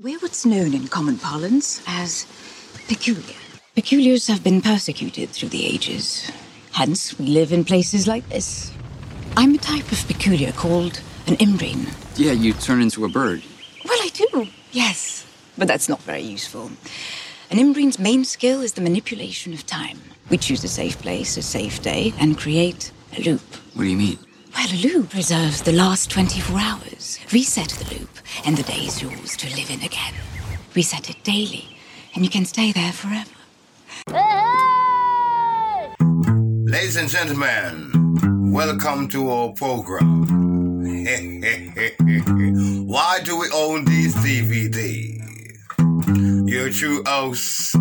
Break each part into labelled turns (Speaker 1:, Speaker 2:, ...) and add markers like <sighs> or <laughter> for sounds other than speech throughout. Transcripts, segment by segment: Speaker 1: We're what's known in common parlance as peculiar. Peculiars have been persecuted through the ages. Hence, we live in places like this. I'm a type of peculiar called an imbrine.
Speaker 2: Yeah, you turn into a bird.
Speaker 1: Well, I do, yes. But that's not very useful. An imbrine's main skill is the manipulation of time. We choose a safe place, a safe day, and create a loop.
Speaker 2: What do you mean?
Speaker 1: Well, a loop preserves the last 24 hours. Reset the loop, and the day is yours to live in again. Reset it daily, and you can stay there forever.
Speaker 3: Ladies and gentlemen, welcome to our program. <laughs> Why do we own these DVDs? Your true host,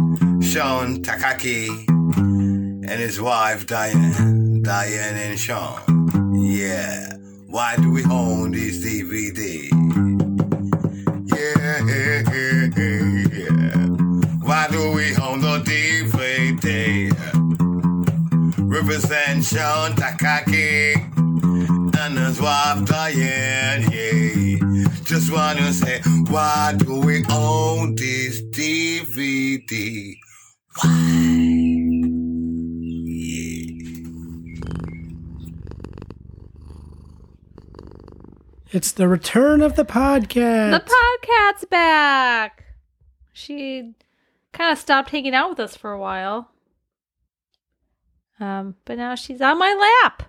Speaker 3: Sean Takaki, and his wife, Diane. Diane and Sean. Yeah. Why do we own these DVDs? <laughs> Yeah. Why do we own the DVD? represent Sean Takaki and his wife Diane. Yeah. Just wanna say, why do we own this DVD? Why? Yeah.
Speaker 4: It's the return of the podcast.
Speaker 5: The podcat's back. She kind of stopped hanging out with us for a while. Um, but now she's on my lap.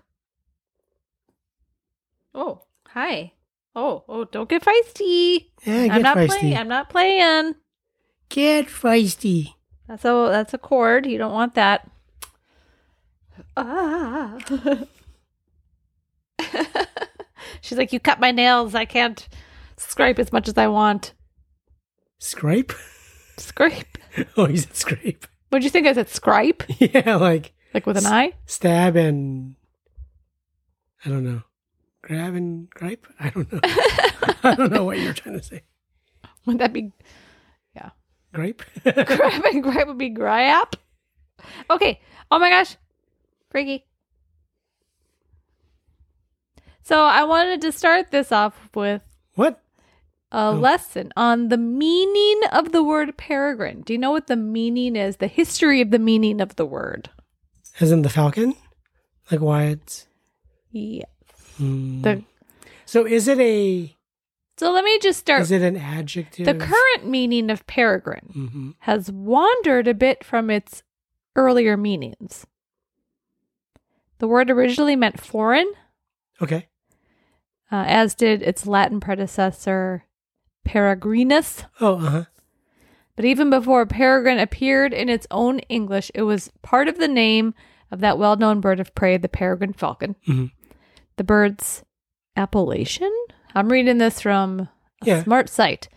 Speaker 5: Oh, hi. Oh, oh, don't get feisty.
Speaker 4: Yeah, get
Speaker 5: I'm not
Speaker 4: feisty.
Speaker 5: playing. I'm not playing.
Speaker 4: Get feisty.
Speaker 5: That's a that's a chord. You don't want that. Ah. <laughs> she's like, you cut my nails. I can't scrape as much as I want.
Speaker 4: Scrape? <laughs>
Speaker 5: Scrape.
Speaker 4: Oh, he said scrape. <laughs>
Speaker 5: What'd you think? I said scripe,
Speaker 4: Yeah, like
Speaker 5: like with an eye.
Speaker 4: stab and I don't know. Grab and gripe? I don't know. <laughs> I don't know what you're trying to say.
Speaker 5: <laughs> Would that be <laughs>
Speaker 4: Gripe?
Speaker 5: Crab and gripe would be gripe. Okay. Oh my gosh. Freaky. So I wanted to start this off with
Speaker 4: <laughs> what?
Speaker 5: a
Speaker 4: Oh.
Speaker 5: lesson on the meaning of the word peregrine. Do you know what the meaning is? The history of the meaning of the word.
Speaker 4: As in the falcon? Like why it's
Speaker 5: Yeah.
Speaker 4: Hmm.
Speaker 5: The-
Speaker 4: So is it a
Speaker 5: So let me just start.
Speaker 4: is it an adjective?
Speaker 5: The current meaning of peregrine
Speaker 4: Mhm.
Speaker 5: has wandered a bit from its earlier meanings. The word originally meant foreign,
Speaker 4: Okay.
Speaker 5: uh, as did its Latin predecessor, Peregrinus.
Speaker 4: Oh, uh-huh.
Speaker 5: But even before peregrine appeared in its own English, it was part of the name of that well known bird of prey, the peregrine falcon.
Speaker 4: Mhm.
Speaker 5: The bird's appellation? I'm reading this from a
Speaker 4: Yeah.
Speaker 5: smart site.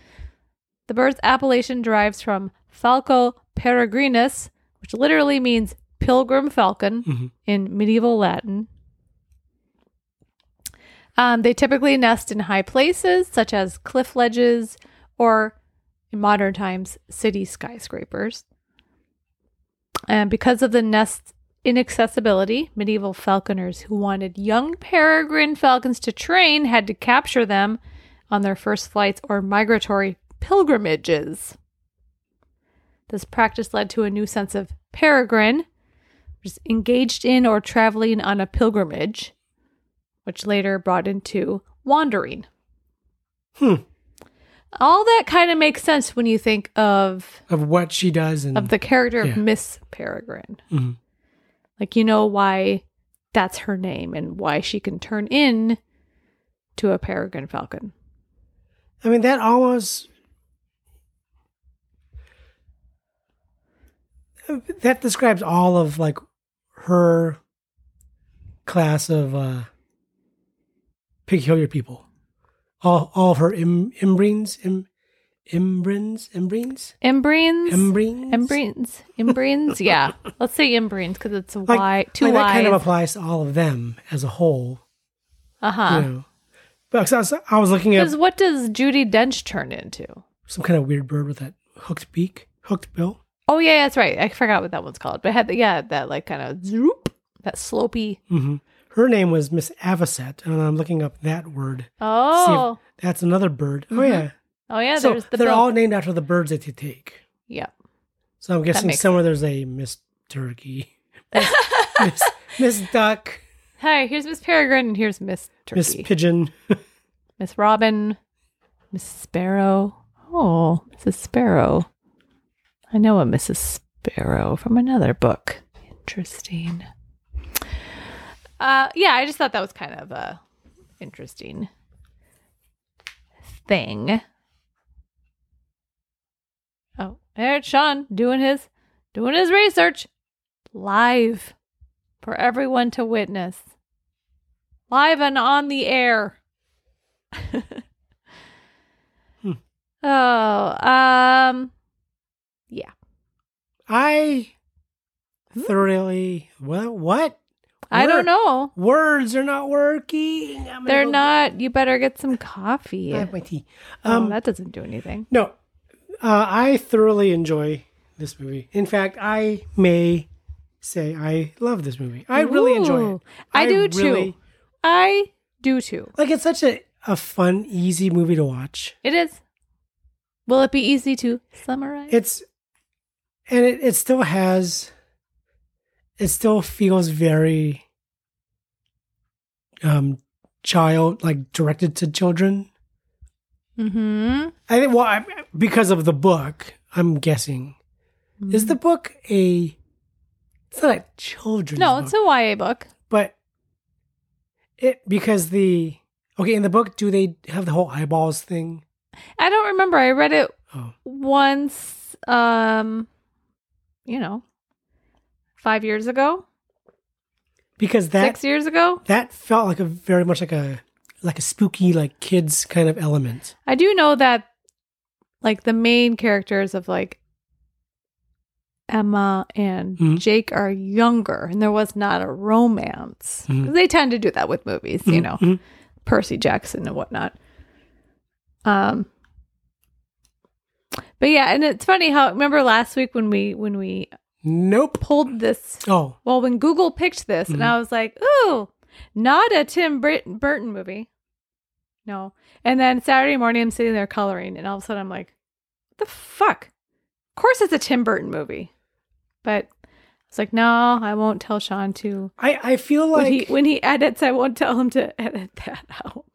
Speaker 5: The bird's appellation derives from Falco peregrinus, which literally means pilgrim falcon
Speaker 4: Mhm.
Speaker 5: in medieval Latin. Um, they typically nest in high places, such as cliff ledges or, in modern times, city skyscrapers. And because of the nest's inaccessibility, medieval falconers who wanted young peregrine falcons to train had to capture them on their first flights or migratory pilgrimages. This practice led to a new sense of peregrine, which is engaged in or traveling on a pilgrimage, which later brought into wandering.
Speaker 4: Hmm.
Speaker 5: All that kind of makes sense when you think of
Speaker 4: Of what she does and
Speaker 5: of the character
Speaker 4: Yeah.
Speaker 5: of Miss Peregrine.
Speaker 4: Mhm.
Speaker 5: Like you know why that's her name and why she can turn in to a peregrine falcon.
Speaker 4: I mean, that almost that describes all of like her class of uh peculiar people. All all of her Im, imbrines, im, imbrines, imbrines,
Speaker 5: Embrines.
Speaker 4: imbrines,
Speaker 5: Embrines. Embrines.
Speaker 4: <laughs>
Speaker 5: yeah. Let's say embrines because it's a
Speaker 4: Like,
Speaker 5: Y, two
Speaker 4: like that kind of
Speaker 5: Y's.
Speaker 4: applies to all of them as a whole.
Speaker 5: Uh huh.
Speaker 4: You know, but 'cause I was, I was looking at
Speaker 5: Because what does Judy Dench turn into?
Speaker 4: some kind of weird bird with that hooked beak, hooked bill.
Speaker 5: Oh yeah, that's right. I forgot what that one's called, but it had the, yeah that like kind of zoop that slopey.
Speaker 4: hmm Her name was Miss Avocet, and I'm looking up that word. See if-
Speaker 5: Oh.
Speaker 4: that's another bird. Oh yeah,
Speaker 5: Oh yeah,
Speaker 4: so
Speaker 5: there's the
Speaker 4: they're
Speaker 5: bill.
Speaker 4: all named after the birds that they take.
Speaker 5: Yep.
Speaker 4: So I'm guessing
Speaker 5: makes
Speaker 4: somewhere there's a Miss
Speaker 5: <laughs>
Speaker 4: Turkey, Miss, Miss, Miss Duck,
Speaker 5: Hi, here's Miss Peregrine and here's Miss Turkey.
Speaker 4: Miss Pigeon.
Speaker 5: Miss Robin, Miss Sparrow. Oh, Mrs. Sparrow. I know a Mrs. Sparrow from another book. Interesting. Uh, yeah, I just thought that was kind of a interesting thing. Oh, there's Sean doing his doing his research live for everyone to witness. Live and on the air. Oh, um, yeah.
Speaker 4: I thoroughly well what
Speaker 5: Hmm. I
Speaker 4: Word-
Speaker 5: don't know.
Speaker 4: words are not working. I'm gonna
Speaker 5: They're
Speaker 4: go
Speaker 5: not. You better get some coffee.
Speaker 4: grab my tea.
Speaker 5: oh,
Speaker 4: Um,
Speaker 5: that doesn't do anything.
Speaker 4: No, uh, I thoroughly enjoy this movie. In fact, I may say I love this movie. I really enjoy it.
Speaker 5: Ooh, I, do
Speaker 4: really-
Speaker 5: too. I do too.
Speaker 4: Like it's such a, a fun, easy movie to watch.
Speaker 5: It is. Will it be easy to summarize?
Speaker 4: It's and it, it still has it still feels very um child like directed to children.
Speaker 5: mm-hmm.
Speaker 4: I think well I, because of the book, I'm guessing.
Speaker 5: Mm-hmm.
Speaker 4: Is the book a? It's not a children's.
Speaker 5: No,
Speaker 4: book,
Speaker 5: it's a YA book.
Speaker 4: but it because the okay in the book do they have the whole eyeballs thing?
Speaker 5: I don't remember. I read it
Speaker 4: Oh,
Speaker 5: once. Um, you know, five years ago,
Speaker 4: because that
Speaker 5: six years ago.
Speaker 4: that felt like a very much like a like a spooky like kids kind of element.
Speaker 5: I do know that like the main characters of like Emma and
Speaker 4: Mhm.
Speaker 5: Jake are younger and there was not a romance.
Speaker 4: Mhm.
Speaker 5: They tend to do that with movies, you know,
Speaker 4: Mhm.
Speaker 5: Percy Jackson and whatnot. Um But yeah, and it's funny how remember last week when we when we
Speaker 4: Nope.
Speaker 5: pulled this
Speaker 4: Oh,
Speaker 5: well when Google picked this and I was like, "Ooh, not a Tim Brit- Burton movie." No. And then Saturday morning, I'm sitting there coloring, and all of a sudden, I'm like, "What the fuck? Of course, it's a Tim Burton movie." But it's like, no, I won't tell Sean to.
Speaker 4: I I feel like
Speaker 5: when he when he edits, I won't tell him to edit that out.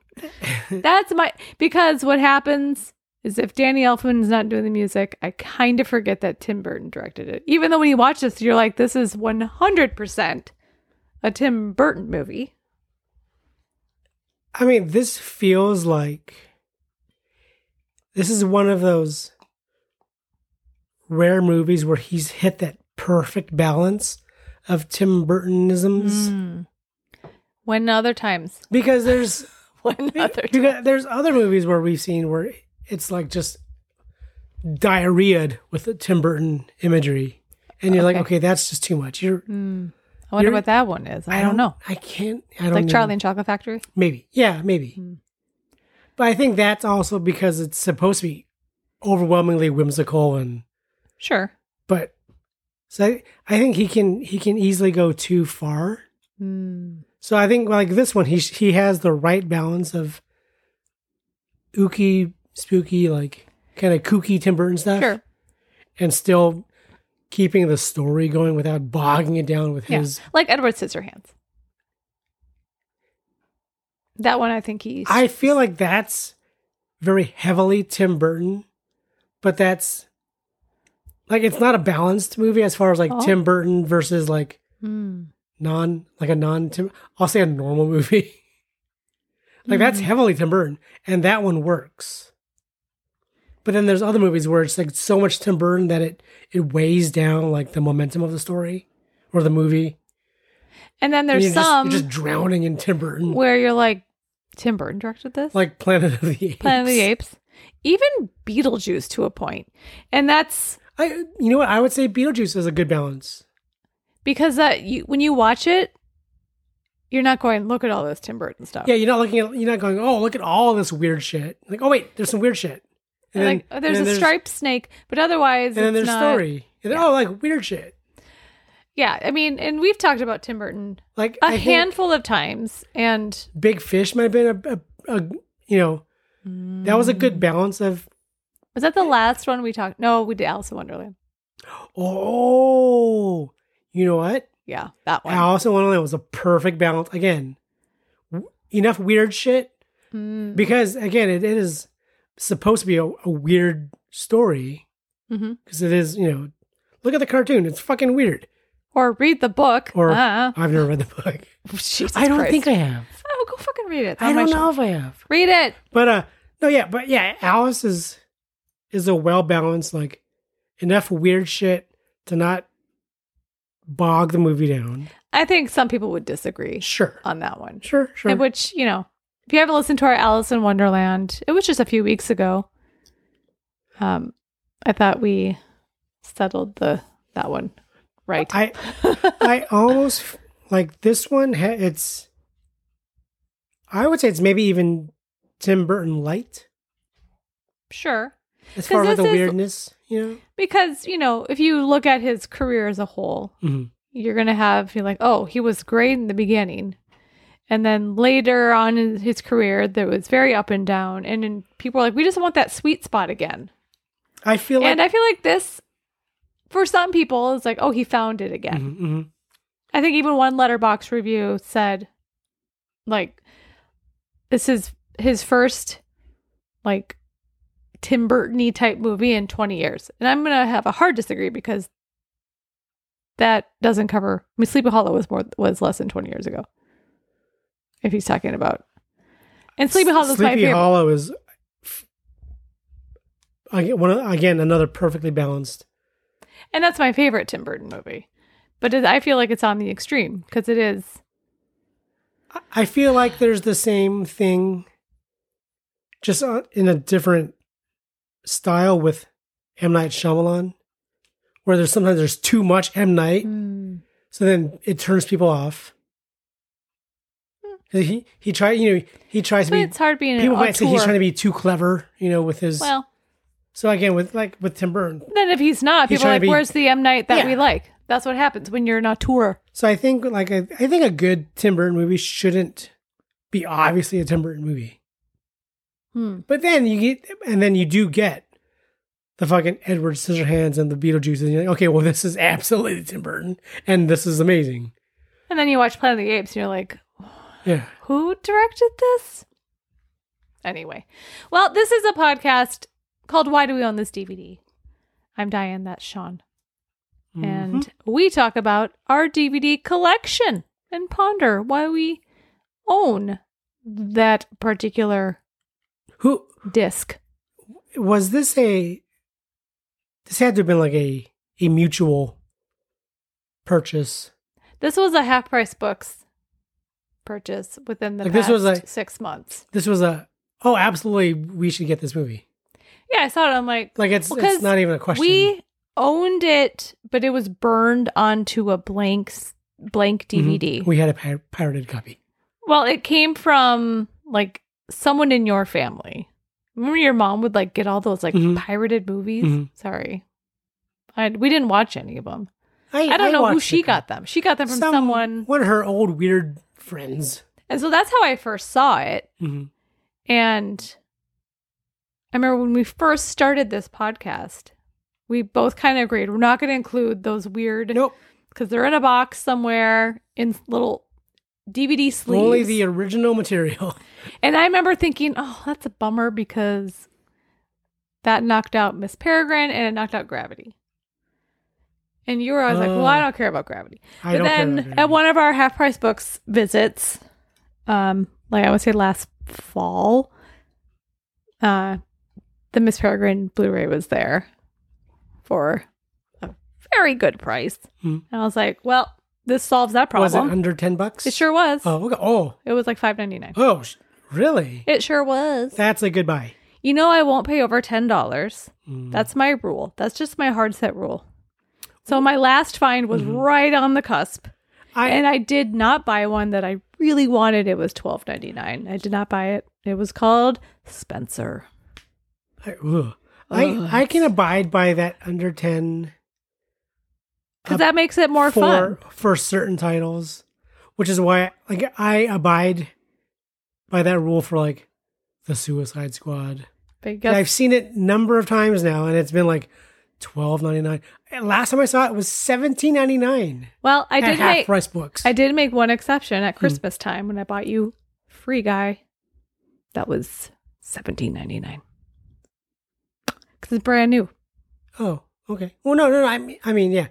Speaker 5: That's my because what happens is if Danny Elfman is not doing the music, I kind of forget that Tim Burton directed it. Even though when you watch this, you're like, this is 100 percent a Tim Burton movie.
Speaker 4: I mean, this feels like this is one of those rare movies where he's hit that perfect balance of Tim Burtonisms
Speaker 5: Hmm. When other times,
Speaker 4: because there's
Speaker 5: <laughs> when other times.
Speaker 4: because there's other movies where we've seen where it's like just diarrheaed with the Tim Burton imagery, and you're like,
Speaker 5: Okay.
Speaker 4: okay, that's just too much. You're
Speaker 5: I wonder
Speaker 4: You're-
Speaker 5: what that one is. I, don't know.
Speaker 4: I can't. I don't
Speaker 5: Like
Speaker 4: know.
Speaker 5: Charlie and Chocolate Factory.
Speaker 4: Maybe. Yeah, maybe.
Speaker 5: Hmm.
Speaker 4: But I think that's also because it's supposed to be overwhelmingly whimsical and
Speaker 5: Sure.
Speaker 4: but so I, I think he can he can easily go too far.
Speaker 5: Hmm.
Speaker 4: So I think like this one he sh- he has the right balance of ooky spooky like kind of kooky Tim Burton stuff
Speaker 5: Sure.
Speaker 4: and still keeping the story going without bogging it down with
Speaker 5: Yeah.
Speaker 4: his
Speaker 5: Like Edward Scissorhands. That one I think he's
Speaker 4: I feel like that's very heavily Tim Burton, but that's like it's not a balanced movie as far as like
Speaker 5: Oh.
Speaker 4: Tim Burton versus like
Speaker 5: Hmm.
Speaker 4: non like a non Tim I'll say a normal movie. <laughs> like that's
Speaker 5: Hmm.
Speaker 4: heavily Tim Burton and that one works. But then there's other movies where it's like so much Tim Burton that it it weighs down like the momentum of the story or the movie.
Speaker 5: And then
Speaker 4: And
Speaker 5: there's
Speaker 4: you're just-
Speaker 5: some
Speaker 4: you're just drowning in Tim Burton.
Speaker 5: where you're like, Tim Burton directed this?
Speaker 4: Mm. like Planet of the Apes.
Speaker 5: Planet of the Apes. Even Beetlejuice to a point. And that's
Speaker 4: I you know what I would say Beetlejuice is a good balance.
Speaker 5: because that you when you watch it, you're not going, look at all this Tim Burton stuff.
Speaker 4: Yeah, you're not looking at you're not going, "Oh, look at all this weird shit." Like, "Oh wait, there's some weird shit."
Speaker 5: And like oh, there's
Speaker 4: and then
Speaker 5: a striped snake, but otherwise
Speaker 4: and then
Speaker 5: it's
Speaker 4: there's
Speaker 5: not-
Speaker 4: story. And then, oh, like weird shit.
Speaker 5: Yeah, I mean, and we've talked about Tim Burton
Speaker 4: Like
Speaker 5: a
Speaker 4: I think
Speaker 5: handful of times and Mm.
Speaker 4: Big Fish might have been a, a, a you know, that was a good balance of
Speaker 5: Was that the last one we talked? No, we did Alice in Wonderland.
Speaker 4: Oh, you know what?
Speaker 5: Yeah, that one.
Speaker 4: Alice in Wonderland was a perfect balance. Again, w- enough weird shit
Speaker 5: Mm,
Speaker 4: because again, it, it is supposed to be a, a weird story
Speaker 5: mhm.
Speaker 4: because it is. You know, look at the cartoon; it's fucking weird.
Speaker 5: Or read the book.
Speaker 4: Or
Speaker 5: Ah.
Speaker 4: I've never read the book.
Speaker 5: <laughs> Jesus
Speaker 4: I don't
Speaker 5: Christ.
Speaker 4: think I have.
Speaker 5: Oh, go fucking read it. It's
Speaker 4: I
Speaker 5: on my
Speaker 4: don't know
Speaker 5: shelf.
Speaker 4: if I have.
Speaker 5: Read it.
Speaker 4: But uh, no, yeah, but yeah, Alice is is a well balanced like enough weird shit to not bog the movie down.
Speaker 5: I think some people would disagree
Speaker 4: Sure,
Speaker 5: on that one.
Speaker 4: sure, sure.
Speaker 5: And Which, you know, if you haven't listened to our Alice in Wonderland, it was just a few weeks ago. Um, I thought we settled the that one right.
Speaker 4: I I almost f- like this one. Ha- it's I would say it's maybe even Tim Burton light
Speaker 5: sure.
Speaker 4: as far as
Speaker 5: this
Speaker 4: the
Speaker 5: is-
Speaker 4: weirdness, you
Speaker 5: Because, you know, if you look at his career as a whole,
Speaker 4: know. Mhm.
Speaker 5: you're gonna have you're like oh he was great in the beginning and then later on in his career that was very up and down and then people are like we just want that sweet spot again
Speaker 4: I feel like
Speaker 5: and i feel like this for some people is like oh he found it again
Speaker 4: Mhm, mhm.
Speaker 5: i think even one letterbox review said like this is his first like tim burton type movie in 20 years and i'm gonna have a hard disagree because that doesn't cover I mean, Sleepy Hollow was more was less than 20 years ago. If he's talking about. And Sleepy Hollow is my
Speaker 4: Sleepy
Speaker 5: favorite.
Speaker 4: Hollow is f- again, one of- again another perfectly balanced.
Speaker 5: and that's my favorite Tim Burton movie. But it, I feel like it's on the extreme because it is.
Speaker 4: I- I feel like there's the same thing, just on, in a different style with M Night Shyamalan, where there's sometimes there's too much M Night,
Speaker 5: Mm.
Speaker 4: so then it turns people off. He he try you know he tries to
Speaker 5: Hmm. But
Speaker 4: be
Speaker 5: it's hard being an
Speaker 4: people might say he's
Speaker 5: auteur.
Speaker 4: trying to be too clever you know with his
Speaker 5: Well,
Speaker 4: so again with like with Tim Burton
Speaker 5: then if he's not,
Speaker 4: He's
Speaker 5: people are
Speaker 4: trying
Speaker 5: like,
Speaker 4: to be-
Speaker 5: where's the M. Night that
Speaker 4: Yeah.
Speaker 5: we like? That's what happens when you're an auteur.
Speaker 4: so I think like I, I think a good Tim Burton movie shouldn't be obviously a Tim Burton movie
Speaker 5: Hmm.
Speaker 4: But then you get, and then you do get the fucking Edward Scissorhands and the Beetlejuice, and you're like, okay, well, this is absolutely Tim Burton, and this is amazing.
Speaker 5: And then you watch Planet of the Apes and you're like,
Speaker 4: Yeah,
Speaker 5: who directed this? Anyway, well, this is a podcast called Why Do We Own This DVD? I'm Diane, that's Sean.
Speaker 4: Mm-hmm.
Speaker 5: And we talk about our DVD collection and ponder why we own that particular
Speaker 4: who
Speaker 5: disc.
Speaker 4: was this? A this had to have been like a a mutual purchase.
Speaker 5: This was a half price books purchase within the
Speaker 4: Like,
Speaker 5: past
Speaker 4: this was a-
Speaker 5: six months.
Speaker 4: This was a oh, absolutely, we should get this movie.
Speaker 5: Yeah, I saw it. I'm like,
Speaker 4: Like it's
Speaker 5: Because
Speaker 4: it's not even a question.
Speaker 5: We owned it, but it was burned onto a blank s- blank
Speaker 4: Mhm.
Speaker 5: DVD.
Speaker 4: We had a pir- pirated copy.
Speaker 5: well, it came from like someone in your family. Remember, your mom would like get all those like
Speaker 4: Mhm.
Speaker 5: pirated movies.
Speaker 4: Mhm.
Speaker 5: Sorry, I, we didn't watch any of them. I don't know who
Speaker 4: watched
Speaker 5: she
Speaker 4: it.
Speaker 5: got them. She got them from
Speaker 4: Some-
Speaker 5: someone,
Speaker 4: One of her old weird friends.
Speaker 5: and so that's how I first saw it.
Speaker 4: Mm-hmm.
Speaker 5: And I remember when we first started this podcast, we both kind of agreed we're not going to include those weird
Speaker 4: Nope.
Speaker 5: because they're in a box somewhere in little DVD sleeves.
Speaker 4: Only the original material. <laughs>
Speaker 5: and I remember thinking, oh, that's a bummer because that knocked out Miss Peregrine and it knocked out Gravity. And you were always like, well, I
Speaker 4: Oh.
Speaker 5: don't care about Gravity.
Speaker 4: I
Speaker 5: but
Speaker 4: don't care
Speaker 5: then
Speaker 4: about Gravity.
Speaker 5: at one of our half price books visits, um, like I would say last fall, uh, the Miss Peregrine Blu-ray was there for a very good price,
Speaker 4: Hmm.
Speaker 5: and I was like, "Well, this solves that
Speaker 4: Was it
Speaker 5: problem."
Speaker 4: under ten bucks?
Speaker 5: It sure was.
Speaker 4: Oh, okay. oh,
Speaker 5: It was like five ninety nine.
Speaker 4: oh, sh- really?
Speaker 5: It sure was.
Speaker 4: That's a goodbye.
Speaker 5: you know, I won't pay over ten dollars.
Speaker 4: Mm.
Speaker 5: That's my rule. That's just my hard set rule. So my last find was right on the cusp.
Speaker 4: mm-hmm. I
Speaker 5: and I did not buy one that I really wanted. It was twelve ninety nine. I did not buy it. It was called Spencer.
Speaker 4: I, ugh. I I can abide by that under ten
Speaker 5: Because that makes it more
Speaker 4: for
Speaker 5: fun.
Speaker 4: for certain titles, which is why like I abide by that rule for like the Suicide Squad.
Speaker 5: Big
Speaker 4: And
Speaker 5: guff.
Speaker 4: I've seen it number of times now, and it's been like twelve ninety nine. Last time I saw it was seventeen ninety nine
Speaker 5: Well, I
Speaker 4: at
Speaker 5: did
Speaker 4: half Hmm.
Speaker 5: make
Speaker 4: price books.
Speaker 5: I did make one exception at Christmas time when I bought you Free Guy. That was seventeen ninety nine because it's brand new.
Speaker 4: oh, okay. Well, no, no, no. I mean, I mean, yeah.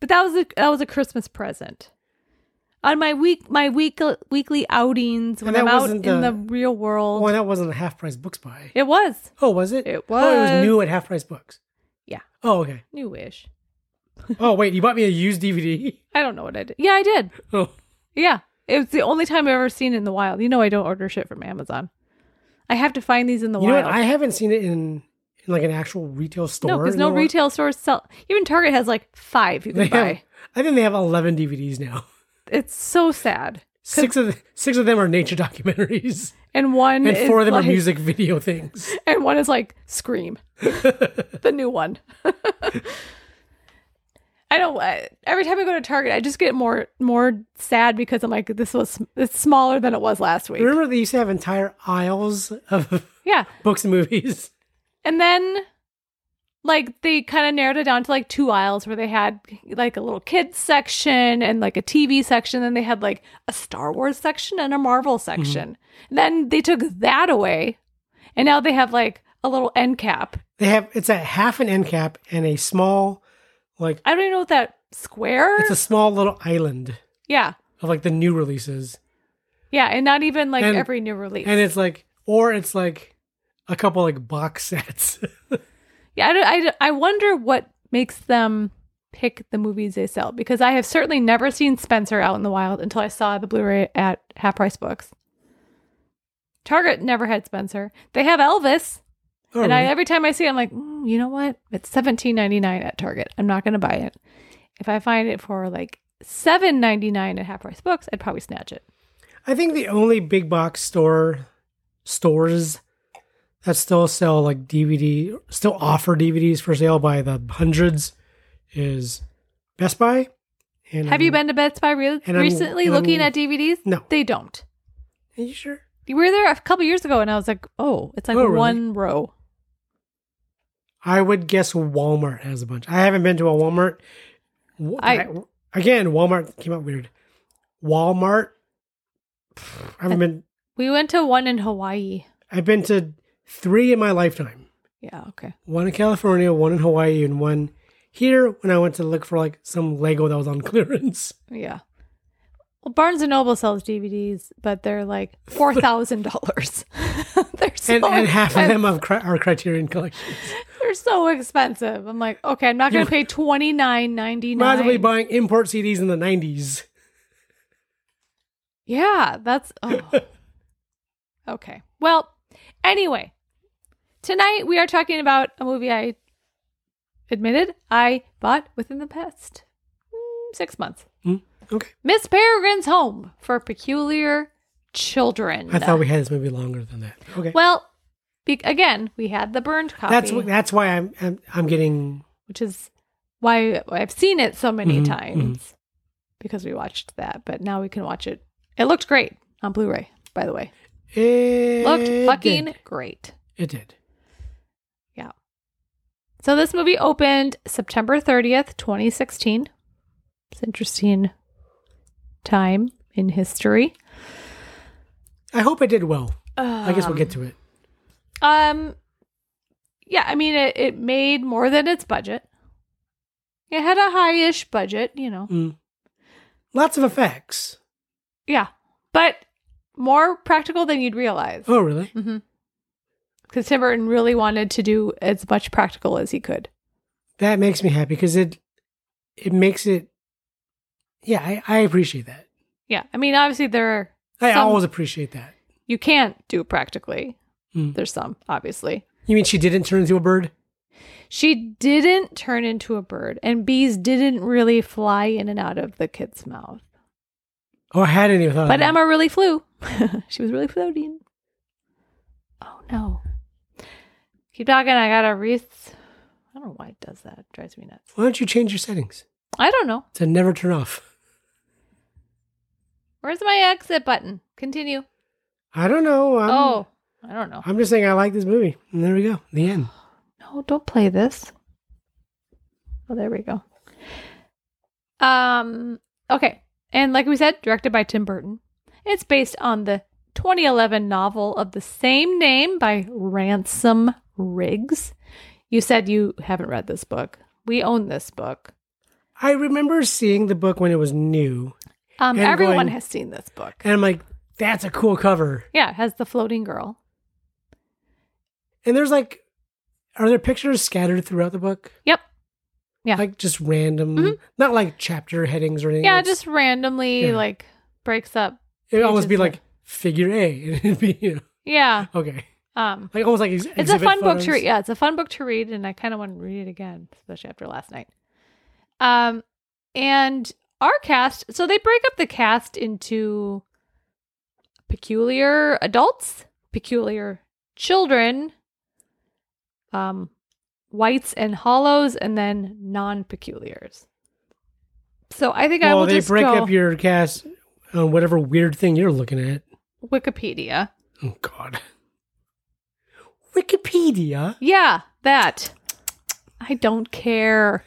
Speaker 5: But that was a that was a Christmas present. On my week my week weekly outings when
Speaker 4: And
Speaker 5: I'm
Speaker 4: that
Speaker 5: out in
Speaker 4: wasn't
Speaker 5: the,
Speaker 4: the-
Speaker 5: real world,
Speaker 4: Well, that wasn't a half price books buy.
Speaker 5: it was
Speaker 4: Oh, was it?
Speaker 5: It
Speaker 4: Oh, it
Speaker 5: was.
Speaker 4: was new at half price books.
Speaker 5: Yeah.
Speaker 4: Oh, okay.
Speaker 5: <laughs> newish.
Speaker 4: Oh, wait. You bought me a used DVD.
Speaker 5: I don't know what I did. Yeah, I did.
Speaker 4: <laughs> Oh,
Speaker 5: Yeah, it was the only time I've ever seen it in the wild. You know, I don't order shit from Amazon. I have to find these in the
Speaker 4: you know
Speaker 5: wild.
Speaker 4: what? I haven't seen it in, in like an actual retail store.
Speaker 5: no, because
Speaker 4: in
Speaker 5: no
Speaker 4: the world.
Speaker 5: retail stores sell. Even Target has like five you
Speaker 4: <laughs> They
Speaker 5: can
Speaker 4: have,
Speaker 5: buy.
Speaker 4: I think they have eleven
Speaker 5: <laughs>
Speaker 4: DVDs now.
Speaker 5: It's so sad.
Speaker 4: Six of the, six of them are nature documentaries,
Speaker 5: And one
Speaker 4: and
Speaker 5: is
Speaker 4: four of them
Speaker 5: like,
Speaker 4: are music video things.
Speaker 5: <laughs> and one is like
Speaker 4: <laughs>
Speaker 5: scream the new one <laughs> i don't I, every time i go to target i just get more more sad because i'm like this was it's smaller than it was last week
Speaker 4: Remember they used to have entire aisles of <laughs>
Speaker 5: yeah
Speaker 4: books and movies. <laughs>
Speaker 5: and then like they kind of narrowed it down to like two aisles where they had like a little kids section and like a tv section then they had like a star wars section and a marvel
Speaker 4: Mm-hmm.
Speaker 5: section and then they took that away and now they have like a little end cap
Speaker 4: They have it's a half an end cap and a small, like
Speaker 5: I don't even know what that square.
Speaker 4: it's a small little island
Speaker 5: yeah,
Speaker 4: of like the new releases,
Speaker 5: yeah, and not even like
Speaker 4: And-
Speaker 5: every new release.
Speaker 4: and it's like or it's like a couple like box <laughs> sets.
Speaker 5: yeah, I, don't- I, don't- I wonder what makes them pick the movies they sell because I have certainly never seen Spencer out in the wild until I saw the Blu-ray at Half Price Books. Target never had Spencer. They have Elvis,
Speaker 4: Oh,
Speaker 5: and I
Speaker 4: really?
Speaker 5: every time I see it, I'm like, "Mm, you know what? It's seventeen ninety nine at Target. I'm not going to buy it. If I find it for like seven ninety nine at Half Price Books, I'd probably snatch it.
Speaker 4: I think the only big box store stores that still sell like DVD, still offer DVDs for sale by the hundreds, is Best Buy. And
Speaker 5: Have you
Speaker 4: um,
Speaker 5: been to Best Buy re-
Speaker 4: and I'm-
Speaker 5: recently
Speaker 4: and
Speaker 5: looking
Speaker 4: I'm-
Speaker 5: at DVDs?
Speaker 4: No.
Speaker 5: They don't.
Speaker 4: Are you sure?
Speaker 5: You were there a couple years ago and I was like, oh, it's like
Speaker 4: Oh, really?
Speaker 5: one row.
Speaker 4: I would guess Walmart has a bunch. I haven't been to a Walmart. Wa-
Speaker 5: I-
Speaker 4: again, Walmart came out weird. Walmart. I haven't been.
Speaker 5: We went to one in Hawaii.
Speaker 4: I've been to three in my lifetime.
Speaker 5: Yeah, okay.
Speaker 4: One in California, one in Hawaii, and one here when I went to look for like some Lego that was on <laughs> clearance.
Speaker 5: Yeah. Well, Barnes and Noble sells DVDs, but they're
Speaker 4: <laughs>
Speaker 5: like four thousand dollars. <laughs> They're so
Speaker 4: and, and half of
Speaker 5: expen-
Speaker 4: them are, cri- are Criterion collections.
Speaker 5: They're so expensive. I'm like, okay, I'm not going to pay twenty nine ninety
Speaker 4: Possibly
Speaker 5: nine.
Speaker 4: buying import CDs in the nineties.
Speaker 5: Yeah,
Speaker 4: <laughs>
Speaker 5: that's oh. okay. Well, anyway, tonight we are talking about a movie I admitted I bought within the past mm, six months.
Speaker 4: Okay,
Speaker 5: Miss Peregrine's Home for Peculiar Children.
Speaker 4: I thought we had this movie longer than that. Okay,
Speaker 5: well, be- again, we had the burned copy,
Speaker 4: that's wh- that's why I'm I'm, I'm getting
Speaker 5: which is why I've seen it so many
Speaker 4: Mm-hmm,
Speaker 5: times because we watched that. But now we can watch it. It looked great on Blu-ray, by the way.
Speaker 4: it
Speaker 5: Looked fucking
Speaker 4: did.
Speaker 5: great.
Speaker 4: It did.
Speaker 5: Yeah. So this movie opened September 30th, 2016. It's an interesting time in history.
Speaker 4: I hope it did well. I guess we'll
Speaker 5: Um,
Speaker 4: get to it.
Speaker 5: Um yeah, I mean it, it made more than its budget. It had a high-ish budget, you know.
Speaker 4: Mm. Lots of effects.
Speaker 5: Yeah. But more practical than you'd realize.
Speaker 4: Oh, really?
Speaker 5: Mm. Because Tim Burton really wanted to do as much practical as he could.
Speaker 4: That makes me happy because it it makes it. Yeah, I, I appreciate that.
Speaker 5: Yeah. I mean, obviously there are
Speaker 4: I
Speaker 5: some
Speaker 4: always appreciate that.
Speaker 5: you can't do practically.
Speaker 4: Mm.
Speaker 5: There's some, obviously.
Speaker 4: You mean she didn't turn into a bird?
Speaker 5: She didn't turn into a bird, and bees didn't really fly in and out of the kid's mouth.
Speaker 4: Oh, I hadn't even thought. of
Speaker 5: But
Speaker 4: that.
Speaker 5: Emma really flew. <laughs> she was really floating. Oh no. Keep talking. I got a wreath. I don't know why it does that. It drives me nuts.
Speaker 4: why don't you change your settings
Speaker 5: I don't know.
Speaker 4: to never turn off?
Speaker 5: Where's my exit button? Continue.
Speaker 4: I don't know. I'm,
Speaker 5: oh, I don't know.
Speaker 4: I'm just saying I like this movie. And there we go. The
Speaker 5: <gasps>
Speaker 4: end.
Speaker 5: No, don't play this. Oh, there we go. Um, okay. And like we said, directed by Tim Burton. It's based on the 2011 novel of the same name by Ransom Riggs. You said you haven't read this book. We own this book.
Speaker 4: I remember seeing the book when it was new,
Speaker 5: Um,
Speaker 4: And
Speaker 5: everyone
Speaker 4: going-
Speaker 5: has seen this book.
Speaker 4: and I'm like, that's a cool cover.
Speaker 5: yeah, it has the floating girl.
Speaker 4: And there's like, are there pictures scattered throughout the book?
Speaker 5: Yep. Yeah. Mm-hmm.
Speaker 4: Like just random, not like chapter headings or anything.
Speaker 5: yeah,
Speaker 4: It's-
Speaker 5: just randomly
Speaker 4: Yeah.
Speaker 5: like breaks up.
Speaker 4: it would almost
Speaker 5: pages
Speaker 4: be
Speaker 5: of-
Speaker 4: like figure A, <laughs> and it'd be you know,
Speaker 5: Yeah.
Speaker 4: okay,
Speaker 5: Um,
Speaker 4: like almost like ex-
Speaker 5: it's a
Speaker 4: exhibit
Speaker 5: fun book
Speaker 4: photos.
Speaker 5: to read. Yeah, it's a fun book to read, and I kind of want to read it again, especially after last night. Um, and our cast, so they break up the cast into peculiar adults, peculiar children, um, whites and hollows, and then non-peculiars. So I think I
Speaker 4: Well,
Speaker 5: will
Speaker 4: they
Speaker 5: just
Speaker 4: break
Speaker 5: go
Speaker 4: up your cast on whatever weird thing you're looking at.
Speaker 5: Wikipedia.
Speaker 4: Oh God, Wikipedia. <laughs>
Speaker 5: Yeah, that. I don't care.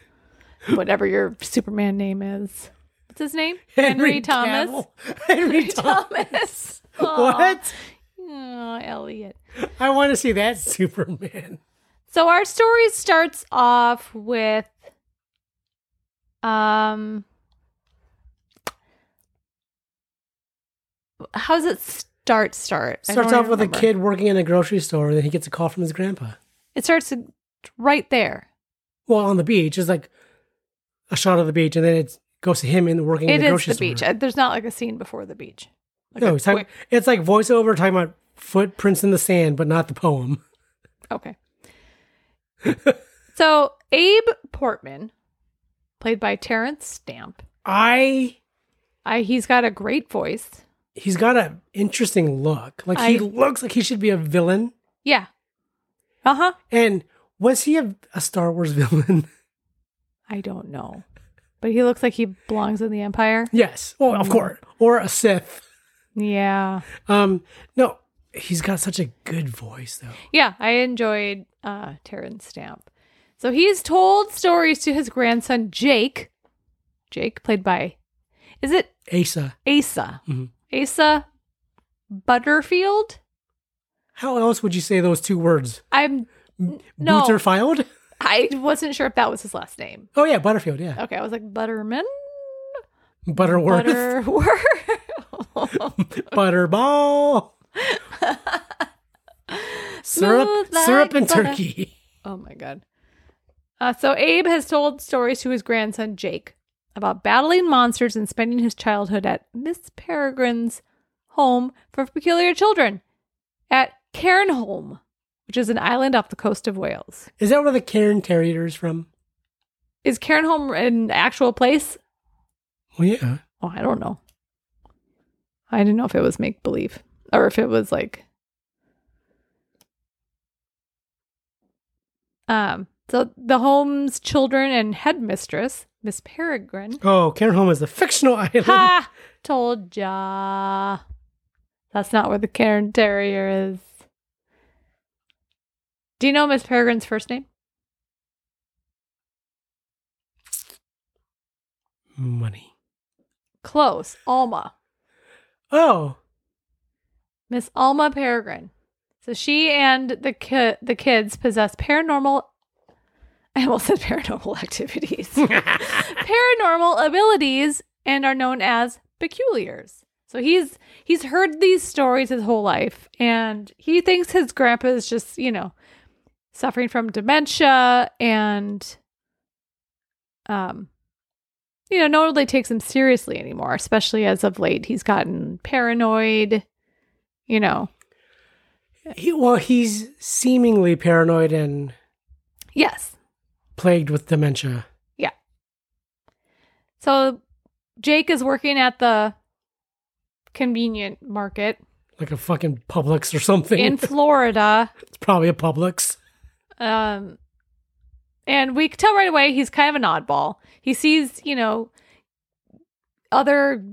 Speaker 5: Whatever your Superman name is. What's his name? Thomas.
Speaker 4: Cavill. <laughs> Henry
Speaker 5: <laughs>
Speaker 4: Thomas.
Speaker 5: Thomas.
Speaker 4: <laughs> What?
Speaker 5: Oh, Elliot.
Speaker 4: I want to see that Superman.
Speaker 5: So our story starts off with um how does it start start? I
Speaker 4: Starts
Speaker 5: don't
Speaker 4: off with a
Speaker 5: remember.
Speaker 4: kid working in a grocery store, then he gets a call from his grandpa.
Speaker 5: It starts right there.
Speaker 4: Well, on the beach, it's like a shot of the beach, and then it goes to him in working in
Speaker 5: It
Speaker 4: the
Speaker 5: is
Speaker 4: grocery
Speaker 5: the beach.
Speaker 4: store.
Speaker 5: Uh, There's not like a scene before the beach. Like
Speaker 4: no,
Speaker 5: a
Speaker 4: it's, talking,
Speaker 5: quick-
Speaker 4: it's like voiceover talking about footprints in the sand, but not the poem.
Speaker 5: Okay. so Abe Portman, played by Terrence Stamp.
Speaker 4: I
Speaker 5: I he's got a great voice.
Speaker 4: he's got an interesting look. Like
Speaker 5: I-
Speaker 4: he looks like he should be a villain.
Speaker 5: Yeah. Uh huh.
Speaker 4: And was he a, a Star Wars <laughs> villain?
Speaker 5: I don't know, but he looks like he belongs in the Empire.
Speaker 4: yes. Well, of course. Or a Sith.
Speaker 5: Yeah.
Speaker 4: Um, no, he's got such a good voice though.
Speaker 5: Yeah, I enjoyed uh, Terrence Stamp. So he's told stories to his grandson Jake. Jake, played by, is it
Speaker 4: Asa.
Speaker 5: Asa?
Speaker 4: Mhm.
Speaker 5: Asa Butterfield.
Speaker 4: How else would you say those two words?
Speaker 5: I'm no.
Speaker 4: Boots are filed?
Speaker 5: I wasn't sure if that was his last name.
Speaker 4: Oh yeah, Butterfield, yeah.
Speaker 5: Okay, I was like Butterman, Uh,
Speaker 4: Butterworth.
Speaker 5: <laughs> Butterworth.
Speaker 4: Butterball. syrup
Speaker 5: Smooth like
Speaker 4: syrup and
Speaker 5: butter.
Speaker 4: turkey.
Speaker 5: <laughs> oh my god. Uh, so Abe has told stories to his grandson Jake about battling monsters and spending his childhood at Miss Peregrine's home for peculiar children at Cairnholm, which is an island off the coast of Wales.
Speaker 4: Is that where the Karen Terrier is from?
Speaker 5: Is Cairnholm an actual place?
Speaker 4: Well yeah.
Speaker 5: Oh, I don't know. I didn't know if it was make believe or if it was like. Um. So the home's children and headmistress, Miss
Speaker 4: <laughs>
Speaker 5: Peregrine,
Speaker 4: Oh, Karen Home is a fictional island.
Speaker 5: ha, told ya. That's not where the Cairn Terrier is. Do you know Miss Peregrine's first name?
Speaker 4: Money.
Speaker 5: Close, Alma.
Speaker 4: Oh.
Speaker 5: Miss Alma Peregrine. So she and the ki- the kids possess paranormal. I almost said paranormal <laughs> activities. paranormal abilities and are known as peculiars. So he's he's heard these stories his whole life, and he thinks his grandpa is just you know suffering from dementia and um you know no one really takes him seriously anymore especially as of late he's gotten paranoid you know
Speaker 4: He, well, he's seemingly paranoid and
Speaker 5: Yes.
Speaker 4: plagued with dementia.
Speaker 5: So Jake is working at the convenient
Speaker 4: <laughs>
Speaker 5: market
Speaker 4: Like a fucking Publix or something.
Speaker 5: in Florida.
Speaker 4: <laughs> it's probably a Publix.
Speaker 5: Um, and we can tell right away he's kind of an oddball. He sees, you know, other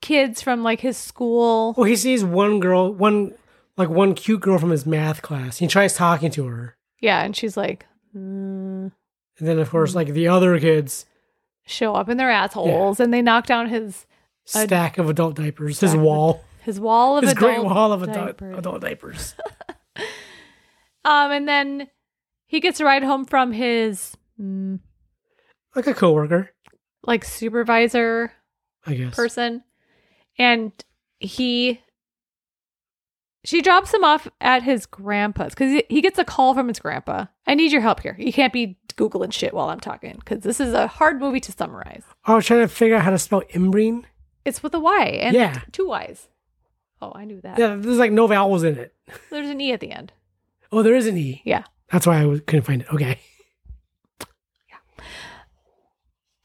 Speaker 5: kids from like his school.
Speaker 4: Well, he sees one girl, one like one cute girl from his math class. He tries talking to her,
Speaker 5: Yeah, and she's like, "Mm,"
Speaker 4: and then of
Speaker 5: Hmm.
Speaker 4: course like the other kids
Speaker 5: show up in their assholes, and they knock down his A-
Speaker 4: stack of adult diapers, his
Speaker 5: stack of
Speaker 4: wall,
Speaker 5: his wall of
Speaker 4: his
Speaker 5: adult
Speaker 4: great wall of adult
Speaker 5: diapers.
Speaker 4: adult diapers.
Speaker 5: Um, and then he gets a ride home from his mm,
Speaker 4: like a coworker,
Speaker 5: like supervisor
Speaker 4: I guess.
Speaker 5: person, and he she drops him off at his grandpa's because he, he gets a call from his grandpa. I need your help here. You can't be googling shit while I'm talking because this is a hard movie to summarize.
Speaker 4: I was trying to figure out how to spell Imbrine.
Speaker 5: It's with a Y and
Speaker 4: Yeah.
Speaker 5: two Y's. Oh, I knew that.
Speaker 4: Yeah, there's like no vowels in it.
Speaker 5: There's an E at the end.
Speaker 4: Oh, there is an E.
Speaker 5: Yeah.
Speaker 4: That's why I was- couldn't find it. Okay. <laughs>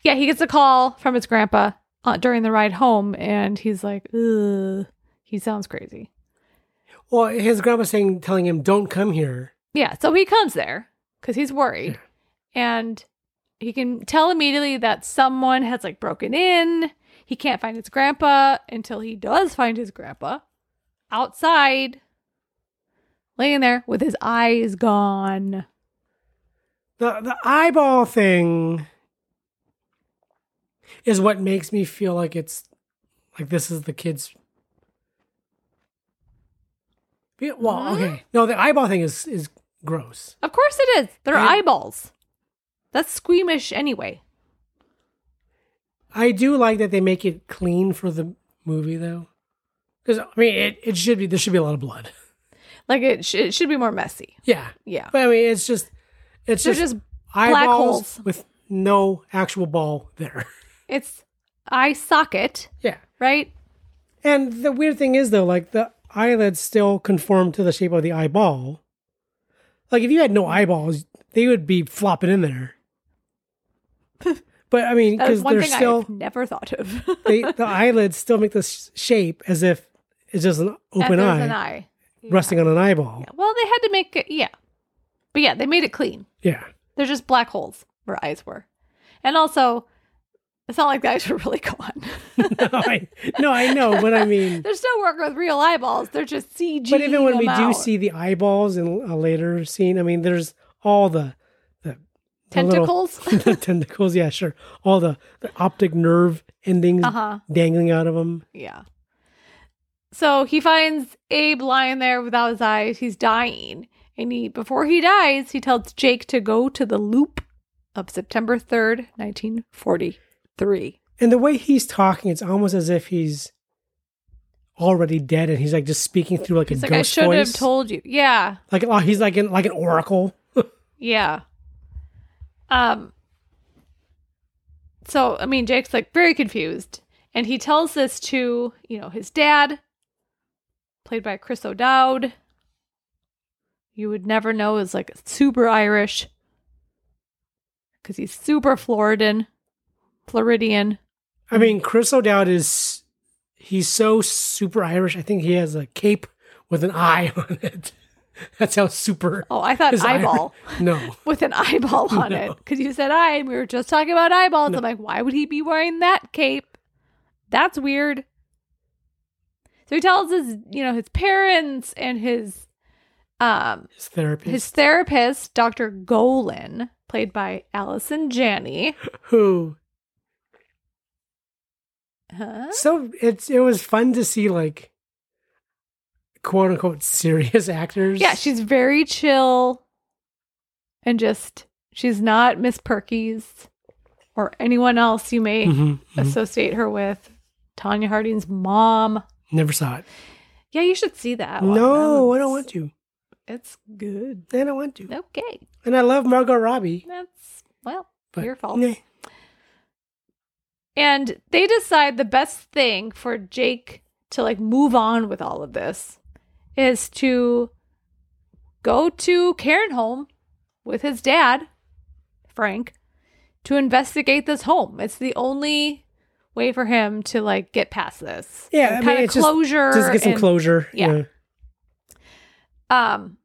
Speaker 5: yeah, he gets a call from his grandpa uh, during the ride home, and he's like, Ugh, he sounds crazy.
Speaker 4: Well, his grandma saying, telling him, "Don't come here."
Speaker 5: Yeah, so he comes there because he's worried, and he can tell immediately that someone has like broken in. He can't find his grandpa until he does find his grandpa outside, laying there with his eyes gone.
Speaker 4: The the eyeball thing is what makes me feel like it's like this is the kids. Yeah, well, okay. No, the eyeball thing is is gross.
Speaker 5: Of course it is. They're
Speaker 4: And-
Speaker 5: eyeballs. That's squeamish anyway.
Speaker 4: I do like that they make it clean for the movie though, because I mean it, it should be there should be a lot of blood. <laughs>
Speaker 5: Like it, sh- it should be more messy.
Speaker 4: Yeah,
Speaker 5: Yeah.
Speaker 4: but I mean it's just it's
Speaker 5: They're
Speaker 4: just,
Speaker 5: just black
Speaker 4: eyeballs
Speaker 5: holes.
Speaker 4: with no actual ball there. <laughs>
Speaker 5: It's eye socket,
Speaker 4: yeah.
Speaker 5: right?
Speaker 4: And the weird thing is though, like the eyelids still conform to the shape of the eyeball. Like if you had no eyeballs, they would be flopping in there. but I mean,
Speaker 5: That is
Speaker 4: because
Speaker 5: one
Speaker 4: they're
Speaker 5: thing
Speaker 4: still
Speaker 5: <laughs> I've never thought of.
Speaker 4: they, the eyelids still make this shape as if it's just an
Speaker 5: That
Speaker 4: open
Speaker 5: there's
Speaker 4: eye,
Speaker 5: An eye.
Speaker 4: resting on an eyeball.
Speaker 5: Well, they had to make it, yeah. But yeah, they made it clean.
Speaker 4: Yeah. <laughs>
Speaker 5: They're just black holes where eyes were. And also, it's not like the eyes <laughs> were really
Speaker 4: <laughs>
Speaker 5: gone.
Speaker 4: no, I, no, I know, but
Speaker 5: <laughs>
Speaker 4: I mean,
Speaker 5: They're still working with real eyeballs. They're just CG.
Speaker 4: but even when we
Speaker 5: out.
Speaker 4: do see the eyeballs in a later scene, I mean, there's all the the, the little- <laughs>
Speaker 5: tentacles, <laughs>
Speaker 4: the tentacles, yeah, sure. All the, the optic nerve endings
Speaker 5: Uh-huh.
Speaker 4: dangling out of them.
Speaker 5: Yeah. So he finds Abe lying there without his eyes. He's dying. And he before he dies, he tells Jake to go to the loop of September 3rd, 1943.
Speaker 4: And the way he's talking, it's almost as if he's already dead, and he's like just speaking through like
Speaker 5: He's
Speaker 4: a
Speaker 5: like, I
Speaker 4: ghost
Speaker 5: should
Speaker 4: voice.
Speaker 5: have told you. Yeah.
Speaker 4: like oh, he's like in like an oracle.
Speaker 5: Yeah. Um so I mean Jake's like very confused and he tells this to, you know, his dad played by Chris O'Dowd. You would never know is like super Irish cuz he's super Floridan, Floridian.
Speaker 4: I mean, Chris O'Dowd is he's so super Irish. I think he has a cape with an eye <laughs> on it. That's how super.
Speaker 5: Oh, I thought
Speaker 4: <laughs> his Irish-
Speaker 5: eyeball
Speaker 4: No,
Speaker 5: with an eyeball on
Speaker 4: No.
Speaker 5: it cuz you said eye and we were just talking about eyeballs. I'm like, why would he be wearing that cape? That's weird. So he tells his, you know, his parents and his um
Speaker 4: his therapist
Speaker 5: his therapist, Dr. Golan, played by Allison Janney.
Speaker 4: who.
Speaker 5: Huh?
Speaker 4: So it's it was fun to see like quote unquote serious <laughs> actors.
Speaker 5: Yeah, she's very chill and just she's not Miss Perky's or anyone else you may
Speaker 4: Mhm, mhm.
Speaker 5: associate her with. Tanya Harding's mom.
Speaker 4: never saw it.
Speaker 5: Yeah, you should see that. one.
Speaker 4: No, I don't want to.
Speaker 5: It's good.
Speaker 4: I don't want to.
Speaker 5: Okay.
Speaker 4: And I love Margot Robbie.
Speaker 5: That's well,
Speaker 4: But
Speaker 5: your fault.
Speaker 4: Nah.
Speaker 5: And they decide the best thing for Jake to like move on with all of this is to go to Cairnholm with his dad, Frank, to investigate this home. It's the only way for him to like get past this.
Speaker 4: Yeah, I
Speaker 5: kind
Speaker 4: mean,
Speaker 5: of
Speaker 4: it's just-
Speaker 5: closure.
Speaker 4: Just get some
Speaker 5: and-
Speaker 4: closure.
Speaker 5: yeah. Um,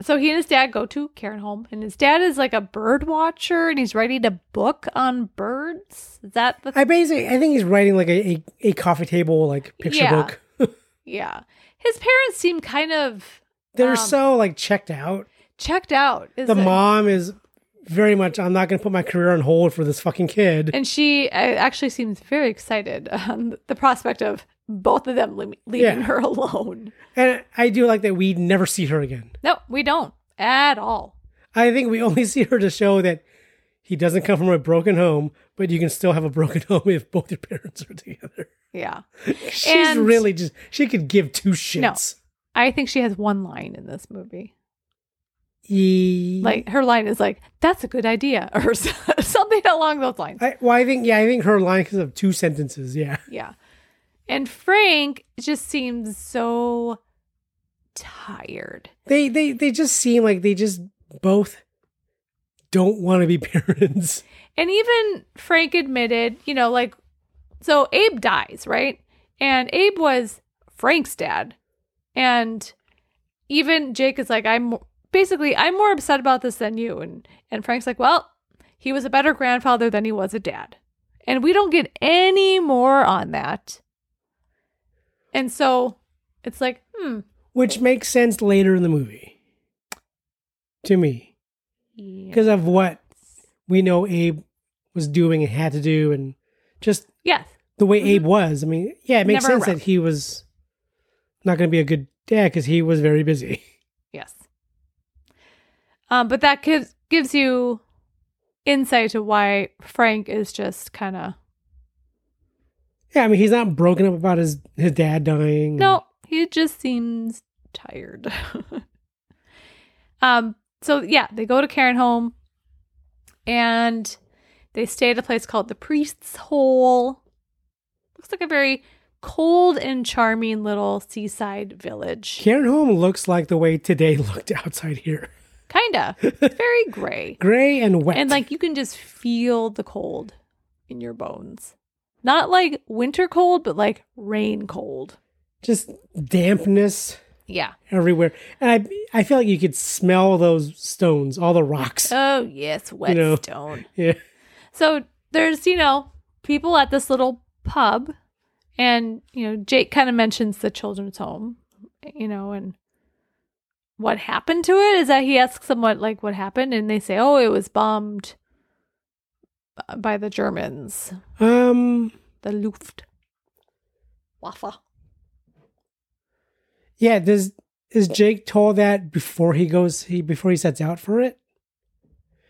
Speaker 5: so he and his dad go to Cairnholm, and his dad is like a bird watcher, and he's writing a book on birds. Is that the
Speaker 4: I basically I think he's writing like a, a, a coffee table like picture
Speaker 5: Yeah.
Speaker 4: book.
Speaker 5: yeah? His parents seem kind of
Speaker 4: They're
Speaker 5: Um,
Speaker 4: so like checked out.
Speaker 5: checked out. is
Speaker 4: The
Speaker 5: it?
Speaker 4: mom is very much. I'm not going to put my career on hold for this fucking kid.
Speaker 5: and she uh, actually seems very excited on the prospect of both of them le- leaving
Speaker 4: Yeah.
Speaker 5: her <laughs> alone.
Speaker 4: And I do like that we never see her again.
Speaker 5: No, we don't at all.
Speaker 4: I think we only <laughs> see her to show that he doesn't come from a broken home, but you can still have a broken <laughs> home if both your parents are together.
Speaker 5: Yeah.
Speaker 4: She's
Speaker 5: And-
Speaker 4: really just she could give two shits.
Speaker 5: I think she has one line in this movie.
Speaker 4: E-
Speaker 5: Like her line is like, "That's a good idea," <laughs> or s- something along those lines.
Speaker 4: I, well, I think yeah, I think her line is of two sentences. Yeah,
Speaker 5: Yeah. And Frank just seems so tired.
Speaker 4: they they they just seem like they just both don't want to be <laughs> parents.
Speaker 5: And even Frank admitted, you know, like, so Abe dies, right? And Abe was Frank's dad. And even Jake is like, I'm basically, I'm more upset about this than you. And, and Frank's like, well, he was a better grandfather than he was a dad. And we don't get any more on that. And so it's like, hmm,
Speaker 4: which makes sense later in the movie to me because of what we know Abe was doing and had to do, and just
Speaker 5: yes.
Speaker 4: the way Abe was. I mean, yeah, it makes
Speaker 5: Mm-hmm. Never
Speaker 4: sense
Speaker 5: around.
Speaker 4: that he was not going to be a good dad because he was very busy. <laughs>
Speaker 5: Yes. Um, but that gives gives you insight to why Frank is just kind of
Speaker 4: Yeah, I mean, he's not broken up about his his dad dying.
Speaker 5: no. He just seems tired. <laughs> um. So yeah, they go to Karen home, and they stay at a place called the Priest's Hole. Looks like a very cold and charming little seaside village.
Speaker 4: Karen Home looks like the way today <laughs> looked outside here,
Speaker 5: Kinda. It's very gray.
Speaker 4: gray and wet.
Speaker 5: And like you can just feel the cold in your bones. Not like winter cold, but like rain cold.
Speaker 4: just dampness
Speaker 5: Yeah.
Speaker 4: everywhere, and I I feel like you could smell those stones, all the rocks.
Speaker 5: Oh, yes, wet
Speaker 4: know.
Speaker 5: stone.
Speaker 4: <laughs> yeah.
Speaker 5: So there's, you know, people at this little pub and, you know, Jake kind of mentions the children's home, you know, and what happened to it is that he asks them what like what happened and they say, "Oh, it was bombed by the Germans."
Speaker 4: Um.
Speaker 5: The Luftwaffe.
Speaker 4: Yeah. Does is Jake told that before he goes? He before he sets out for it.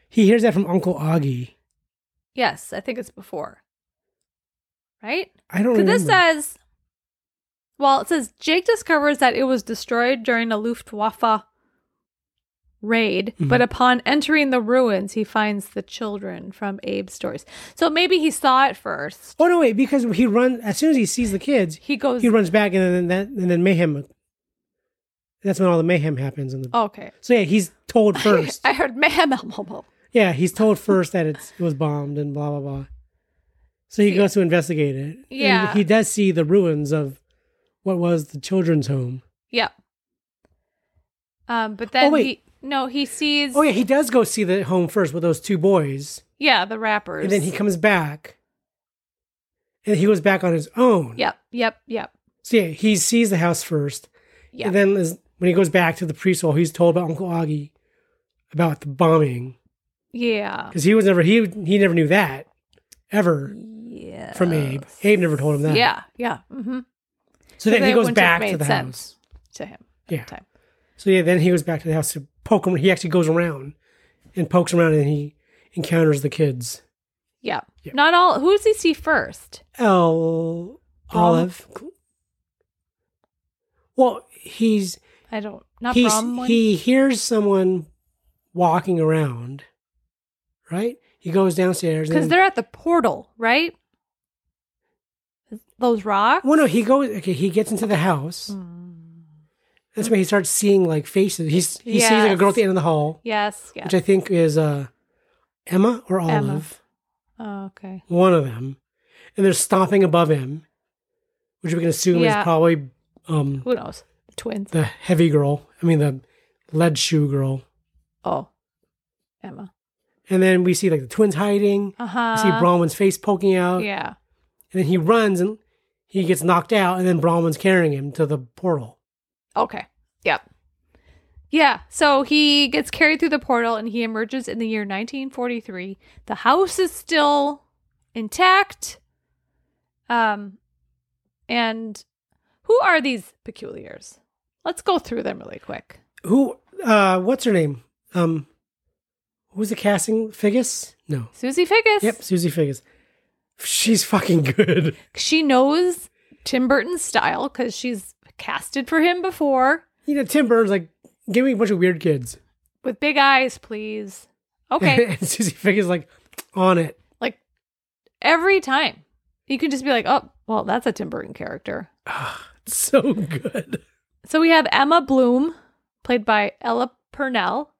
Speaker 4: He hears that from Uncle Augie.
Speaker 5: Yes, I think it's before. Right?
Speaker 4: I don't.
Speaker 5: Because
Speaker 4: remember.
Speaker 5: this says, well, it says Jake discovers that it was destroyed during a Luftwaffe raid,
Speaker 4: Mm-hmm.
Speaker 5: but upon entering the ruins, he finds the children from Abe's stores. So maybe he saw it first.
Speaker 4: Oh no, wait! Because he runs as soon as he sees the kids,
Speaker 5: He goes,
Speaker 4: he runs back, and then that, and then mayhem. That's when all the mayhem happens. In the
Speaker 5: okay.
Speaker 4: so yeah, he's
Speaker 5: <laughs>
Speaker 4: told first.
Speaker 5: I heard man. blah, blah, blah.
Speaker 4: yeah, he's told first that it's, it was bombed and blah blah blah. So he goes to investigate it. and
Speaker 5: Yeah.
Speaker 4: he does see the ruins of what was the children's home.
Speaker 5: Yep. Um, but then
Speaker 4: Oh, wait.
Speaker 5: he, no, he sees,
Speaker 4: Oh yeah, he does go see the home first with those two boys,
Speaker 5: yeah, the rappers.
Speaker 4: and then he comes back, and he goes back on his own.
Speaker 5: yep, yep, yep,
Speaker 4: So yeah, he sees the house first.
Speaker 5: yep.
Speaker 4: And then is, when he goes back to the priest hall, he's told by Uncle Augie about the bombing
Speaker 5: yeah.
Speaker 4: because he was never he he never knew that ever
Speaker 5: Yeah.
Speaker 4: from Abe. Abe never told him that.
Speaker 5: Yeah, yeah. Mm-hmm.
Speaker 4: So then he
Speaker 5: that
Speaker 4: goes
Speaker 5: wouldn't have
Speaker 4: back to
Speaker 5: made
Speaker 4: the
Speaker 5: sense.
Speaker 4: house.
Speaker 5: to him.
Speaker 4: Yeah.
Speaker 5: At the time.
Speaker 4: So yeah, then he goes back to the house to poke him. He actually goes around and pokes around, and he encounters the kids.
Speaker 5: Yeah.
Speaker 4: Yeah.
Speaker 5: Not all. Who does he see first?
Speaker 4: El Olive. Well, he's
Speaker 5: I don't. Not
Speaker 4: he's,
Speaker 5: Bromley.
Speaker 4: he hears someone walking around, right? He goes downstairs
Speaker 5: because
Speaker 4: and-
Speaker 5: they're at the portal, right? Those rocks.
Speaker 4: Well, no, he goes. Okay, he gets into the house.
Speaker 5: Hmm.
Speaker 4: That's when he starts seeing like faces. He's he sees like a girl at the
Speaker 5: Yes.
Speaker 4: end of the hall,
Speaker 5: Yes. Yes.
Speaker 4: which I think is uh, Emma or Olive,
Speaker 5: Emma. oh, okay.
Speaker 4: one of them, and they're stomping above him, which we can assume
Speaker 5: Yeah.
Speaker 4: is probably um,
Speaker 5: Who knows? The twins.
Speaker 4: the heavy girl. I mean, the lead shoe girl.
Speaker 5: oh, Emma.
Speaker 4: And then we see like the twins hiding.
Speaker 5: Uh
Speaker 4: We see
Speaker 5: huh.
Speaker 4: Bronwyn's face poking out,
Speaker 5: Yeah.
Speaker 4: and then he runs and he gets knocked out, and then Bronwyn's carrying him to the portal.
Speaker 5: Okay. Yep. Yeah. So he gets carried through the portal and he emerges in the year 1943. The house is still intact. Um, and who are these peculiars? Let's go through them really quick.
Speaker 4: Who? Uh, what's her name? Um, who was the casting? Figgis? No.
Speaker 5: Susie Figgis.
Speaker 4: Yep, Susie Figgis. She's fucking good.
Speaker 5: She knows Tim Burton's style because she's casted for him before.
Speaker 4: You know, Tim Burns like give me a bunch of weird kids.
Speaker 5: With big eyes, please. Okay.
Speaker 4: <laughs> and Susie Figgis like on it.
Speaker 5: like every time you can just be like oh well that's a tim burton character
Speaker 4: So good.
Speaker 5: so we have emma bloom played by ella purnell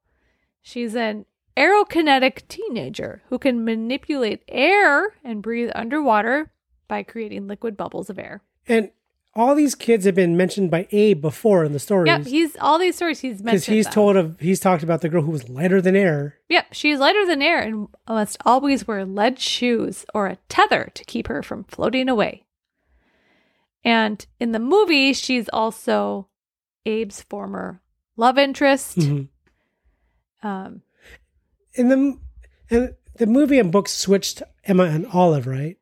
Speaker 5: she's an aerokinetic teenager who can manipulate air and breathe underwater by creating liquid bubbles of air
Speaker 4: And all these kids have been mentioned by Abe before in the stories.
Speaker 5: yep he's all these stories he's
Speaker 4: because
Speaker 5: mentioned
Speaker 4: he's
Speaker 5: them.
Speaker 4: told of he's talked about the girl who was lighter than air.
Speaker 5: yep she's lighter than air and must always wear lead shoes or a tether to keep her from floating away And in the movie, she's also Abe's former love interest.
Speaker 4: Mhm. Mm-hmm.
Speaker 5: Um,
Speaker 4: And the and the movie and book switched Emma and Olive, right?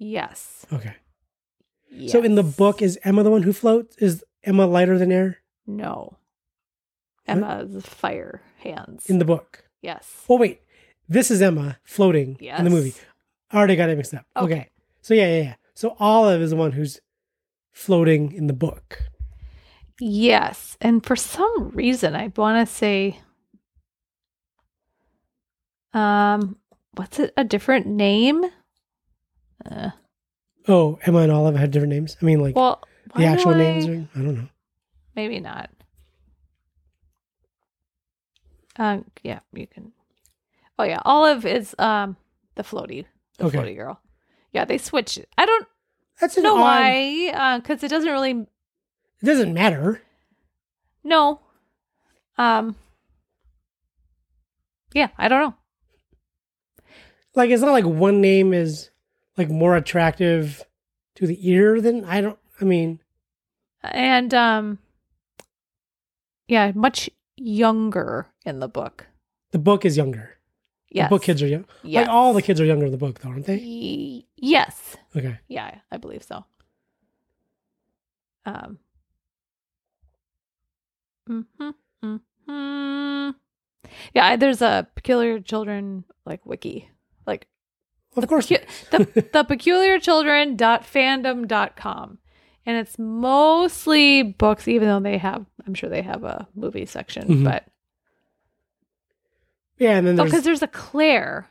Speaker 5: yes.
Speaker 4: Okay. So in the
Speaker 5: Yes.
Speaker 4: book, is Emma the one who floats? Is Emma lighter than air
Speaker 5: no, Emma's fire hands.
Speaker 4: in the book?
Speaker 5: yes.
Speaker 4: Oh wait, this is Emma floating in
Speaker 5: Yes.
Speaker 4: the movie. I already got it mixed up. Okay.
Speaker 5: Okay.
Speaker 4: So yeah, yeah, yeah. So Olive is the one who's floating in the book.
Speaker 5: Yes. And for some reason, I want to say, um, what's it? A different name? Uh,
Speaker 4: Oh, Emma and Olive had different names. I mean, like
Speaker 5: well, why
Speaker 4: the
Speaker 5: do
Speaker 4: actual
Speaker 5: I-
Speaker 4: names. Are, I don't know.
Speaker 5: Maybe not. Um, yeah, you can. Oh yeah, Olive is um the floaty, the
Speaker 4: Okay.
Speaker 5: floaty girl. Yeah, they switch. I don't
Speaker 4: That's an
Speaker 5: know
Speaker 4: odd-
Speaker 5: why, because it doesn't really.
Speaker 4: It doesn't matter.
Speaker 5: No. Um. Yeah, I don't know.
Speaker 4: Like it's not like one name is like more attractive to the ear than I don't. I mean,
Speaker 5: And um. Yeah, much younger in the book.
Speaker 4: the book is younger.
Speaker 5: Yes.
Speaker 4: The book kids are young.
Speaker 5: Yes.
Speaker 4: Like all the kids are younger in the book, though, aren't they?
Speaker 5: Ye- yes.
Speaker 4: Okay.
Speaker 5: Yeah, I believe so. Um. mhm, mhm. Yeah, I- there's a peculiar children like wiki, like
Speaker 4: Of course.
Speaker 5: cu-
Speaker 4: <laughs>
Speaker 5: the the peculiar children dot fandom dot com, and it's mostly books. Even though they have, I'm sure they have a movie section,
Speaker 4: Mhm.
Speaker 5: but
Speaker 4: Yeah, and then
Speaker 5: oh,
Speaker 4: there's
Speaker 5: because there's a Claire,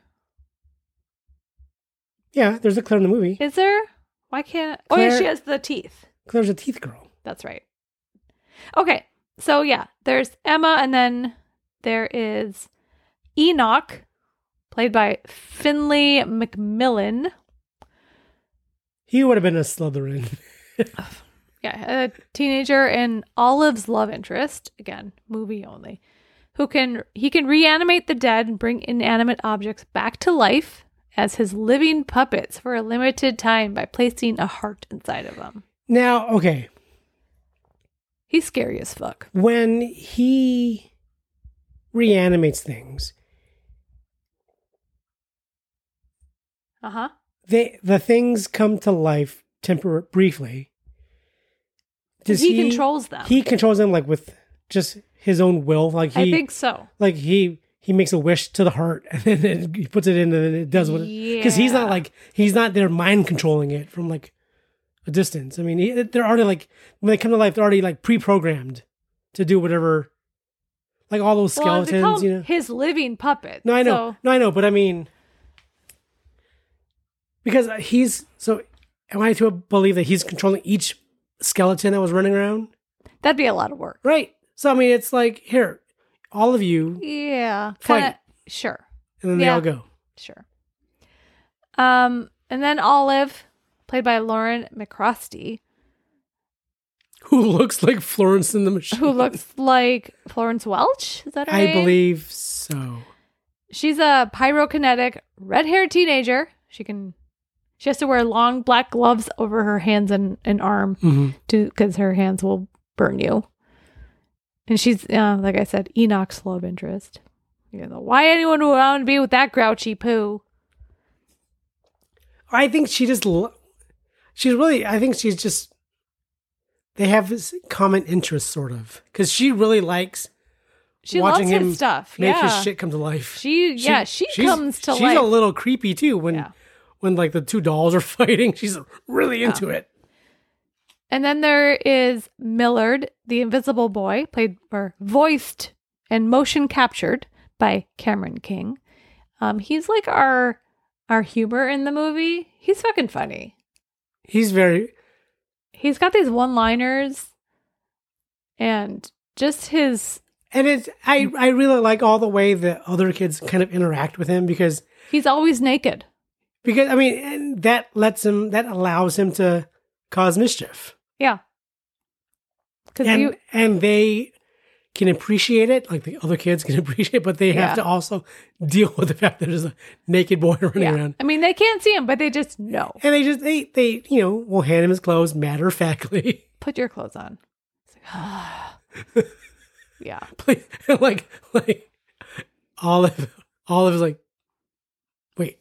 Speaker 4: yeah, there's a Claire in the movie.
Speaker 5: is there? Why can't? Oh yeah,
Speaker 4: Claire-
Speaker 5: she has the teeth.
Speaker 4: Claire's a teeth girl.
Speaker 5: That's right. Okay. So yeah, there's Emma and then there is Enoch played by Finley McMillan.
Speaker 4: He would have been a Slytherin. <laughs>
Speaker 5: Yeah, a teenager and Olive's love interest, again, movie only, who can he can reanimate the dead and bring inanimate objects back to life as his living puppets for a limited time by placing a heart inside of them.
Speaker 4: Now, okay,
Speaker 5: He's scary as fuck.
Speaker 4: when he reanimates things,
Speaker 5: Uh-huh.
Speaker 4: they the things come to life tempor- briefly.
Speaker 5: He controls them.
Speaker 4: He controls them like with just his own will. Like he,
Speaker 5: I think so.
Speaker 4: like he he makes a wish to the heart <laughs> and then it, he puts it in and then it does what it because he's not
Speaker 5: Yeah.
Speaker 4: like he's not there mind controlling it from like a distance. I mean, he, they're already like when they come to life, they're already like pre-programmed to do whatever. Like all those
Speaker 5: Well,
Speaker 4: skeletons,
Speaker 5: they call
Speaker 4: you know.
Speaker 5: his living puppet.
Speaker 4: No, I know.
Speaker 5: So,
Speaker 4: No, I know. But I mean, because he's so. Am I to believe that he's controlling each skeleton that was running around?
Speaker 5: that'd be a lot of work.
Speaker 4: Right. So I mean, it's like here, all of you,
Speaker 5: Yeah.
Speaker 4: Fight.
Speaker 5: Kinda, sure.
Speaker 4: and then they
Speaker 5: Yeah.
Speaker 4: all go.
Speaker 5: Sure. Um, and then Olive, played by Lauren McCrosty,
Speaker 4: Who <laughs> looks like Florence in the Machine? <laughs>
Speaker 5: who looks like Florence Welch. Is that her
Speaker 4: I
Speaker 5: name?
Speaker 4: believe so.
Speaker 5: She's a pyrokinetic red-haired teenager. She can she has to wear long black gloves over her hands and, and arm
Speaker 4: Mhm.
Speaker 5: to because her hands will burn you. And she's, uh, like I said, Enoch's love interest. You know, why anyone would want to be with that grouchy poo?
Speaker 4: I think she just. lo- She's really. I think she's just. They have this common interest, sort of, because she really likes
Speaker 5: She
Speaker 4: watching
Speaker 5: loves
Speaker 4: him
Speaker 5: his stuff.
Speaker 4: make
Speaker 5: yeah.
Speaker 4: his shit come to life.
Speaker 5: She, yeah, she
Speaker 4: she's-
Speaker 5: comes to
Speaker 4: She's
Speaker 5: life.
Speaker 4: a little creepy too when,
Speaker 5: Yeah.
Speaker 4: when like the two dolls are <laughs> fighting. She's really into it.
Speaker 5: And then there is Millard, the invisible boy, played or voiced and motion captured by Cameron King. Um, he's like our our humor in the movie. He's fucking funny.
Speaker 4: He's very.
Speaker 5: He's got these one liners and just his
Speaker 4: And it's I I really like all the way the other kids kind of interact with him because
Speaker 5: he's always naked.
Speaker 4: because I mean and that lets him that allows him to cause mischief
Speaker 5: Yeah. Cause
Speaker 4: and
Speaker 5: you
Speaker 4: and they can appreciate it like the other kids can <laughs> appreciate it but they
Speaker 5: Yeah.
Speaker 4: have to also deal with the fact that there's a naked boy <laughs> running
Speaker 5: yeah.
Speaker 4: around
Speaker 5: I mean they can't see him, but they just know.
Speaker 4: and they just they they you know will hand him his clothes matter of factly
Speaker 5: Put your clothes on. <sighs> It's like, yeah.
Speaker 4: <laughs> Please. like like Olive Olive is like wait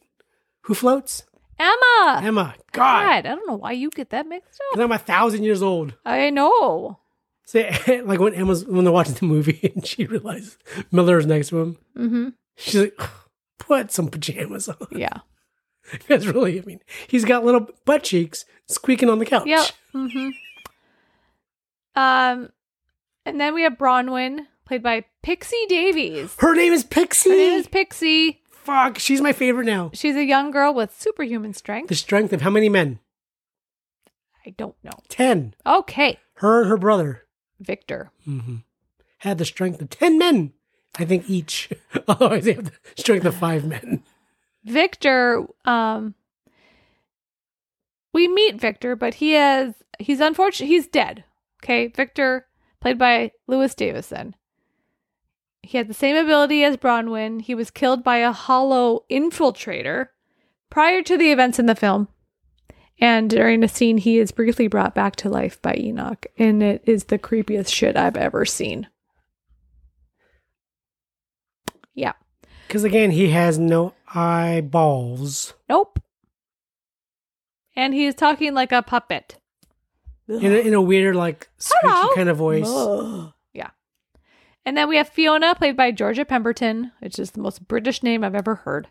Speaker 4: who floats
Speaker 5: Emma.
Speaker 4: Emma God
Speaker 5: God, I don't know why you get that mixed up.
Speaker 4: and I'm a thousand years old.
Speaker 5: I know.
Speaker 4: So, <laughs> like when Emma's when they're watching the movie <laughs> and she realizes Miller's next to him,
Speaker 5: Mm-hmm.
Speaker 4: she's like, "Put some pajamas on." <laughs>
Speaker 5: Yeah.
Speaker 4: That's really, I mean, he's got little butt cheeks squeaking on the couch.
Speaker 5: Yep. Mm-hmm. Um, and then we have Bronwyn, played by Pixie Davies.
Speaker 4: Her name is Pixie.
Speaker 5: Her name is Pixie.
Speaker 4: Fuck, she's my favorite now.
Speaker 5: She's a young girl with superhuman strength.
Speaker 4: The strength of how many men?
Speaker 5: I don't know.
Speaker 4: Ten.
Speaker 5: Okay,
Speaker 4: Her and her brother
Speaker 5: Victor.
Speaker 4: had the strength of ten men. I think each. <laughs> Otherwise, they have the strength of five men.
Speaker 5: Victor. Um, we meet Victor, but he has he's unfortunate. He's dead. Okay, Victor, played by Lewis Davison. He had the same ability as Bronwyn. He was killed by a hollow infiltrator prior to the events in the film. And during a scene, he is briefly brought back to life by Enoch. And it is the creepiest shit I've ever seen. Yeah.
Speaker 4: Because again, he has no eyeballs.
Speaker 5: Nope. And he's talking like a puppet.
Speaker 4: In a, in a weird, like, screechy
Speaker 5: Hello.
Speaker 4: kind of voice.
Speaker 5: Yeah. And then we have Fiona, played by Georgia Pemberton, which is the most British name I've ever heard.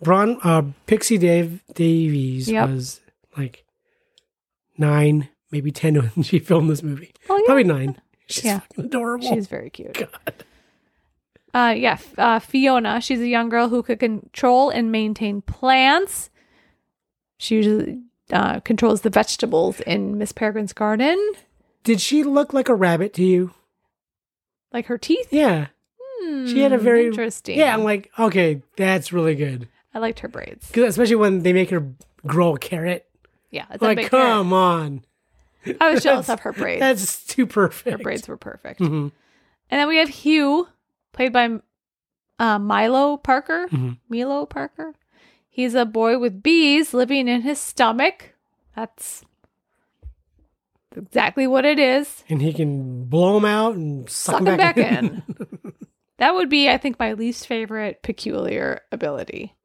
Speaker 4: Bron uh, Pixie Dave Davies
Speaker 5: Yep.
Speaker 4: was like nine, maybe ten <laughs> when she filmed this movie.
Speaker 5: Oh, yeah.
Speaker 4: Probably nine. She's
Speaker 5: Yeah.
Speaker 4: fucking adorable.
Speaker 5: She's very cute.
Speaker 4: God.
Speaker 5: Uh, yeah, F- uh, Fiona. She's a young girl who could control and maintain plants. She usually uh, controls the vegetables in Miss Peregrine's garden,
Speaker 4: Did she look like a rabbit to you?
Speaker 5: like her teeth.
Speaker 4: Yeah. she had a
Speaker 5: Hmm,
Speaker 4: very
Speaker 5: interesting.
Speaker 4: Yeah, I'm like, okay, that's really good.
Speaker 5: I liked her braids.
Speaker 4: 'Cause especially when they make her grow a carrot.
Speaker 5: Yeah, it's a
Speaker 4: Like,
Speaker 5: big
Speaker 4: come
Speaker 5: hair.
Speaker 4: on.
Speaker 5: I
Speaker 4: <laughs>
Speaker 5: was jealous
Speaker 4: That's-
Speaker 5: of her braids.
Speaker 4: That's too
Speaker 5: Her
Speaker 4: perfect.
Speaker 5: braids were perfect. Mm-hmm.
Speaker 4: Mhm.
Speaker 5: And then we have Hugh, played by uh, Milo Parker. Milo Parker. He's a boy with bees living in his stomach. That's exactly what it is.
Speaker 4: And he can blow them out and suck,
Speaker 5: Suck
Speaker 4: 'em
Speaker 5: him back in. <laughs> that would be, I think, my least favorite peculiar ability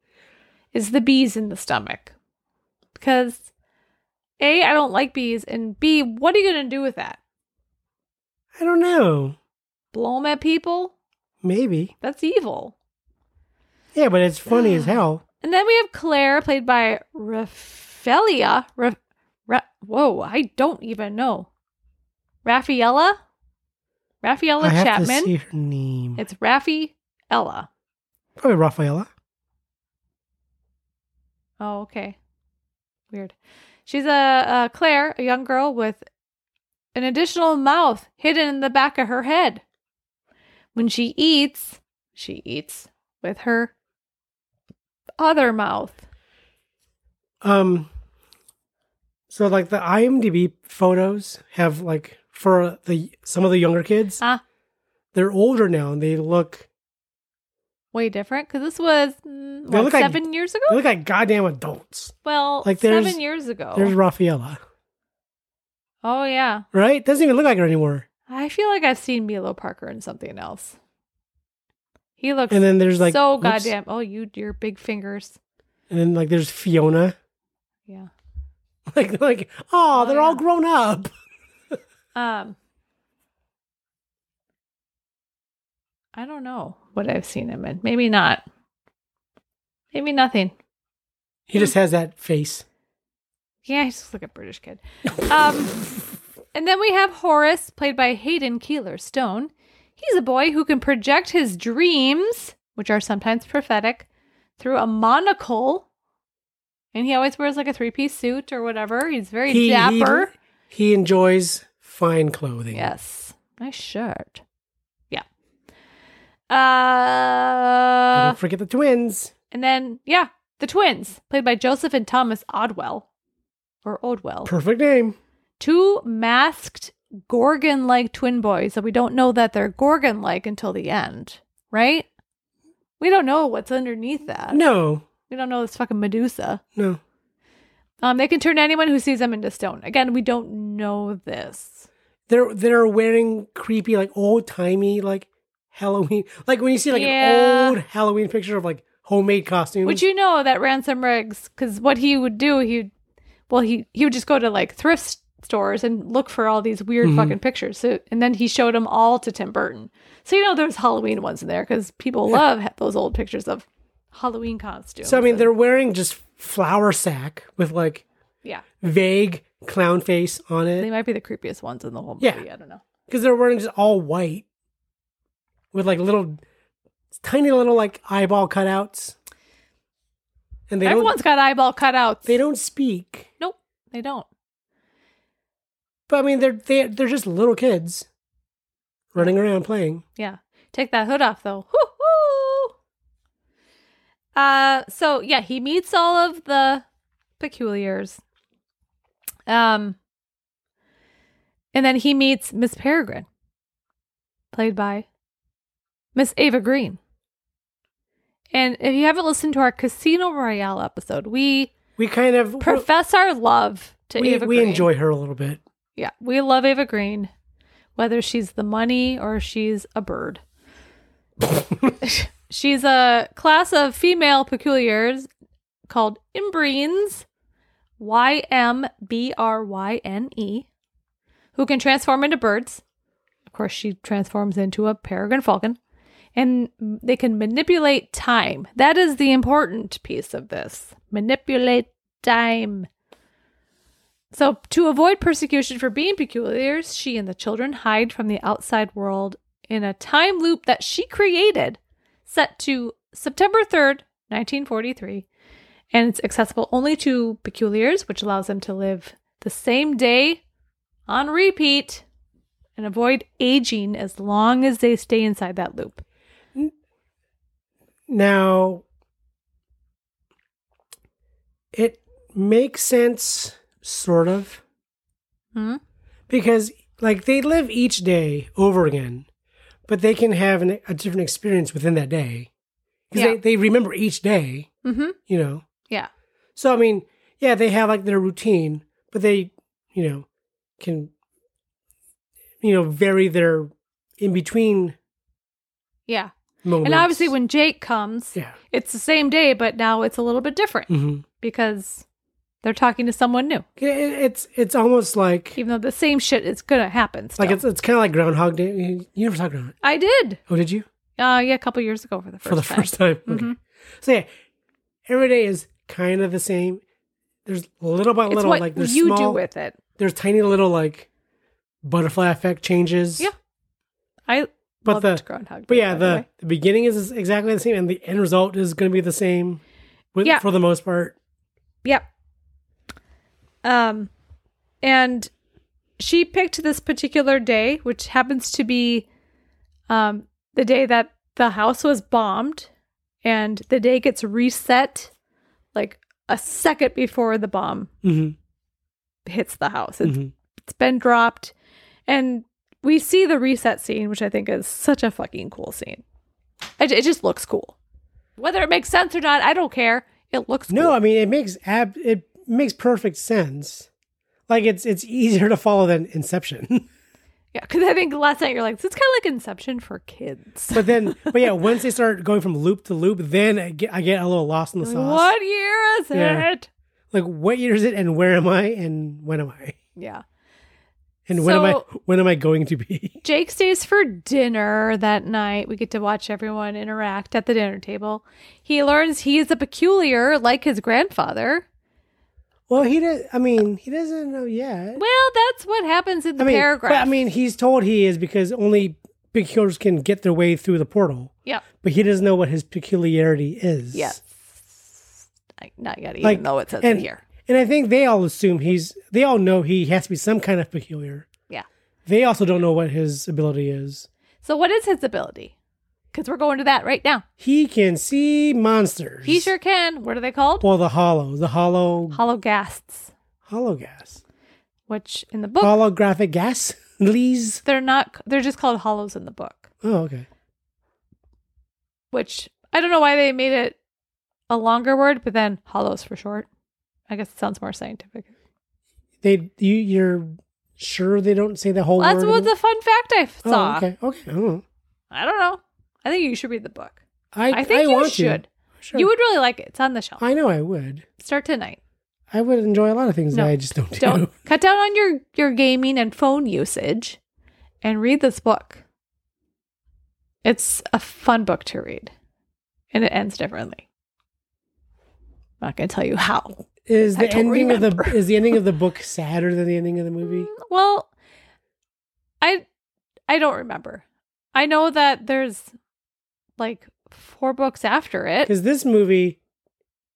Speaker 5: is the bees in the stomach. Because A, I don't like bees, and B, what are you going to do with that?
Speaker 4: <laughs> I don't know.
Speaker 5: Blow 'em at people?
Speaker 4: Maybe.
Speaker 5: That's evil.
Speaker 4: Yeah, but it's funny as hell.
Speaker 5: And then we have Claire, played by Raphaelia. Ra- Ra- Whoa, I don't even know. Raphaela? Raphaela
Speaker 4: I have to see
Speaker 5: Chapman?
Speaker 4: her name.
Speaker 5: It's Raphaela.
Speaker 4: Probably Rafaela.
Speaker 5: Oh, okay. Weird. She's a, a Claire, a young girl with an additional mouth hidden in the back of her head. When she eats, she eats with her other mouth.
Speaker 4: Um. So like the IMDb photos have like for the some of the younger kids,
Speaker 5: Ah,
Speaker 4: they're older now and they look
Speaker 5: way different because this was mm,
Speaker 4: They
Speaker 5: what,
Speaker 4: look like-
Speaker 5: seven years ago.
Speaker 4: they look like goddamn adults.
Speaker 5: well,
Speaker 4: like there's-
Speaker 5: seven years ago.
Speaker 4: There's Rafaela,
Speaker 5: Oh yeah,
Speaker 4: right? Doesn't even look like her anymore.
Speaker 5: I feel like I've seen Milo Parker in something else. He looks
Speaker 4: And then there's like
Speaker 5: so
Speaker 4: whoops.
Speaker 5: goddamn. Oh, you your big fingers.
Speaker 4: And then like there's Fiona. <laughs>
Speaker 5: Yeah.
Speaker 4: Like like oh, they're all
Speaker 5: yeah.
Speaker 4: grown up.
Speaker 5: Um. I don't know what I've seen him in. Maybe not. Maybe nothing.
Speaker 4: He just has that face.
Speaker 5: Yeah, he's just like a British kid. Um, and then we have Horace, played by Hayden Keeler Stone. He's a boy who can project his dreams, which are sometimes prophetic, through a monocle. And he always wears like a three piece suit or whatever. He's very
Speaker 4: He- he-
Speaker 5: dapper.
Speaker 4: He enjoys fine clothing.
Speaker 5: yes. Nice shirt. Yeah. Uh,
Speaker 4: Don't forget the twins.
Speaker 5: and then, yeah, the twins, played by Joseph and Thomas Odwell or Odwell.
Speaker 4: Perfect name.
Speaker 5: two masked gorgon like twin boys that we don't know that they're gorgon like until the end, right? We don't know what's underneath that.
Speaker 4: No,
Speaker 5: We don't know this fucking Medusa.
Speaker 4: no.
Speaker 5: Um, they can turn anyone who sees them into stone. Again, we don't know this.
Speaker 4: They're they're wearing creepy like old timey like Halloween. Like when you see like
Speaker 5: Yeah.
Speaker 4: an old Halloween picture of like homemade costumes.
Speaker 5: Would you know that Ransom Riggs, because what he would do, he well, he, he would just go to like thrift stores and look for all these weird
Speaker 4: Mm-hmm.
Speaker 5: fucking pictures. So, and then he showed them all to Tim Burton. So, you know, there's Halloween ones in there because people love ha- those old pictures of Halloween costumes.
Speaker 4: so I mean
Speaker 5: and-
Speaker 4: they're wearing just flour sack with like
Speaker 5: Yeah,
Speaker 4: vague clown face on
Speaker 5: they
Speaker 4: it
Speaker 5: might be the creepiest ones in the whole
Speaker 4: Yeah.
Speaker 5: movie. I don't know.
Speaker 4: because they're wearing just all white with like little tiny little like eyeball cutouts. And they
Speaker 5: Everyone's
Speaker 4: don't
Speaker 5: got eyeball cutouts.
Speaker 4: they don't speak.
Speaker 5: Nope, they don't.
Speaker 4: But I mean they're they they're just little kids running around playing.
Speaker 5: Yeah, take that hood off though. Hoo-hoo! Uh, so yeah, he meets all of the peculiars. Um, and then he meets Miss Peregrine, played by Miss Ava Green. And if you haven't listened to our Casino Royale episode, we
Speaker 4: We kind of
Speaker 5: profess our love to
Speaker 4: we,
Speaker 5: Ava
Speaker 4: we
Speaker 5: Green.
Speaker 4: enjoy her a little bit.
Speaker 5: Yeah, we love Ava Green, whether she's the money or she's a bird. she's a class of female peculiars called Imbreens, Y M B R Y N E, who can transform into birds. Of course, she transforms into a peregrine falcon. And they can manipulate time. That is the important piece of this. Manipulate time. So, to avoid persecution for being peculiars, she and the children hide from the outside world in a time loop that she created, set to September 3rd, 1943. And it's accessible only to peculiars, which allows them to live the same day on repeat and avoid aging as long as they stay inside that loop.
Speaker 4: Now, it makes sense, sort of,
Speaker 5: Hmm?
Speaker 4: because like they live each day over again, but they can have an, a different experience within that day because
Speaker 5: Yeah.
Speaker 4: they, they remember each day,
Speaker 5: Mm-hmm.
Speaker 4: you know.
Speaker 5: Yeah.
Speaker 4: So I mean, yeah, they have like their routine, but they, you know, can, you know, vary their in between
Speaker 5: Yeah.
Speaker 4: moments.
Speaker 5: And obviously, when Jake comes,
Speaker 4: Oh, yeah,
Speaker 5: it's the same day, but now it's a little bit different
Speaker 4: hmm
Speaker 5: because they're talking to someone new.
Speaker 4: it's it's almost like
Speaker 5: even though the same shit is gonna happen. Still.
Speaker 4: Like it's it's kind of like Groundhog Day. You- You never saw Groundhog.
Speaker 5: I did.
Speaker 4: Oh, did you?
Speaker 5: Uh, yeah, a couple years ago for the first
Speaker 4: For the
Speaker 5: time. Mm-hmm.
Speaker 4: first time. Okay. So yeah, every day is kind of the same. There's little by
Speaker 5: It's
Speaker 4: little,
Speaker 5: what
Speaker 4: like there's
Speaker 5: you
Speaker 4: small,
Speaker 5: do with it.
Speaker 4: there's tiny little like butterfly effect changes.
Speaker 5: Yeah. I
Speaker 4: But
Speaker 5: but
Speaker 4: the-
Speaker 5: loved Groundhog Day.
Speaker 4: But yeah,
Speaker 5: by
Speaker 4: the,
Speaker 5: way.
Speaker 4: the beginning is exactly the same, and the end result is going to be the same, with,
Speaker 5: Yeah.
Speaker 4: for the most part.
Speaker 5: yep. Um, and she picked this particular day, which happens to be, um, the day that the house was bombed, and the day gets reset, like a second before the bomb
Speaker 4: hmm
Speaker 5: hits the house. It's
Speaker 4: Mhm.
Speaker 5: it's been dropped, and we see the reset scene, which I think is such a fucking cool scene. It, it just looks cool. Whether it makes sense or not, I don't care. It looks
Speaker 4: No,
Speaker 5: cool.
Speaker 4: I mean it makes ab it makes perfect sense. Like it's it's easier to follow than Inception. <laughs>
Speaker 5: Yeah, because I think last night you're like, this is kind of like Inception for kids.
Speaker 4: But then, but yeah, once they start going from loop to loop, then I get, I get a little lost in the sauce.
Speaker 5: What year is
Speaker 4: Yeah.
Speaker 5: it?
Speaker 4: Like, what year is it, and where am I, and when am I,
Speaker 5: Yeah.
Speaker 4: and when am I,
Speaker 5: So-
Speaker 4: when am I going to be? <laughs>
Speaker 5: Jake stays for dinner that night. We get to watch everyone interact at the dinner table. He learns he is a peculiar, like his grandfather.
Speaker 4: Well, he does. I mean, he doesn't know yet.
Speaker 5: Well, that's what happens in the
Speaker 4: I mean,
Speaker 5: paragraph.
Speaker 4: But, I mean, he's told he is because only peculiars can get their way through the portal,
Speaker 5: yeah,
Speaker 4: but he doesn't know what his peculiarity is.
Speaker 5: yes. I, not yet, even
Speaker 4: Like,
Speaker 5: though it says
Speaker 4: and,
Speaker 5: it here.
Speaker 4: And I think they all assume he's. They all know he has to be some kind of peculiar.
Speaker 5: Yeah.
Speaker 4: They also don't know what his ability is.
Speaker 5: So, what is his ability? Because we're going to that right now.
Speaker 4: He can see monsters.
Speaker 5: He sure can. What are they called?
Speaker 4: Well, the hollow, the hollow,
Speaker 5: Hologhasts,
Speaker 4: hollow gas,
Speaker 5: which in the book
Speaker 4: holographic gas, <laughs> lees.
Speaker 5: they're not. They're just called hollows in the book.
Speaker 4: Oh, okay.
Speaker 5: Which I don't know why they made it a longer word, but then hollows for short. I guess it sounds more scientific.
Speaker 4: They, you, you're sure they don't say the whole.
Speaker 5: Well, that's
Speaker 4: word
Speaker 5: what the fun fact I f-
Speaker 4: Oh,
Speaker 5: saw.
Speaker 4: okay, okay. Oh.
Speaker 5: I don't know. I think you should read the book.
Speaker 4: I,
Speaker 5: I think
Speaker 4: I
Speaker 5: you
Speaker 4: want
Speaker 5: should.
Speaker 4: To. Sure.
Speaker 5: You would really like it. It's on the shelf.
Speaker 4: I know I would.
Speaker 5: Start tonight.
Speaker 4: I would enjoy a lot of things
Speaker 5: No,
Speaker 4: that I just don't do.
Speaker 5: Don't cut down on your your gaming and phone usage, and read this book. It's a fun book to read, and it ends differently. I'm not going to tell you how.
Speaker 4: <laughs> Is
Speaker 5: I
Speaker 4: the
Speaker 5: don't
Speaker 4: ending of the
Speaker 5: remember.
Speaker 4: is the ending of the book sadder than the ending of the movie?
Speaker 5: Mm, Well, I I don't remember. I know that there's like four books after it.
Speaker 4: Because this movie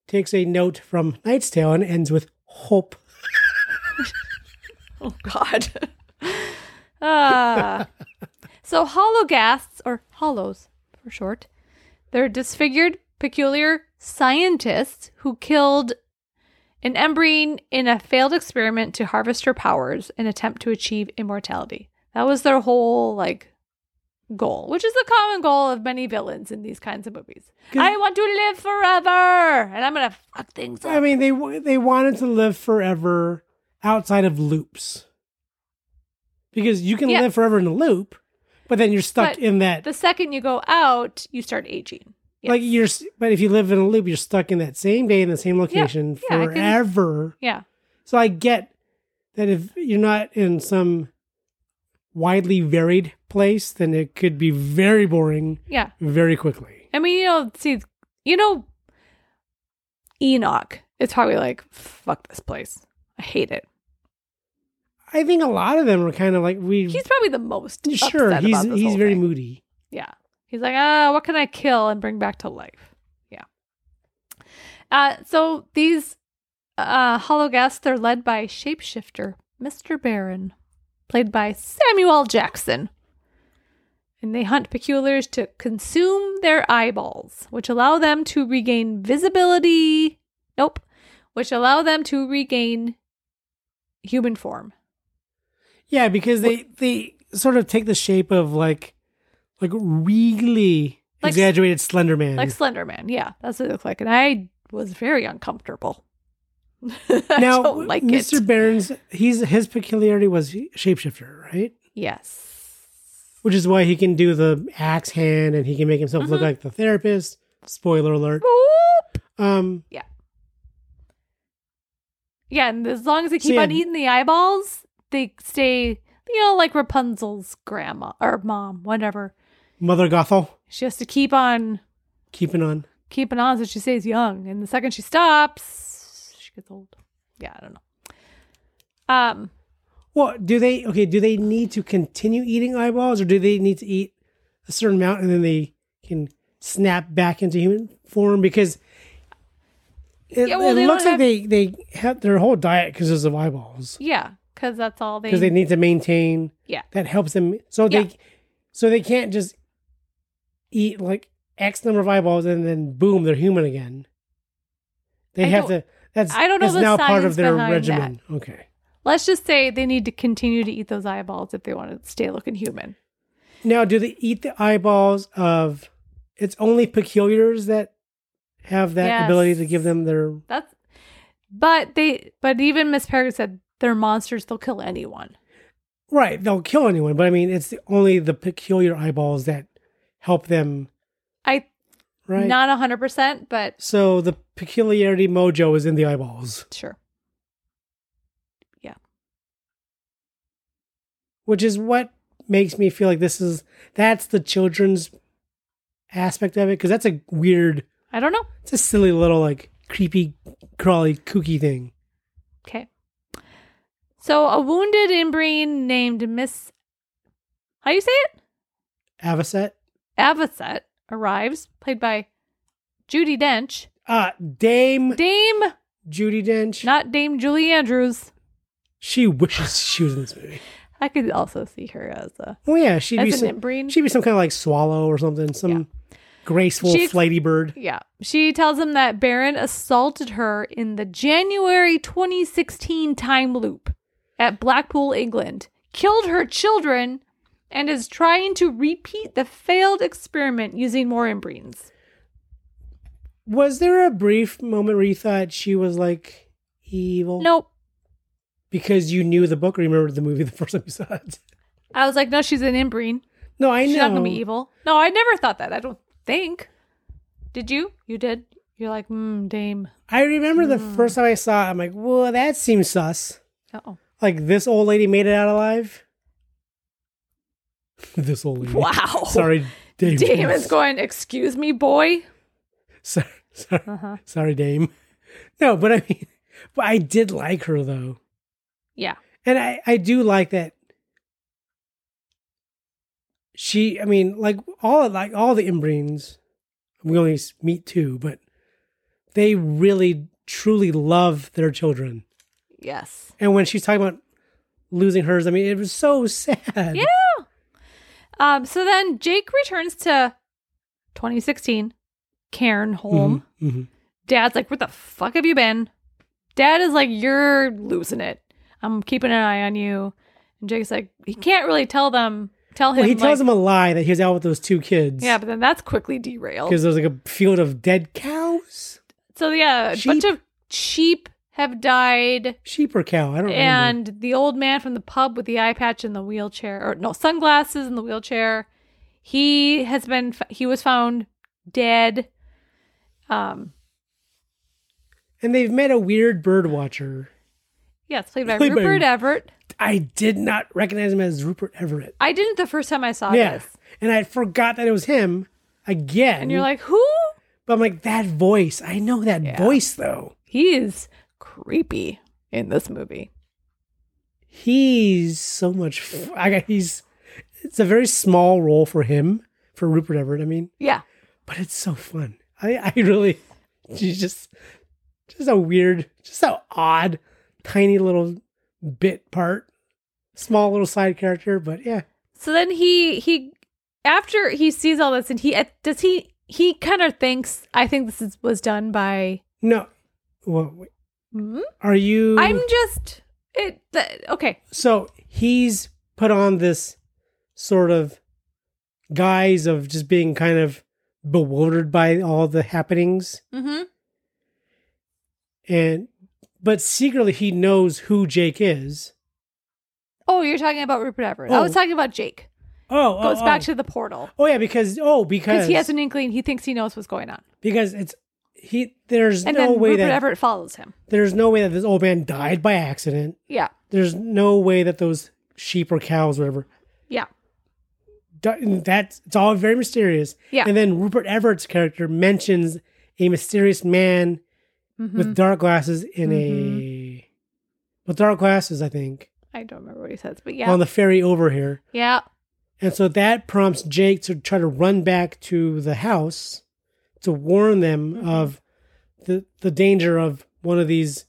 Speaker 4: takes a note from Knight's Tale and ends with hope.
Speaker 5: <laughs> Oh God. Ah. so hollogasts, or hollows for short, they're disfigured, peculiar scientists who killed an Emberine in a failed experiment to harvest her powers and attempt to achieve immortality. That was their whole like goal, which is the common goal of many villains in these kinds of movies.
Speaker 4: Good.
Speaker 5: I want to live forever, and I'm gonna fuck things up.
Speaker 4: I mean, they wa- they wanted to live forever outside of loops because you can
Speaker 5: Yeah.
Speaker 4: live forever in a loop, but then you're stuck
Speaker 5: But
Speaker 4: in that.
Speaker 5: the second you go out, you start aging. Yes.
Speaker 4: Like you're, s- but if you live in a loop, you're stuck in that same day in the same location
Speaker 5: yeah, I can-
Speaker 4: forever.
Speaker 5: yeah.
Speaker 4: So I get that if you're not in some widely varied place, then it could be very boring
Speaker 5: Yeah.
Speaker 4: very quickly.
Speaker 5: I mean, you know, see, you know, Enoch is probably like, fuck this place. I hate it.
Speaker 4: I think a lot of them are kind of like we.
Speaker 5: He's probably the most.
Speaker 4: sure,
Speaker 5: upset
Speaker 4: he's
Speaker 5: about this
Speaker 4: he's
Speaker 5: whole
Speaker 4: very
Speaker 5: thing.
Speaker 4: moody.
Speaker 5: Yeah. He's like, ah, what can I kill and bring back to life? Yeah. Uh, so these uh, hollow guests, they're led by shapeshifter Mr. Baron, played by Samuel Jackson. And they hunt peculiars to consume their eyeballs, which allow them to regain visibility. Nope. Which allow them to regain human form.
Speaker 4: Yeah, because they they sort of take the shape of like like really
Speaker 5: Like-
Speaker 4: exaggerated Slender Man.
Speaker 5: Like Slender Man. Yeah, that's what it looked like. And I was very uncomfortable. <laughs> I
Speaker 4: now,
Speaker 5: don't like
Speaker 4: Mr.
Speaker 5: it.
Speaker 4: Barron's he's his peculiarity was he- shapeshifter, right?
Speaker 5: yes.
Speaker 4: Which is why he can do the axe hand and he can make himself
Speaker 5: Mm-hmm.
Speaker 4: look like the therapist. Spoiler alert.
Speaker 5: Boop.
Speaker 4: Um,
Speaker 5: Yeah, and as long as they
Speaker 4: So,
Speaker 5: keep
Speaker 4: yeah.
Speaker 5: on eating the eyeballs, they stay, you know, like Rapunzel's grandma or mom, whatever.
Speaker 4: Mother Gothel,
Speaker 5: She has to keep on
Speaker 4: keeping on.
Speaker 5: keeping on so she stays young. And the second she stops, she gets old. Yeah, I don't know. Um,
Speaker 4: Well, do they okay? Do they need to continue eating eyeballs, or do they need to eat a certain amount and then they can snap back into human form? Because it,
Speaker 5: Yeah, well,
Speaker 4: it
Speaker 5: they
Speaker 4: looks
Speaker 5: don't
Speaker 4: like they they have their whole diet consists of eyeballs
Speaker 5: yeah, because that's all they,
Speaker 4: because they need to maintain.
Speaker 5: Yeah.
Speaker 4: that helps them. So
Speaker 5: Yeah.
Speaker 4: they so they can't just eat like X number of eyeballs and then boom, they're human again. They
Speaker 5: I
Speaker 4: have
Speaker 5: don't-
Speaker 4: to. That's
Speaker 5: I don't know
Speaker 4: that's
Speaker 5: the
Speaker 4: now part
Speaker 5: science
Speaker 4: of their
Speaker 5: behind that.
Speaker 4: regimen. Okay.
Speaker 5: Let's just say they need to continue to eat those eyeballs if they want to stay looking human.
Speaker 4: Now, do they eat the eyeballs of? It's only peculiars that have that
Speaker 5: Yes.
Speaker 4: ability to give them their.
Speaker 5: That's but they but even Miss Perry said they're monsters, they'll kill anyone.
Speaker 4: Right, they'll kill anyone, but I mean, it's the, only the peculiar eyeballs that help them,
Speaker 5: I
Speaker 4: right?
Speaker 5: not hundred percent, but
Speaker 4: so the peculiarity mojo is in the eyeballs,
Speaker 5: sure. Yeah.
Speaker 4: which is what makes me feel like this is that's the children's aspect of it because that's a weird,
Speaker 5: I don't know.
Speaker 4: it's a silly little like creepy, crawly, kooky thing.
Speaker 5: Okay. So a wounded Imbrine named Miss How do you say it?
Speaker 4: Avocet,
Speaker 5: Avocet arrives, played by Judy Dench.
Speaker 4: uh, Dame
Speaker 5: Dame,
Speaker 4: Judy Dench.
Speaker 5: not Dame Julie Andrews.
Speaker 4: she wishes she was in this movie.
Speaker 5: I could also see her as a
Speaker 4: Well, yeah, she'd
Speaker 5: As
Speaker 4: be
Speaker 5: an
Speaker 4: some,
Speaker 5: Imbrine?
Speaker 4: she'd be some kind of like swallow or something, some
Speaker 5: Yeah.
Speaker 4: graceful
Speaker 5: She ex-
Speaker 4: flighty bird.
Speaker 5: Yeah. She tells him that Baron assaulted her in the January 2016 time loop at Blackpool, England, killed her children, and is trying to repeat the failed experiment using more Imbrines.
Speaker 4: Was there a brief moment where you thought she was like evil?
Speaker 5: Nope.
Speaker 4: because you knew the book, or you remembered the movie the <laughs> first time you saw it.
Speaker 5: I was like, no, she's an Imbrine.
Speaker 4: No, I know.
Speaker 5: She's not going to be evil. No, I never thought that. I don't think. Did you? You did? You're like, mm, dame.
Speaker 4: I remember the
Speaker 5: Hmm.
Speaker 4: first time I saw it, I'm like, well, that seems sus.
Speaker 5: Oh.
Speaker 4: Like this old lady made it out alive. <laughs> this old lady.
Speaker 5: Wow.
Speaker 4: Sorry, Dame.
Speaker 5: Dame is going, excuse me, boy.
Speaker 4: sorry, sorry,
Speaker 5: Uh-huh.
Speaker 4: sorry, Dame. No, but I mean, but I did like her though.
Speaker 5: Yeah.
Speaker 4: And I, I do like that. She, I mean, like all of, like all the Imbrines, we only s- meet two, but they really truly love their children.
Speaker 5: Yes.
Speaker 4: And when she's talking about losing hers, I mean, it was so sad.
Speaker 5: Yeah. Um, so then Jake returns to 2016, Cairn home.
Speaker 4: Mhm.
Speaker 5: Dad's like, Where the fuck have you been? Dad is like, You're losing it. I'm keeping an eye on you. And Jake's like, He can't really tell them, tell him.
Speaker 4: Well, he tells
Speaker 5: like-
Speaker 4: them a lie that he was out with those two kids.
Speaker 5: Yeah, but then that's quickly derailed.
Speaker 4: Because there's like a field of dead cows,
Speaker 5: So yeah, a bunch
Speaker 4: Sheep.
Speaker 5: of sheep have died,
Speaker 4: sheep or cow. I don't remember.
Speaker 5: and the old man from the pub with the eye patch and the wheelchair, or no sunglasses in the wheelchair, he has been f- he was found dead. Um,
Speaker 4: and they've met a weird bird watcher.
Speaker 5: yeah, it's played by
Speaker 4: Played by-
Speaker 5: Rupert Everett.
Speaker 4: I did not recognize him as Rupert Everett.
Speaker 5: I didn't the first time I saw
Speaker 4: Yeah.
Speaker 5: this,
Speaker 4: And I forgot that it was him again.
Speaker 5: and you're like, who?
Speaker 4: but I'm like, that voice. I know that voice though.
Speaker 5: He is creepy in this movie.
Speaker 4: He's so much. F- I got, he's, it's a very small role for him, for Rupert Everett, I mean,
Speaker 5: Yeah,
Speaker 4: but it's so fun. I, I really, she's just, just a weird, just a odd, tiny little bit part, small little side character, but yeah.
Speaker 5: So then he he after he sees all this and he does he he kind of thinks I think this is, was done by
Speaker 4: No. Well, wait,
Speaker 5: Hmm?
Speaker 4: are you?
Speaker 5: I'm just it th- okay
Speaker 4: so he's put on this sort of guise of just being kind of bewildered by all the happenings
Speaker 5: mm-hmm.
Speaker 4: and but secretly he knows who Jake is.
Speaker 5: oh you're talking about Rupert Everett I was
Speaker 4: Oh.
Speaker 5: talking about Jake
Speaker 4: Oh, oh,
Speaker 5: goes back
Speaker 4: oh.
Speaker 5: to the portal
Speaker 4: Oh yeah, because oh
Speaker 5: because
Speaker 4: because
Speaker 5: he has an inkling he thinks he knows what's going on
Speaker 4: because it's he there's
Speaker 5: and
Speaker 4: no
Speaker 5: then
Speaker 4: way
Speaker 5: Rupert
Speaker 4: that
Speaker 5: Everett follows him
Speaker 4: there's no way that this old man died by accident.
Speaker 5: yeah
Speaker 4: There's no way that those sheep or cows whatever
Speaker 5: yeah
Speaker 4: di- that's it's all very mysterious.
Speaker 5: Yeah.
Speaker 4: And then Rupert Everett's character mentions a mysterious man
Speaker 5: Mm-hmm.
Speaker 4: with dark glasses in a with dark glasses, I think,
Speaker 5: I don't remember what he says but yeah
Speaker 4: on the ferry over here.
Speaker 5: yeah
Speaker 4: And so that prompts Jake to try to run back to the house to warn them
Speaker 5: Mm-hmm.
Speaker 4: of the the danger of one of these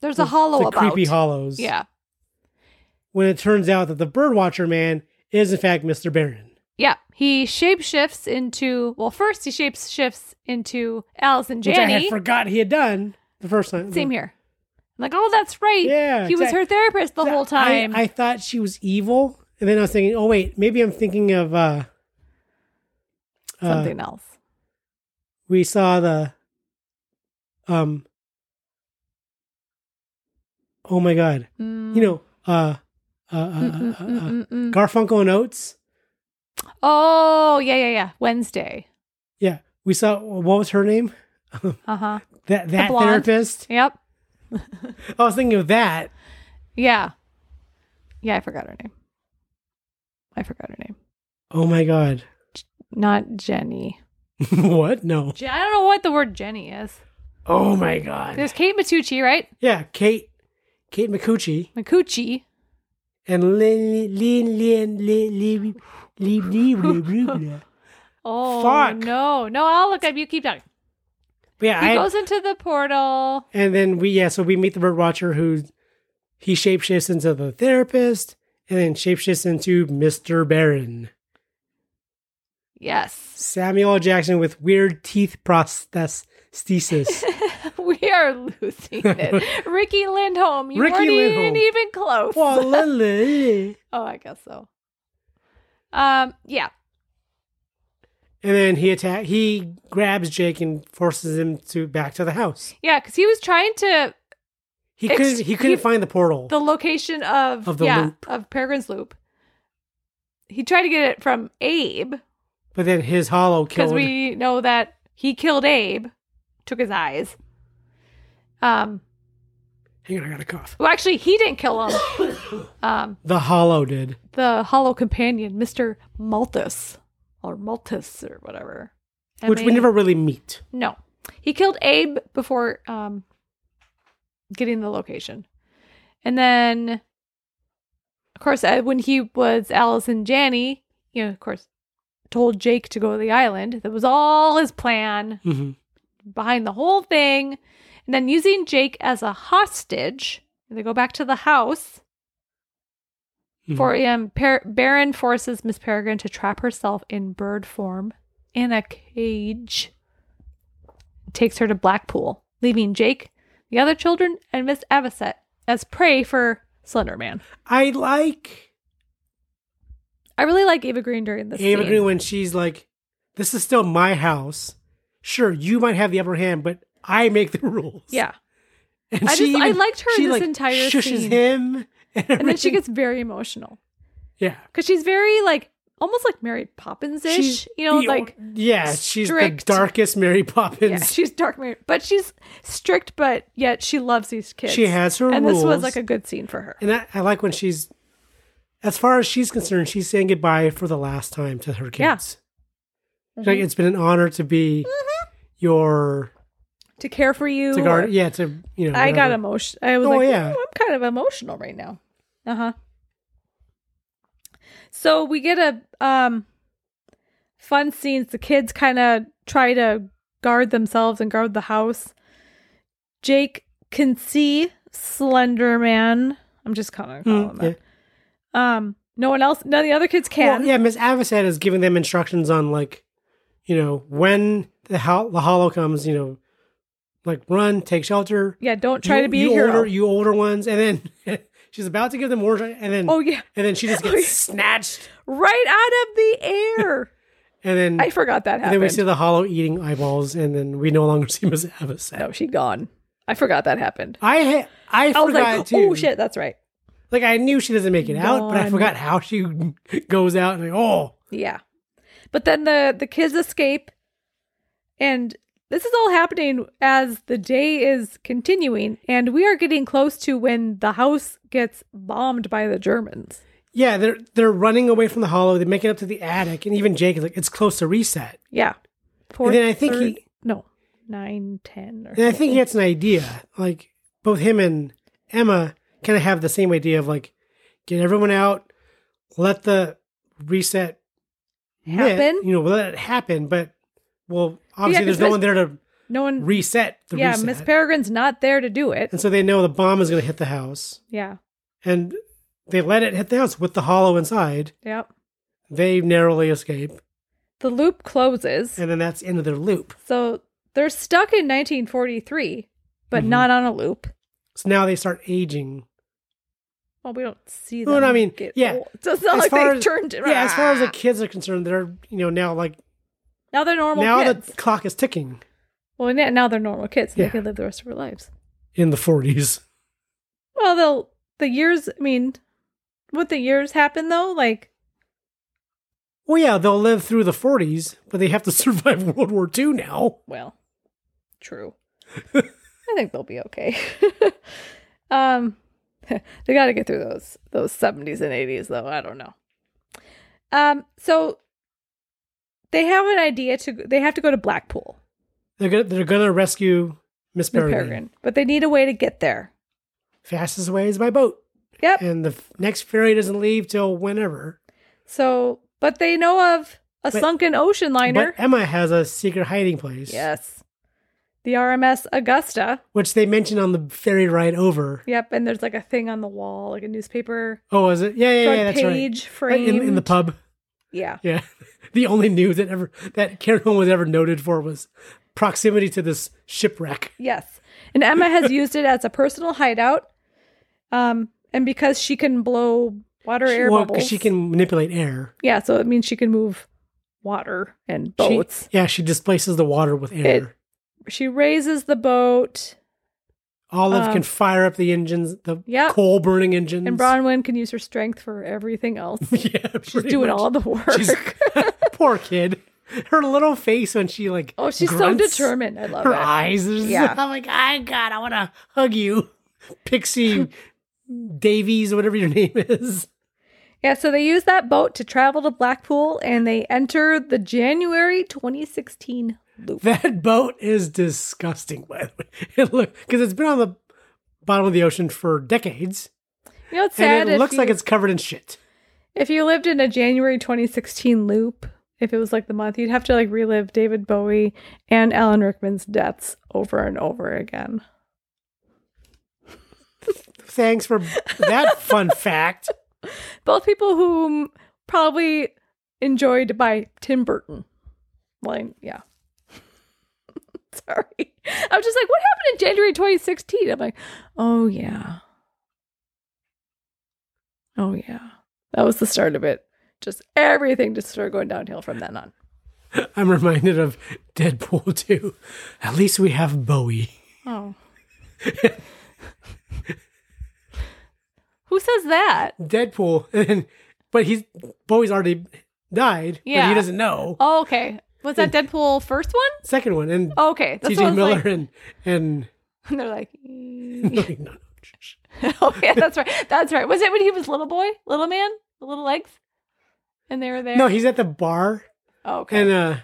Speaker 5: there's a hollow
Speaker 4: the
Speaker 5: about
Speaker 4: creepy hollows.
Speaker 5: yeah
Speaker 4: When it turns out that the birdwatcher man is in fact Mr. Barron.
Speaker 5: yeah he shapeshifts into well first he shapeshifts into Alice and
Speaker 4: Which I
Speaker 5: Janney
Speaker 4: had forgot he had done the first time.
Speaker 5: Same here. I'm like, oh, that's right.
Speaker 4: Yeah,
Speaker 5: He was
Speaker 4: exact-
Speaker 5: her therapist the
Speaker 4: Th-
Speaker 5: whole time.
Speaker 4: I, I thought she was evil, and then I was thinking, oh wait, maybe I'm thinking of uh,
Speaker 5: Something else.
Speaker 4: we saw the um
Speaker 5: Mm.
Speaker 4: oh my god. You know, uh uh, uh, uh, uh, Garfunkel and Oates.
Speaker 5: Oh, yeah, yeah, yeah. Wednesday.
Speaker 4: Yeah, we saw. What was her name?
Speaker 5: Uh huh.
Speaker 4: That that
Speaker 5: blonde.
Speaker 4: therapist.
Speaker 5: Yep.
Speaker 4: I was thinking of that.
Speaker 5: Yeah. Yeah, I forgot her name. I forgot her name.
Speaker 4: Oh my god. <laughs>
Speaker 5: Not Jenny.
Speaker 4: what? No.
Speaker 5: Je- I don't know what the word Jenny is.
Speaker 4: Oh my god.
Speaker 5: There's Kate Matucci, right?
Speaker 4: Yeah, Kate, Kate McCucci
Speaker 5: Macucci.
Speaker 4: and Lin Lin Lin Lin Lin
Speaker 5: <laughs>
Speaker 4: Lin.
Speaker 5: Oh
Speaker 4: Fuck.
Speaker 5: no, no! I'll look up. You keep talking.
Speaker 4: Yeah,
Speaker 5: He
Speaker 4: I,
Speaker 5: goes into the portal.
Speaker 4: And then we yeah, so we meet the bird watcher who he shapeshifts into the therapist and then shapeshifts into Mr. Baron.
Speaker 5: Yes, <laughs>
Speaker 4: Samuel L. Jackson with weird teeth
Speaker 5: <laughs>
Speaker 4: prosthesis.
Speaker 5: we are losing
Speaker 4: <laughs>
Speaker 5: it. Ricky Lindholm, you
Speaker 4: Ricky
Speaker 5: weren't
Speaker 4: Lindholm.
Speaker 5: even even close.
Speaker 4: Well, lily.
Speaker 5: <laughs> Oh, I guess so. Um, yeah,
Speaker 4: and then he attack he grabs Jake and forces him to back to the house.
Speaker 5: yeah, because he was trying to
Speaker 4: He
Speaker 5: Ex-
Speaker 4: couldn't he couldn't
Speaker 5: he-
Speaker 4: find the portal.
Speaker 5: the location of
Speaker 4: Of the
Speaker 5: yeah
Speaker 4: loop.
Speaker 5: of Peregrine's Loop. He tried to get it from Abe
Speaker 4: but then his hollow
Speaker 5: because
Speaker 4: killed
Speaker 5: we know that he killed Abe, took his eyes. Um,
Speaker 4: Hang on, I got a cough.
Speaker 5: well, actually, he didn't kill
Speaker 4: <coughs>
Speaker 5: him. um,
Speaker 4: The hollow did.
Speaker 5: the hollow companion, Mr. Maltus or Maltus or whatever.
Speaker 4: Which we
Speaker 5: M A-
Speaker 4: never really meet.
Speaker 5: No. He killed Abe before um getting the location. And then of course uh, when he was Alice and Janny, you know, of course, told Jake to go to the island. That was all his plan
Speaker 4: Mm-hmm.
Speaker 5: behind the whole thing. And then using Jake as a hostage, they go back to the house.
Speaker 4: Mhm.
Speaker 5: For um, per- Baron forces Miss Peregrine to trap herself in bird form in a cage. Takes her to Blackpool, leaving Jake, the other children, and Miss Avocet as prey for Slender Man.
Speaker 4: I like
Speaker 5: I really like Ava Green during this.
Speaker 4: Ava
Speaker 5: scene.
Speaker 4: Green when she's like, "This is still my house. Sure, you might have the upper hand, but I make the <laughs> rules."
Speaker 5: Yeah,
Speaker 4: and
Speaker 5: I just- I liked her
Speaker 4: she,
Speaker 5: this entire
Speaker 4: shushes
Speaker 5: scene.
Speaker 4: him, and,
Speaker 5: and then she
Speaker 4: everything.
Speaker 5: gets very emotional
Speaker 4: yeah.
Speaker 5: because she's very like almost like Mary Poppins ish. You know,
Speaker 4: the-
Speaker 5: like
Speaker 4: yeah, she's
Speaker 5: strict.
Speaker 4: the darkest Mary
Speaker 5: Yeah,
Speaker 4: Poppins.
Speaker 5: she's dark, Mary- but she's strict, but yet she loves these kids.
Speaker 4: She has her
Speaker 5: and this
Speaker 4: rules.
Speaker 5: was like a good scene for her.
Speaker 4: and I, I like when she's, as far as she's concerned, she's saying goodbye for the last time to her
Speaker 5: Yeah. Mm-hmm.
Speaker 4: kids. She's Like it's been an honor to be your
Speaker 5: To care for you,
Speaker 4: to
Speaker 5: or-
Speaker 4: guard. Yeah, to you know.
Speaker 5: I got
Speaker 4: whatever.
Speaker 5: emotional. I was
Speaker 4: Oh,
Speaker 5: like,
Speaker 4: yeah.
Speaker 5: "Ooh, I'm kind of emotional right now. Uh huh. So we get a um fun scenes. The kids kind of try to guard themselves and guard the house. Jake can see Slender Man. I'm just kind of calling
Speaker 4: Mm,
Speaker 5: that. Um, no one else, none of the other kids can.
Speaker 4: Well, yeah, Miss Avocet is giving them instructions on like, you know, when the ho- the hollow comes, you know, like run, take shelter.
Speaker 5: Yeah, don't try
Speaker 4: You-
Speaker 5: to be
Speaker 4: you
Speaker 5: a hero.
Speaker 4: Older, you older ones, and then <laughs> she's about to give them warning, and then
Speaker 5: <laughs> oh yeah,
Speaker 4: and then she just
Speaker 5: <laughs>
Speaker 4: gets
Speaker 5: Oh, yeah.
Speaker 4: snatched,
Speaker 5: right out of the
Speaker 4: <laughs>
Speaker 5: air.
Speaker 4: and then
Speaker 5: I forgot that
Speaker 4: and then
Speaker 5: happened.
Speaker 4: we see the hollow eating eyeballs, and then we no longer <laughs> see Miss Avocet.
Speaker 5: no, she gone. I forgot that happened.
Speaker 4: I ha-
Speaker 5: I
Speaker 4: I,
Speaker 5: was
Speaker 4: forgot
Speaker 5: like,
Speaker 4: too.
Speaker 5: oh shit, that's right.
Speaker 4: Like I knew she doesn't make it out, but I
Speaker 5: Gone.
Speaker 4: forgot how she <laughs> goes out. And like, oh,
Speaker 5: Yeah. But then the the kids escape and this is all happening as the day is continuing and we are getting close to when the house gets bombed by the Germans.
Speaker 4: yeah, they're they're running away from the hollow. They make it up to the attic, and even Jake is like, it's close to reset.
Speaker 5: Yeah. Four,
Speaker 4: And then I think he-
Speaker 5: no, 9 10 or
Speaker 4: And I think he gets an idea. Like both him and Emma kind of have the same idea of like get everyone out, let the reset knit,
Speaker 5: happen.
Speaker 4: you know, let it happen. But well, obviously
Speaker 5: 'cause
Speaker 4: there's no
Speaker 5: Miss-
Speaker 4: one there to
Speaker 5: no one
Speaker 4: reset the
Speaker 5: Yeah,
Speaker 4: reset.
Speaker 5: Miss Peregrine's not there to do it.
Speaker 4: and so they know the bomb is going to hit the house,
Speaker 5: Yeah.
Speaker 4: and they let it hit the house with the hollow inside.
Speaker 5: Yep.
Speaker 4: They narrowly escape,
Speaker 5: The loop closes.
Speaker 4: and then that's the end of their loop.
Speaker 5: So they're stuck in 1943 but
Speaker 4: Mhm.
Speaker 5: not on a loop.
Speaker 4: So now they start aging.
Speaker 5: Well, we don't see them.
Speaker 4: Well, I mean,
Speaker 5: get
Speaker 4: yeah.
Speaker 5: old. <laughs> So it's not like they turned it.
Speaker 4: yeah, as far as the kids are concerned, they're you know now like
Speaker 5: now they're normal
Speaker 4: now
Speaker 5: kids.
Speaker 4: the clock is ticking.
Speaker 5: well, yeah, now they're normal kids. And
Speaker 4: Yeah.
Speaker 5: They can live the rest of their lives.
Speaker 4: in the 40s.
Speaker 5: Well, they'll the years. I mean, what the years happen though? Like
Speaker 4: Well, yeah, they'll live through the 40s, but they have to <laughs> survive World War II now.
Speaker 5: Well,
Speaker 4: <laughs>
Speaker 5: true. I think they'll be okay. <laughs> um, <laughs> they got to get through those those seventies and eighties, though. I don't know. Um, so they have an idea to they have to go to Blackpool,
Speaker 4: They're gonna they're gonna rescue Miss
Speaker 5: Miss
Speaker 4: Peregrine.
Speaker 5: Peregrine, but they need a way to get there.
Speaker 4: Fastest way is by boat,
Speaker 5: Yep.
Speaker 4: and the f- next ferry doesn't leave till whenever.
Speaker 5: So, but they know of a
Speaker 4: But-
Speaker 5: sunken ocean liner.
Speaker 4: But Emma has a secret hiding place,
Speaker 5: yes, the RMS Augusta.
Speaker 4: which they mention on the ferry ride over.
Speaker 5: Yep, and there's like a thing on the wall, like a newspaper
Speaker 4: Oh, is it? Yeah, yeah, yeah.
Speaker 5: front
Speaker 4: That's right.
Speaker 5: page
Speaker 4: Right
Speaker 5: frame
Speaker 4: in, in the pub.
Speaker 5: Yeah.
Speaker 4: Yeah, <laughs> the only news that ever that Karen Holm was ever noted for was proximity to this shipwreck.
Speaker 5: Yes. And Emma
Speaker 4: <laughs>
Speaker 5: has used it as a personal hideout. Um, and because she can blow water air
Speaker 4: Well, 'cause
Speaker 5: bubbles.
Speaker 4: she can manipulate air.
Speaker 5: Yeah, so it means she can move water and
Speaker 4: She-
Speaker 5: boats.
Speaker 4: yeah, she displaces the water with air.
Speaker 5: She, raises the boat
Speaker 4: Olive
Speaker 5: um,
Speaker 4: can fire up the engines, the
Speaker 5: Yep.
Speaker 4: coal burning engines.
Speaker 5: and Bronwyn can use her strength for everything else.
Speaker 4: <laughs> yeah,
Speaker 5: She's doing all the work.
Speaker 4: <laughs> poor kid. Her little face when she like
Speaker 5: oh, she's so
Speaker 4: grunts,
Speaker 5: determined. I love
Speaker 4: Her
Speaker 5: it.
Speaker 4: eyes, is,
Speaker 5: Yeah.
Speaker 4: <laughs> I'm like, I God, I want to hug you, <laughs>
Speaker 5: <laughs>
Speaker 4: Pixie Davies, whatever your name is.
Speaker 5: Yeah, so they use that boat to travel to Blackpool and they enter the January 2016 loop.
Speaker 4: That boat is disgusting. By the way, <laughs> it look because it's been on the bottom of the ocean for decades,
Speaker 5: You know, it's sad.
Speaker 4: and it
Speaker 5: if
Speaker 4: looks like
Speaker 5: you-
Speaker 4: it's covered in shit.
Speaker 5: If you lived in a January 2016 loop, if it was like the month, you'd have to like relive David Bowie and Alan Rickman's deaths over and over again.
Speaker 4: Thanks for
Speaker 5: <laughs>
Speaker 4: that fun fact.
Speaker 5: Both people whom probably enjoyed by Tim Burton. Like, yeah. <laughs> Sorry. I was just like, what happened in January 2016? I'm like, oh yeah. Oh yeah. That was the start of it. Just everything just started going downhill from then on.
Speaker 4: I'm reminded of Deadpool <laughs> 2. At least we have Bowie.
Speaker 5: Oh. <laughs> Who says that?
Speaker 4: Deadpool, <laughs> and but he's Bowie's already died, but
Speaker 5: Yeah.
Speaker 4: he doesn't know.
Speaker 5: Oh, okay. Was <laughs> that Deadpool first one?
Speaker 4: Second one, and
Speaker 5: Okay. Oh, That's what I
Speaker 4: T.J.
Speaker 5: was
Speaker 4: Miller
Speaker 5: Like,
Speaker 4: and
Speaker 5: <laughs>
Speaker 4: and
Speaker 5: and they're like,
Speaker 4: like, no, no, shh, shh.
Speaker 5: <laughs> oh, yeah, that's right. That's right. Was it when he was little boy, little man, the little legs? And they were there?
Speaker 4: no, he's at the bar,
Speaker 5: Oh, okay.
Speaker 4: and uh,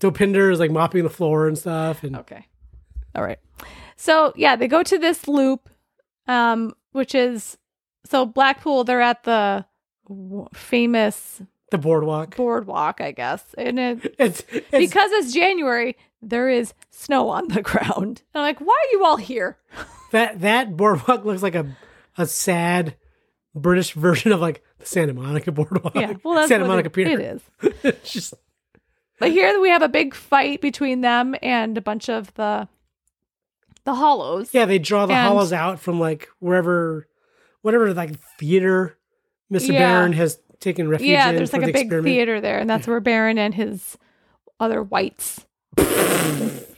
Speaker 4: Dopinder is like mopping the floor and stuff, and
Speaker 5: Okay. All right. So yeah, they go to this loop, um, which is so Blackpool. They're at the w- famous
Speaker 4: the boardwalk.
Speaker 5: boardwalk, I guess, and it,
Speaker 4: It's, it's
Speaker 5: because it's January, there is snow on the <laughs> ground. And I'm like, why are you all here?
Speaker 4: that that boardwalk looks like a a sad British <laughs> version of like the Santa Monica boardwalk.
Speaker 5: Yeah, well, that's
Speaker 4: Santa
Speaker 5: what
Speaker 4: Monica
Speaker 5: it,
Speaker 4: Pier.
Speaker 5: It is.
Speaker 4: It's <laughs> just
Speaker 5: But here we have a big fight between them and a bunch of the the hollows.
Speaker 4: Yeah, they draw the
Speaker 5: And-
Speaker 4: hollows out from like wherever, whatever like theater Mr.
Speaker 5: Yeah.
Speaker 4: Barron has taken refuge
Speaker 5: Yeah,
Speaker 4: in
Speaker 5: there's
Speaker 4: for
Speaker 5: like
Speaker 4: the
Speaker 5: a big
Speaker 4: experiment.
Speaker 5: theater there, and that's where Baron and his other whites.
Speaker 4: <laughs>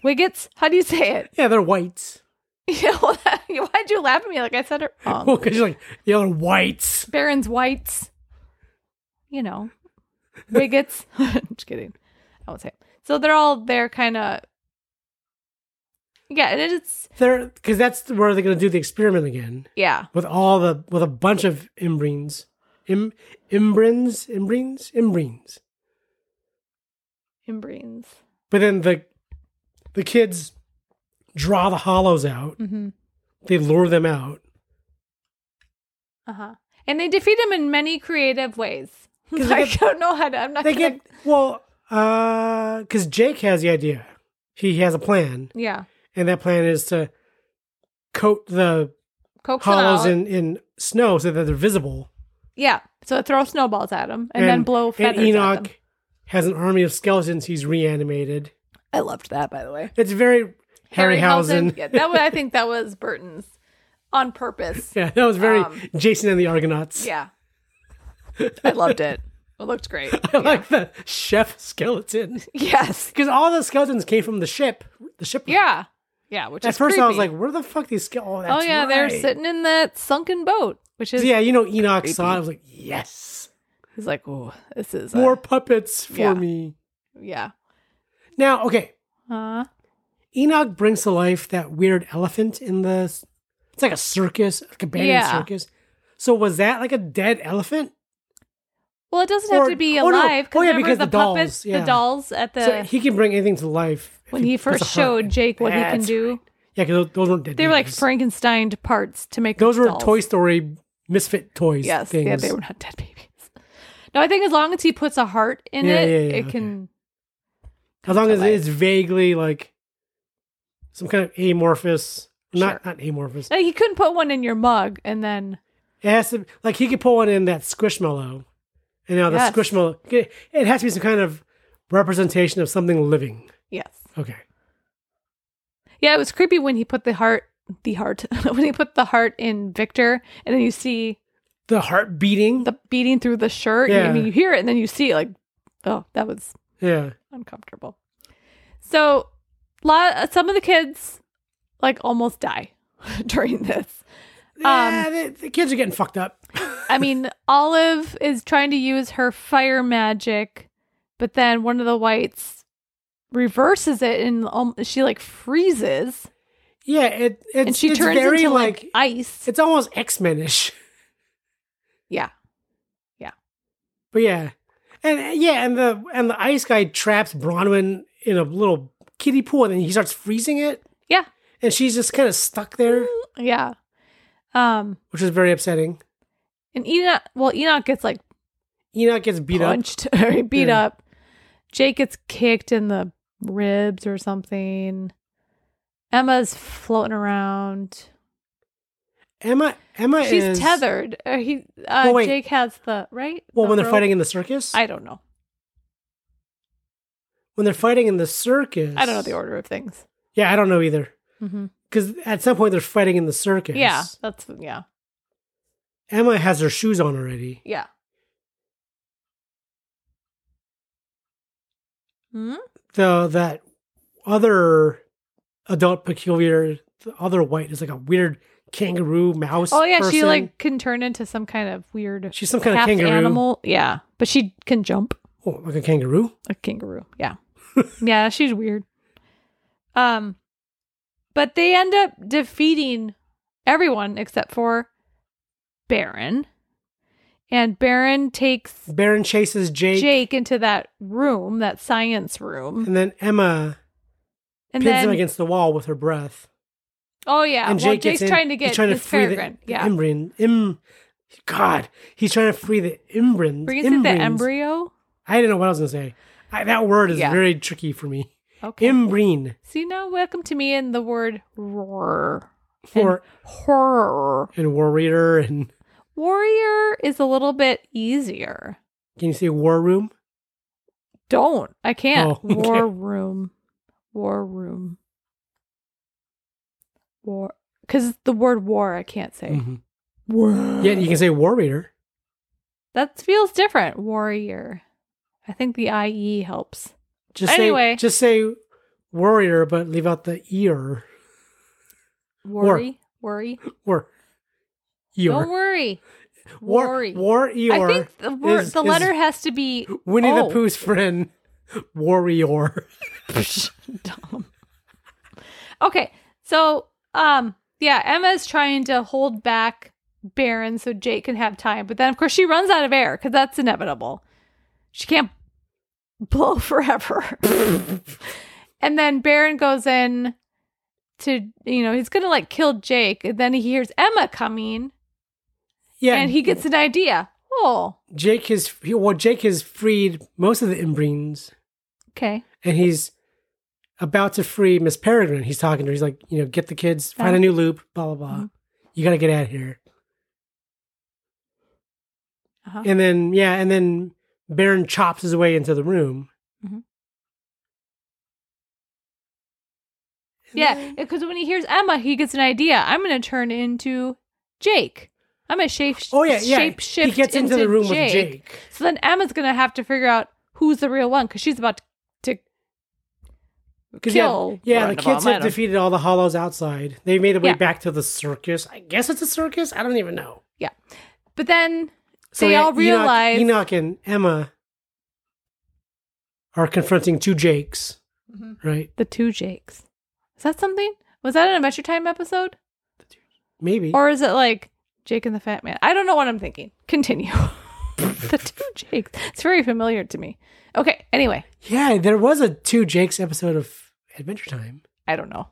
Speaker 5: Wiggets? How do you say it? <laughs>
Speaker 4: Yeah, they're whites. <laughs>
Speaker 5: Yeah, well, <laughs> Why'd you laugh at me like I said it wrong?
Speaker 4: Well, because you're like, the other whites.
Speaker 5: Baron's whites. You know, bigots. <laughs> Just kidding. I won't say it. So they're all there, kind of. Yeah, and it's
Speaker 4: They're because that's where they're gonna do the experiment again
Speaker 5: yeah,
Speaker 4: with all the with a bunch of imbrines, Im imbrines, imbrines, imbrines.
Speaker 5: Imbrines.
Speaker 4: But then the the kids draw the hollows out.
Speaker 5: Mm-hmm.
Speaker 4: They lure them out.
Speaker 5: Uh huh. And they defeat him in many creative ways. <laughs>
Speaker 4: 'Cause they
Speaker 5: I
Speaker 4: get-
Speaker 5: don't know how to. I'm not.
Speaker 4: They
Speaker 5: gonna,
Speaker 4: get well, uh, because Jake has the idea. He has a plan.
Speaker 5: yeah.
Speaker 4: and that plan is to coat the
Speaker 5: Coax them
Speaker 4: hollows
Speaker 5: out.
Speaker 4: in, in snow so that they're visible.
Speaker 5: Yeah. So throw snowballs at him and, then blow feathers
Speaker 4: And Enoch
Speaker 5: at them.
Speaker 4: has an army of skeletons he's reanimated.
Speaker 5: I loved that, by the way.
Speaker 4: It's very Harryhausen.
Speaker 5: Yeah, that was. I think that was Burton's on
Speaker 4: <laughs>
Speaker 5: purpose.
Speaker 4: <laughs> Yeah, that was very
Speaker 5: Um,
Speaker 4: Jason and the Argonauts.
Speaker 5: Yeah. I loved it. It looked great.
Speaker 4: <laughs> I <laughs> like the chef skeleton
Speaker 5: Yes.
Speaker 4: because all the skeletons came from the ship. The ship.
Speaker 5: Yeah. Yeah, which
Speaker 4: At
Speaker 5: is
Speaker 4: first, I was
Speaker 5: creepy.
Speaker 4: like, "Where the fuck these? Sca- oh,
Speaker 5: oh
Speaker 4: that's
Speaker 5: yeah, they're
Speaker 4: right.
Speaker 5: sitting in that sunken boat, which is
Speaker 4: So, yeah, you know, Enoch saw it. I was like, "Yes,
Speaker 5: He's like, oh, this is a-
Speaker 4: more puppets for
Speaker 5: Yeah.
Speaker 4: me."
Speaker 5: yeah.
Speaker 4: Now, okay,
Speaker 5: Uh,
Speaker 4: Enoch brings to life that weird elephant in the. s- It's like a circus, like a abandoned
Speaker 5: Yeah.
Speaker 4: circus. So was that like a dead elephant?
Speaker 5: well, it doesn't have
Speaker 4: Or-
Speaker 5: to be
Speaker 4: oh, no.
Speaker 5: alive
Speaker 4: Oh, yeah,
Speaker 5: remember
Speaker 4: because
Speaker 5: the,
Speaker 4: the dolls,
Speaker 5: puppets,
Speaker 4: yeah.
Speaker 5: the dolls at the
Speaker 4: so he can bring anything to life if
Speaker 5: when he
Speaker 4: puts
Speaker 5: first
Speaker 4: a heart
Speaker 5: showed
Speaker 4: in.
Speaker 5: Jake what he can
Speaker 4: That's
Speaker 5: do,
Speaker 4: Yeah, because those weren't dead.
Speaker 5: they were like
Speaker 4: babies.
Speaker 5: Frankenstein parts to make
Speaker 4: Those were
Speaker 5: dolls.
Speaker 4: Toy Story misfit toys.
Speaker 5: Yes,
Speaker 4: things.
Speaker 5: yeah, they were not dead babies. No, I think as long as he puts a heart in
Speaker 4: Yeah,
Speaker 5: it,
Speaker 4: yeah, yeah,
Speaker 5: it
Speaker 4: okay.
Speaker 5: can.
Speaker 4: as long
Speaker 5: to
Speaker 4: as
Speaker 5: life.
Speaker 4: it's vaguely like some kind of amorphous. Not
Speaker 5: Sure.
Speaker 4: not amorphous.
Speaker 5: Like, he couldn't put one in your mug, and then
Speaker 4: It has to like he could pull one in that squishmallow, and now
Speaker 5: Yes.
Speaker 4: the squishmallow. It has to be some kind of representation of something living.
Speaker 5: yes,
Speaker 4: Okay.
Speaker 5: yeah, it was creepy when he put the heart, the heart, <laughs> when he put the heart in Victor, and then you see
Speaker 4: The heart beating.
Speaker 5: the beating through the shirt. I
Speaker 4: Yeah.
Speaker 5: mean, you hear it and then you see it, like, oh, that was
Speaker 4: yeah.
Speaker 5: uncomfortable. So, lot, some of the kids like almost die <laughs> during this. Um,
Speaker 4: yeah the, the kids are getting fucked up.
Speaker 5: I mean, Olive is trying to use her fire magic, but then one of the whites reverses it and um, she like freezes
Speaker 4: Yeah. It it's,
Speaker 5: and she
Speaker 4: it's
Speaker 5: turns
Speaker 4: very
Speaker 5: into
Speaker 4: like,
Speaker 5: like, ice.
Speaker 4: it's almost X Men ish.
Speaker 5: Yeah.
Speaker 4: <laughs> But yeah, and uh, yeah, and the and the ice guy traps Bronwyn in a little kiddie pool, and then he starts freezing it,
Speaker 5: Yeah.
Speaker 4: and she's just kind of stuck there,
Speaker 5: Mm. Yeah. Um,
Speaker 4: which is very upsetting.
Speaker 5: and Enoch, well, Enoch gets like
Speaker 4: Enoch gets beat up.
Speaker 5: punched <laughs> or beat
Speaker 4: Yeah.
Speaker 5: up. Jake gets kicked in the ribs or something. Emma's floating around.
Speaker 4: Emma, Emma
Speaker 5: She's
Speaker 4: is
Speaker 5: tethered. Uh, he uh,
Speaker 4: Well, wait.
Speaker 5: Jake has the right.
Speaker 4: Well,
Speaker 5: The
Speaker 4: when they're
Speaker 5: rope?
Speaker 4: fighting in the circus,
Speaker 5: I don't know.
Speaker 4: when they're fighting in the circus,
Speaker 5: I don't know the order of things.
Speaker 4: Yeah, I don't know either.
Speaker 5: hmm
Speaker 4: Because at some point they're fighting in the circus.
Speaker 5: Yeah, that's yeah,
Speaker 4: Emma has her shoes on already.
Speaker 5: yeah. Hmm.
Speaker 4: Though that other adult peculiar, the other white is like a weird kangaroo mouse.
Speaker 5: Oh yeah, she
Speaker 4: person.
Speaker 5: like can turn into some kind of weird.
Speaker 4: She's some kind of
Speaker 5: half
Speaker 4: kangaroo.
Speaker 5: animal. Yeah, but she can jump.
Speaker 4: Oh, like a kangaroo?
Speaker 5: a kangaroo.
Speaker 4: <laughs>
Speaker 5: Yeah. yeah, she's weird. Um but they end up defeating everyone except for Baron. And Baron takes
Speaker 4: Baron chases Jake,
Speaker 5: Jake into that room, that science room.
Speaker 4: and then Emma
Speaker 5: And
Speaker 4: pins him
Speaker 5: then
Speaker 4: against the wall with her breath.
Speaker 5: Oh yeah,
Speaker 4: and
Speaker 5: well Jake's
Speaker 4: in-
Speaker 5: trying to
Speaker 4: he's
Speaker 5: get
Speaker 4: trying
Speaker 5: his
Speaker 4: free the-
Speaker 5: peregrine.
Speaker 4: the
Speaker 5: yeah.
Speaker 4: Imbrine. Im, God, he's trying to free the Imbrins.
Speaker 5: Brings it the
Speaker 4: Imbrines.
Speaker 5: embryo.
Speaker 4: I didn't know what I was going to say. I, that word is
Speaker 5: Yeah.
Speaker 4: very tricky for me.
Speaker 5: Okay.
Speaker 4: Imbrine
Speaker 5: See now welcome to me in the word roar.
Speaker 4: for
Speaker 5: Horror.
Speaker 4: and warrior and
Speaker 5: Warrior is a little bit easier.
Speaker 4: can you say war room?
Speaker 5: Don't. I can't.
Speaker 4: Oh, okay.
Speaker 5: War room. War room. War. Because the word war, I can't say.
Speaker 4: Mhm.
Speaker 5: War.
Speaker 4: Yeah, you can say warrior.
Speaker 5: That feels different. Warrior. I think the IE helps.
Speaker 4: Just
Speaker 5: Anyway.
Speaker 4: say just say warrior, but leave out the ear
Speaker 5: Worry. Worry.
Speaker 4: or ear.
Speaker 5: Don't worry. Worry.
Speaker 4: War, warrior.
Speaker 5: I think the word,
Speaker 4: is-
Speaker 5: the
Speaker 4: is
Speaker 5: letter Oh. has to be
Speaker 4: Winnie
Speaker 5: O.
Speaker 4: the Pooh's friend, warrior. <laughs>
Speaker 5: dumb. Okay, so um, yeah, Emma's trying to hold back Baron so Jake can have time, but then of course she runs out of air because that's inevitable. She can't blow <laughs> forever. and then Baron goes in to you know he's gonna like kill Jake, and then he hears Emma coming,
Speaker 4: Yeah,
Speaker 5: and he gets an idea. Oh,
Speaker 4: Jake has he- well, Jake has freed most of the Imbrines,
Speaker 5: okay,
Speaker 4: and he's about to free Miss Peregrine. He's talking to her. He's like, you know, get the kids, find a new loop, blah blah blah.
Speaker 5: Mm-hmm.
Speaker 4: You got to get out of here.
Speaker 5: Uh-huh.
Speaker 4: And then yeah, and then Baron chops his way into the room.
Speaker 5: yeah, because when he hears Emma, he gets an idea. I'm gonna turn into Jake. I'm a shape.
Speaker 4: Oh yeah, yeah.
Speaker 5: Shape shift
Speaker 4: he gets into, the room with Jake.
Speaker 5: So then Emma's gonna have to figure out who's the real one because she's about to
Speaker 4: 'Cause
Speaker 5: kill.
Speaker 4: yeah, yeah
Speaker 5: one
Speaker 4: the
Speaker 5: of them.
Speaker 4: kids
Speaker 5: I
Speaker 4: had
Speaker 5: don't-
Speaker 4: defeated all the hollows outside. They made their way
Speaker 5: Yeah.
Speaker 4: back to the circus. I guess it's a circus. I don't even know.
Speaker 5: Yeah. But then
Speaker 4: So
Speaker 5: they
Speaker 4: yeah,
Speaker 5: all
Speaker 4: Enoch-
Speaker 5: realize
Speaker 4: Enoch, and Emma are confronting two Jakes,
Speaker 5: Mm-hmm.
Speaker 4: right?
Speaker 5: the two Jakes. Is that something? Was that an Adventure Time episode?
Speaker 4: Maybe.
Speaker 5: Or is it like Jake and the Fat Man? I don't know what I'm thinking. Continue. <laughs> the two Jakes. It's very familiar to me. Okay. Anyway,
Speaker 4: yeah, there was a two Jakes episode of Adventure Time.
Speaker 5: I don't know.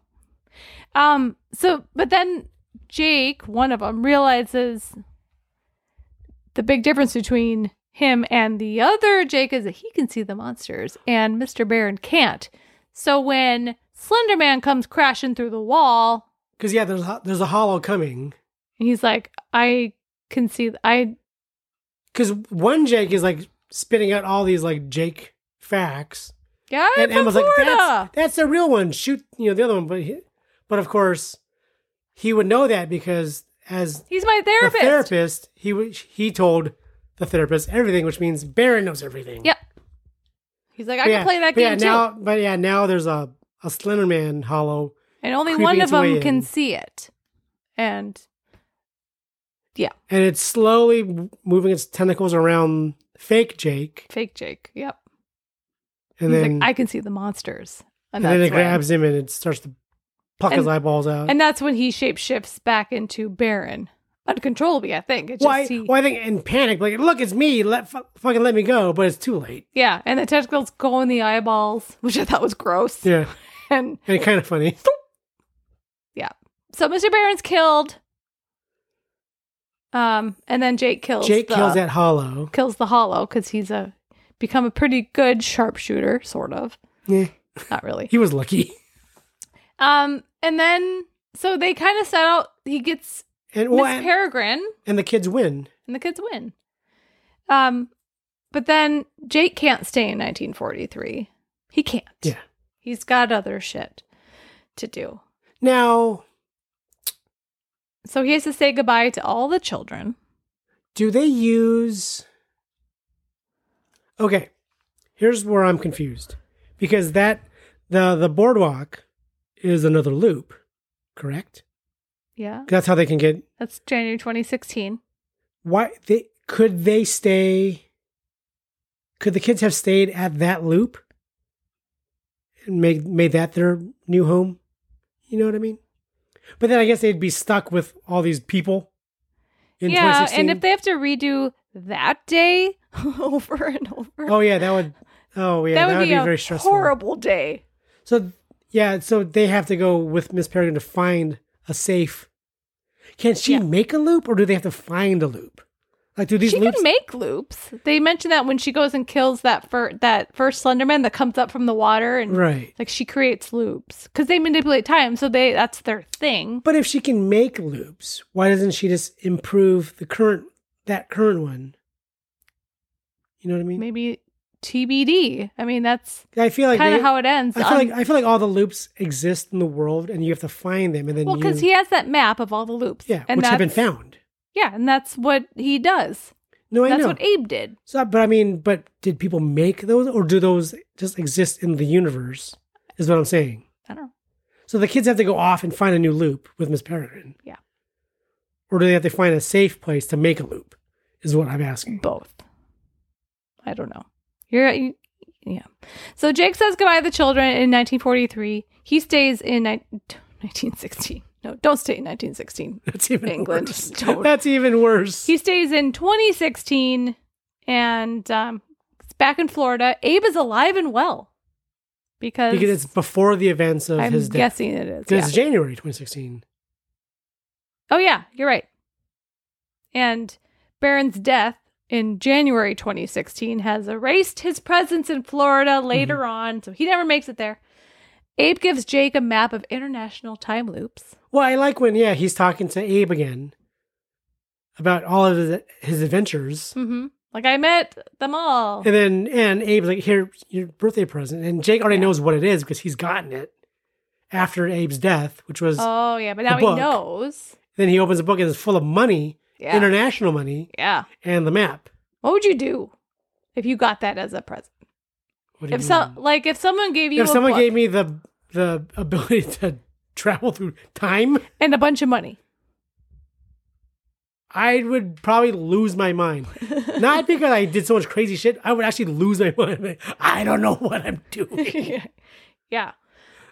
Speaker 5: Um. So, but then Jake, one of them, realizes the big difference between him and the other Jake is that he can see the monsters and Mr. Baron can't. So when Slender Man comes crashing through the wall,
Speaker 4: Because yeah, there's a- there's a hollow coming.
Speaker 5: he's like, "I can see. th- I
Speaker 4: Because one Jake is like spitting out all these like Jake facts,
Speaker 5: yeah." I'm
Speaker 4: and
Speaker 5: from
Speaker 4: Emma's
Speaker 5: Florida.
Speaker 4: like, "That's that's the real one." Shoot, you know the other one, but he, but of course, he would know that because as
Speaker 5: He's my therapist.
Speaker 4: the therapist, he w- he told the therapist everything, which means Baron knows everything.
Speaker 5: Yep. He's like, I
Speaker 4: But
Speaker 5: can play that
Speaker 4: but
Speaker 5: game
Speaker 4: yeah,
Speaker 5: too.
Speaker 4: Now, but yeah, now there's a a Slenderman hollow.
Speaker 5: and only
Speaker 4: creeping
Speaker 5: one of
Speaker 4: its way
Speaker 5: them can
Speaker 4: in.
Speaker 5: see it. And yeah,
Speaker 4: and it's slowly w- moving its tentacles around fake Jake,
Speaker 5: fake Jake. Yep.
Speaker 4: and
Speaker 5: He's
Speaker 4: then
Speaker 5: like, I can see the monsters.
Speaker 4: and then it
Speaker 5: that's when-
Speaker 4: grabs him and it starts to pluck his
Speaker 5: And-
Speaker 4: eyeballs out.
Speaker 5: And that's when he shapeshifts back into Baron. Uncontrollably, I think. It just
Speaker 4: why?
Speaker 5: he-
Speaker 4: Why I think in panic, like, look, it's me. Let fu- fucking let me go, but it's too late.
Speaker 5: Yeah, and the tentacles go in the eyeballs, <laughs> which I thought was gross.
Speaker 4: Yeah,
Speaker 5: And
Speaker 4: and kind
Speaker 5: <laughs>
Speaker 4: of funny.
Speaker 5: yeah. So Mr. Baron's killed. Um, and then Jake kills
Speaker 4: Jake
Speaker 5: the-
Speaker 4: kills that hollow.
Speaker 5: kills the hollow because he's a become a pretty good sharpshooter, sort of.
Speaker 4: Yeah,
Speaker 5: Not really.
Speaker 4: he was lucky. <laughs>
Speaker 5: Um, and then so they kind of set out. He gets
Speaker 4: And
Speaker 5: Miss
Speaker 4: well, and,
Speaker 5: Peregrine,
Speaker 4: and the kids win.
Speaker 5: and the kids win. Um, but then Jake can't stay in 1943. He can't.
Speaker 4: Yeah.
Speaker 5: He's got other shit to do.
Speaker 4: Now,
Speaker 5: So he has to say goodbye to all the children.
Speaker 4: do they use? Okay, here's where I'm confused because that the the boardwalk is another loop, correct?
Speaker 5: Yeah.
Speaker 4: That's how they can get.
Speaker 5: That's January 2016.
Speaker 4: Why they could they stay? Could the kids have stayed at that loop and made made that their new home? You know what I mean? But then I guess they'd be stuck with all these people. In
Speaker 5: yeah.
Speaker 4: 2016.
Speaker 5: And if they have to redo that day <laughs> over and over,
Speaker 4: oh yeah, that would. Oh yeah,
Speaker 5: that, would be, a
Speaker 4: very stressful.
Speaker 5: horrible day.
Speaker 4: So yeah, so they have to go with Miss Peregrine to find a safe. Can she
Speaker 5: Yeah.
Speaker 4: make a loop, or do they have to find a loop? Like do these
Speaker 5: she
Speaker 4: loops?
Speaker 5: can make loops. They mentioned that when she goes and kills that fir- that first Slenderman that comes up from the water and
Speaker 4: right.
Speaker 5: like she creates loops because they manipulate time, so they that's their thing.
Speaker 4: But if she can make loops, why doesn't she just improve the current that current one? You know what I mean?
Speaker 5: Maybe TBD. I mean, that's
Speaker 4: I feel like
Speaker 5: kind of
Speaker 4: they-
Speaker 5: how it ends.
Speaker 4: I feel
Speaker 5: Um,
Speaker 4: like I feel like all the loops exist in the world, and you have to find them, and then
Speaker 5: well,
Speaker 4: you-
Speaker 5: because he has that map of all the loops.
Speaker 4: yeah,
Speaker 5: and
Speaker 4: which have been
Speaker 5: that's-
Speaker 4: found.
Speaker 5: Yeah, and that's what he does.
Speaker 4: No, I
Speaker 5: that's
Speaker 4: know.
Speaker 5: what Abe did.
Speaker 4: so, but I mean, but did people make those, or do those just exist in the universe? Is what I'm saying.
Speaker 5: I don't know.
Speaker 4: So the kids have to go off and find a new loop with Miss Peregrine.
Speaker 5: Yeah.
Speaker 4: Or do they have to find a safe place to make a loop? Is what I'm asking. <laughs>
Speaker 5: both. I don't know. You're you, yeah. So Jake says goodbye to the children in 1943. He stays in ni- 1916. No, don't stay in
Speaker 4: <laughs>
Speaker 5: 1916.
Speaker 4: That's even
Speaker 5: England. <laughs>
Speaker 4: worse.
Speaker 5: Don't.
Speaker 4: That's even worse.
Speaker 5: He stays in 2016 and um, it's back in Florida. Abe is alive and well because,
Speaker 4: because it's before the events of
Speaker 5: I'm
Speaker 4: his death.
Speaker 5: guessing it is.
Speaker 4: 'Cause
Speaker 5: yeah.
Speaker 4: it's January 2016.
Speaker 5: Oh yeah, you're right. And Barron's death in January 2016 has erased his presence in Florida
Speaker 4: Mm-hmm.
Speaker 5: later on, so he never makes it there. Abe gives Jake a map of international time loops.
Speaker 4: Well, I like when yeah he's talking to Abe again about all of his, his adventures,
Speaker 5: Mm-hmm. Like I met them all.
Speaker 4: and then and Abe's like here your birthday present, and Jake already knows what it is because he's gotten it after Abe's death, which was
Speaker 5: Oh yeah, but now
Speaker 4: The
Speaker 5: he
Speaker 4: book.
Speaker 5: knows.
Speaker 4: then he opens a book and it's full of money,
Speaker 5: Yeah.
Speaker 4: international money,
Speaker 5: Yeah.
Speaker 4: and the map.
Speaker 5: What would you do if you got that as a present?
Speaker 4: What do you
Speaker 5: If
Speaker 4: mean?
Speaker 5: so, like if someone gave you
Speaker 4: if
Speaker 5: a
Speaker 4: someone
Speaker 5: book
Speaker 4: gave me the the ability to travel through time,
Speaker 5: and a bunch of
Speaker 4: <laughs>
Speaker 5: money, <laughs>
Speaker 4: I would probably lose
Speaker 5: <laughs>
Speaker 4: my mind. Not because I did so much crazy shit. I would actually lose my <laughs> mind. Like, I don't know what I'm doing.
Speaker 5: yeah,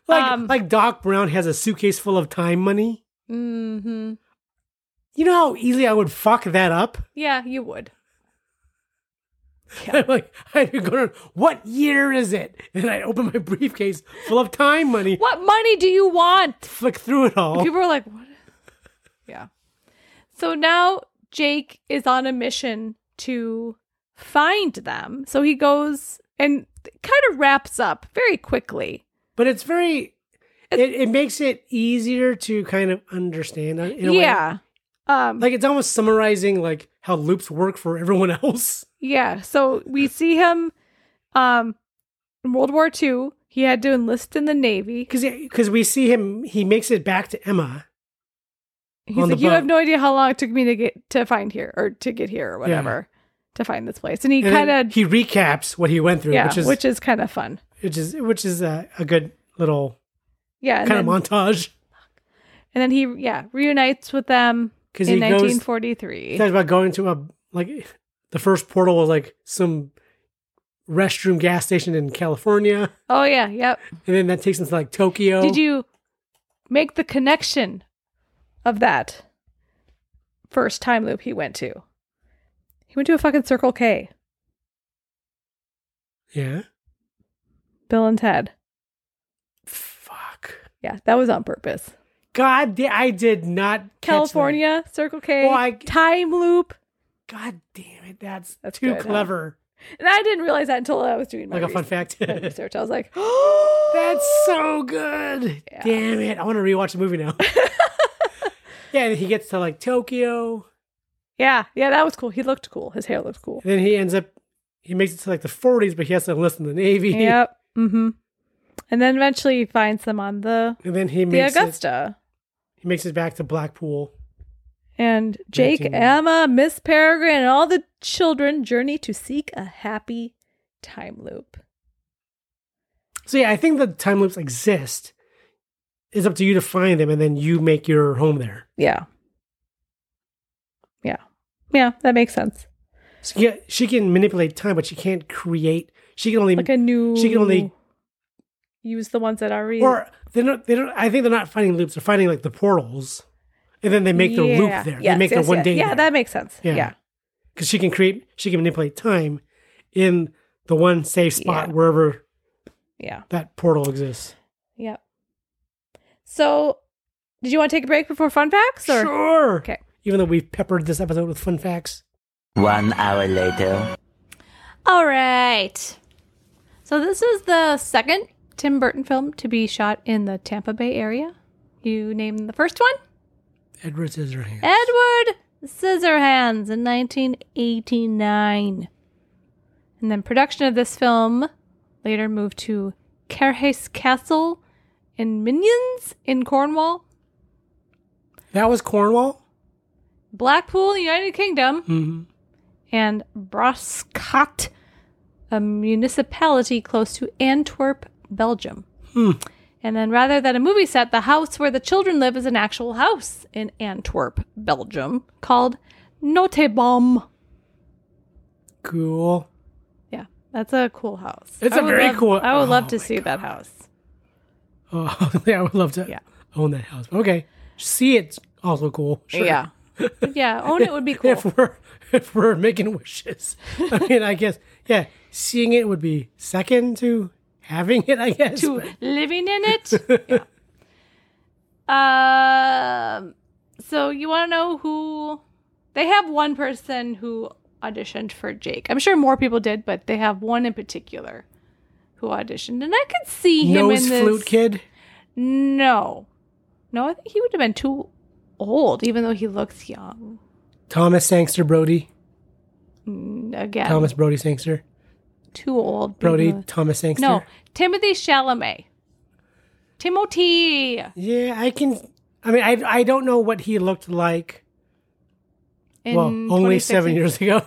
Speaker 4: Like
Speaker 5: Um,
Speaker 4: like Doc Brown has a suitcase full of time money.
Speaker 5: mm-hmm.
Speaker 4: You know how easily I would fuck that up.
Speaker 5: yeah, you would.
Speaker 4: I'm <laughs> like I'd be going, what year is it? And I open my <laughs> briefcase full of time money,
Speaker 5: What money do you want?
Speaker 4: flick through it all.
Speaker 5: People were like, what? Yeah. So now Jake is on a mission to find them. So he goes and kind of wraps up very quickly.
Speaker 4: But it's very. It, it makes it easier to kind of understand. uh, In a way.
Speaker 5: yeah. Um,
Speaker 4: like it's almost summarizing like how loops work for everyone <laughs> else.
Speaker 5: yeah. So
Speaker 4: <laughs>
Speaker 5: we see him um, in World War II. He had to enlist in the Navy.
Speaker 4: Because because we see him, he makes it back to Emma.
Speaker 5: He's
Speaker 4: on
Speaker 5: like,
Speaker 4: the
Speaker 5: you have
Speaker 4: boat.
Speaker 5: no idea how long it took me to get to find here or to get here or whatever to find this place. And he
Speaker 4: And
Speaker 5: kind
Speaker 4: then
Speaker 5: of,
Speaker 4: he recaps what he went through,
Speaker 5: yeah,
Speaker 4: which is
Speaker 5: which is kind of fun.
Speaker 4: which is which is a, a good little
Speaker 5: Yeah. and
Speaker 4: kind of
Speaker 5: then- <laughs>
Speaker 4: montage.
Speaker 5: And then he, yeah, reunites with them
Speaker 4: 'Cause
Speaker 5: in
Speaker 4: he goes-
Speaker 5: 1943.
Speaker 4: He talks about going to a like the first portal was like some restroom gas station in California,
Speaker 5: oh, yeah, yep.
Speaker 4: and then that takes him to like Tokyo.
Speaker 5: Did you make the connection of that first time loop he went to? He went to a fucking Circle K,
Speaker 4: Yeah.
Speaker 5: Bill and Ted.
Speaker 4: Fuck.
Speaker 5: Yeah, that was on purpose.
Speaker 4: God, da- I did not catch that.
Speaker 5: California, Circle K,
Speaker 4: Well, I-
Speaker 5: time loop.
Speaker 4: God damn it, that's,
Speaker 5: That's
Speaker 4: too
Speaker 5: good, huh?
Speaker 4: clever.
Speaker 5: And I didn't realize that until I was doing my
Speaker 4: Like a fun
Speaker 5: research.
Speaker 4: fact.
Speaker 5: my
Speaker 4: <laughs>
Speaker 5: research. <laughs> I was like, <gasps>
Speaker 4: That's so good.
Speaker 5: Yeah.
Speaker 4: Damn it. I want to rewatch the
Speaker 5: <laughs>
Speaker 4: movie now. yeah, and he gets to like Tokyo.
Speaker 5: yeah, yeah, that was cool. He looked cool. His hair looked
Speaker 4: <laughs>
Speaker 5: cool.
Speaker 4: And then he ends up, he makes it to like the 40s, but he has to enlist in the Navy.
Speaker 5: yep. Mm-hmm. And then eventually he finds them on the
Speaker 4: <laughs> And then he
Speaker 5: the
Speaker 4: makes, it,
Speaker 5: Augusta.
Speaker 4: he makes it back to Blackpool.
Speaker 5: And Jake,
Speaker 4: Nineteen-
Speaker 5: Emma, Miss Peregrine, and all the children journey to seek a happy time loop.
Speaker 4: So yeah, I think the time loops exist. It's up to you to find them and then you make your home there.
Speaker 5: Yeah. Yeah. Yeah, that makes sense.
Speaker 4: So yeah, she can manipulate time, but she can't create. She can only
Speaker 5: Like a new
Speaker 4: she can only
Speaker 5: use the ones that are already
Speaker 4: or they don't they don't I think they're not finding loops, they're finding like the portals. And then they make the loop
Speaker 5: Yeah.
Speaker 4: there.
Speaker 5: Yes,
Speaker 4: they make
Speaker 5: yes,
Speaker 4: the one
Speaker 5: yes.
Speaker 4: day.
Speaker 5: Yeah,
Speaker 4: there.
Speaker 5: that makes sense. Yeah.
Speaker 4: Yeah. because she can create, she can manipulate time in the one safe spot
Speaker 5: Yeah.
Speaker 4: wherever
Speaker 5: Yeah.
Speaker 4: that portal exists.
Speaker 5: Yep. So did you want to take a break before fun facts or
Speaker 4: Sure.
Speaker 5: Okay.
Speaker 4: Even though we've peppered this episode with fun facts,
Speaker 6: One hour later.
Speaker 5: All right. So this is the second Tim Burton film to be shot in the Tampa Bay area. You named the first one?
Speaker 4: Edward Scissorhands.
Speaker 5: Eh? Edward Scissorhands in 1989. And then production of this film later moved to Carhace Castle in Minions in Cornwall,
Speaker 4: That was Cornwall.
Speaker 5: Blackpool, United Kingdom,
Speaker 4: Mm-hmm.
Speaker 5: and Brascott, a municipality close to Antwerp, Belgium.
Speaker 4: Hmm.
Speaker 5: And then rather than a movie set, the house where the children live is an actual house in Antwerp, Belgium, called Notebom.
Speaker 4: Cool.
Speaker 5: Yeah, that's a cool house.
Speaker 4: It's
Speaker 5: I
Speaker 4: a
Speaker 5: would
Speaker 4: very
Speaker 5: love-
Speaker 4: cool-
Speaker 5: I would love
Speaker 4: oh
Speaker 5: to
Speaker 4: my
Speaker 5: see that house.
Speaker 4: Oh, <laughs> yeah, I would love to
Speaker 5: Yeah.
Speaker 4: own that house. Okay, see it's also cool. Sure.
Speaker 5: Yeah. yeah, own it would be cool.
Speaker 4: <laughs> If we're if we're making wishes, <laughs> I mean, I guess yeah, seeing it would be second to having it. I guess.
Speaker 5: to
Speaker 4: but-
Speaker 5: living in it.
Speaker 4: <laughs>
Speaker 5: yeah. Um. So you want to know who? They have one person who auditioned for Jake. I'm sure more people did, but they have one in particular who auditioned, and I could see him
Speaker 4: Nose
Speaker 5: in this.
Speaker 4: flute kid.
Speaker 5: No, no, I think he would have been too old, even though he looks young.
Speaker 4: Thomas Sangster Brody.
Speaker 5: Mm, Again,
Speaker 4: Thomas Brody Sangster.
Speaker 5: too old.
Speaker 4: Brody
Speaker 5: even though-
Speaker 4: Thomas Sangster.
Speaker 5: Mm-hmm. No, Timothy Chalamet. Timothy.
Speaker 4: Yeah, I can. I mean, I I don't know what he looked like.
Speaker 5: in
Speaker 4: well, only seven
Speaker 5: 2016.
Speaker 4: years ago.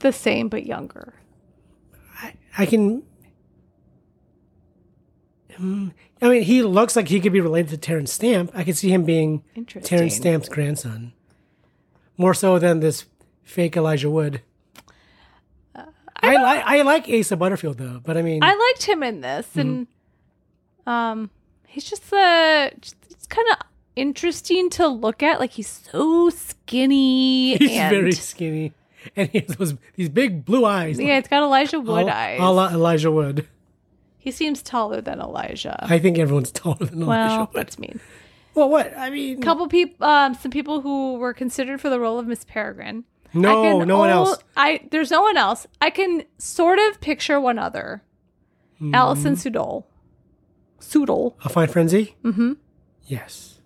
Speaker 5: the same but younger.
Speaker 4: I can mm, I mean, he looks like he could be related to Terrence Stamp. I could see him being
Speaker 5: Interesting.
Speaker 4: Terrence Stamp's grandson, more so than this fake Elijah Wood. Uh, I, like I like Asa Butterfield though, but I mean,
Speaker 5: I liked him in this, and
Speaker 4: Mm-hmm.
Speaker 5: um, he's just uh, just- it's kind of interesting to look at. Like he's so skinny,
Speaker 4: he's
Speaker 5: and
Speaker 4: very skinny, and he has those these big blue eyes.
Speaker 5: yeah, it's got Elijah
Speaker 4: like,
Speaker 5: Wood eyes.
Speaker 4: a la Elijah Wood.
Speaker 5: he seems taller than Elijah.
Speaker 4: I think everyone's <laughs> taller than Elijah
Speaker 5: well,
Speaker 4: Wood.
Speaker 5: that's mean.
Speaker 4: Well, what I mean,
Speaker 5: couple people, um, some people who were considered for the role of Miss Peregrine.
Speaker 4: No,
Speaker 5: I can
Speaker 4: no one
Speaker 5: al-
Speaker 4: else.
Speaker 5: I there's no one else. I can sort of picture one other,
Speaker 4: Mm-hmm.
Speaker 5: Allison Sudol. Sudol.
Speaker 4: a fine frenzy. Mm-hmm. Yes,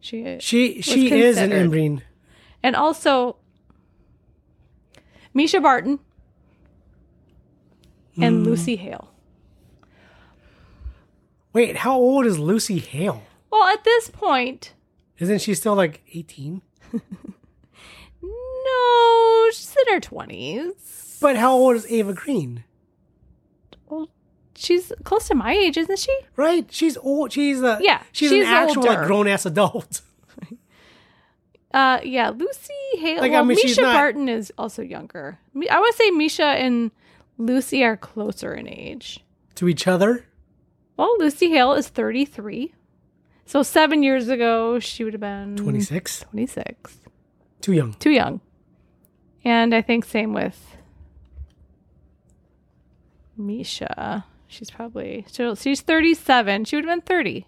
Speaker 5: She
Speaker 4: she
Speaker 5: was
Speaker 4: she is an
Speaker 5: considered.
Speaker 4: Imbrine.
Speaker 5: and also Misha Barton
Speaker 4: Hmm.
Speaker 5: and Lucy Hale.
Speaker 4: Wait, how old is Lucy Hale?
Speaker 5: Well, at this point,
Speaker 4: Isn't she still like eighteen?
Speaker 5: no, she's in her twenties.
Speaker 4: But how old is Ava Green?
Speaker 5: Well, she's close to my age, isn't she?
Speaker 4: Right? She's old. She's a
Speaker 5: Yeah,
Speaker 4: She's,
Speaker 5: she's
Speaker 4: an actual like
Speaker 5: older.
Speaker 4: grown ass adult. <laughs>
Speaker 5: Uh, yeah, Lucy Hale.
Speaker 4: Like, I
Speaker 5: well,
Speaker 4: mean, she's
Speaker 5: Misha
Speaker 4: not-
Speaker 5: Barton is also younger. Mi- I would say Misha and Lucy are closer in age.
Speaker 4: to each other.
Speaker 5: Mm-hmm. Well, Lucy Hale is 33. So seven years ago, she would have been
Speaker 4: Twenty six.
Speaker 5: 26.
Speaker 4: Too young.
Speaker 5: Too young. And I think same with Misha. She's probably, so she's 37. She would have been 30.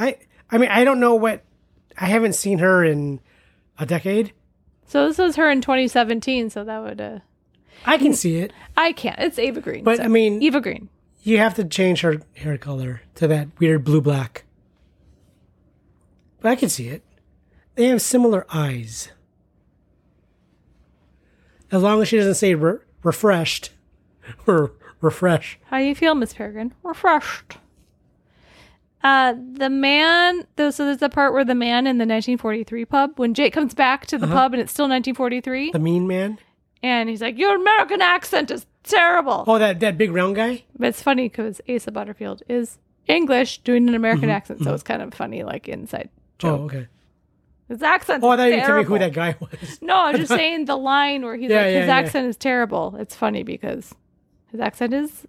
Speaker 4: I I mean I don't know what. I haven't seen her in a decade.
Speaker 5: So this was her in 2017. So that would, uh,
Speaker 4: I can see it.
Speaker 5: I can't. It's Ava Green.
Speaker 4: But,
Speaker 5: so-
Speaker 4: I mean-
Speaker 5: Eva Green.
Speaker 4: You have to change her hair color to that weird blue black. But I can see it. They have similar eyes. As long as she doesn't say re- refreshed <laughs> or refresh.
Speaker 5: How do you feel, Miss Peregrine? Refreshed. Uh, the man. Though, so there's the part where the man in the 1943 pub, when Jake comes back to the pub and it's still 1943,
Speaker 4: Uh-huh. The mean man.
Speaker 5: and he's like, "Your American accent is terrible."
Speaker 4: Oh, that, that big round guy? Oh,
Speaker 5: But it's funny because Asa Butterfield is English doing an
Speaker 4: Mm-hmm.
Speaker 5: American accent, so it's kind of funny, like inside joke.
Speaker 4: Oh, okay.
Speaker 5: His accent.
Speaker 4: Oh, I thought you
Speaker 5: terrible.
Speaker 4: were telling me who that guy was. <laughs>
Speaker 5: No, I was just saying the line where he's
Speaker 4: Yeah,
Speaker 5: like,
Speaker 4: yeah,
Speaker 5: his
Speaker 4: yeah.
Speaker 5: accent is terrible. It's funny because his accent is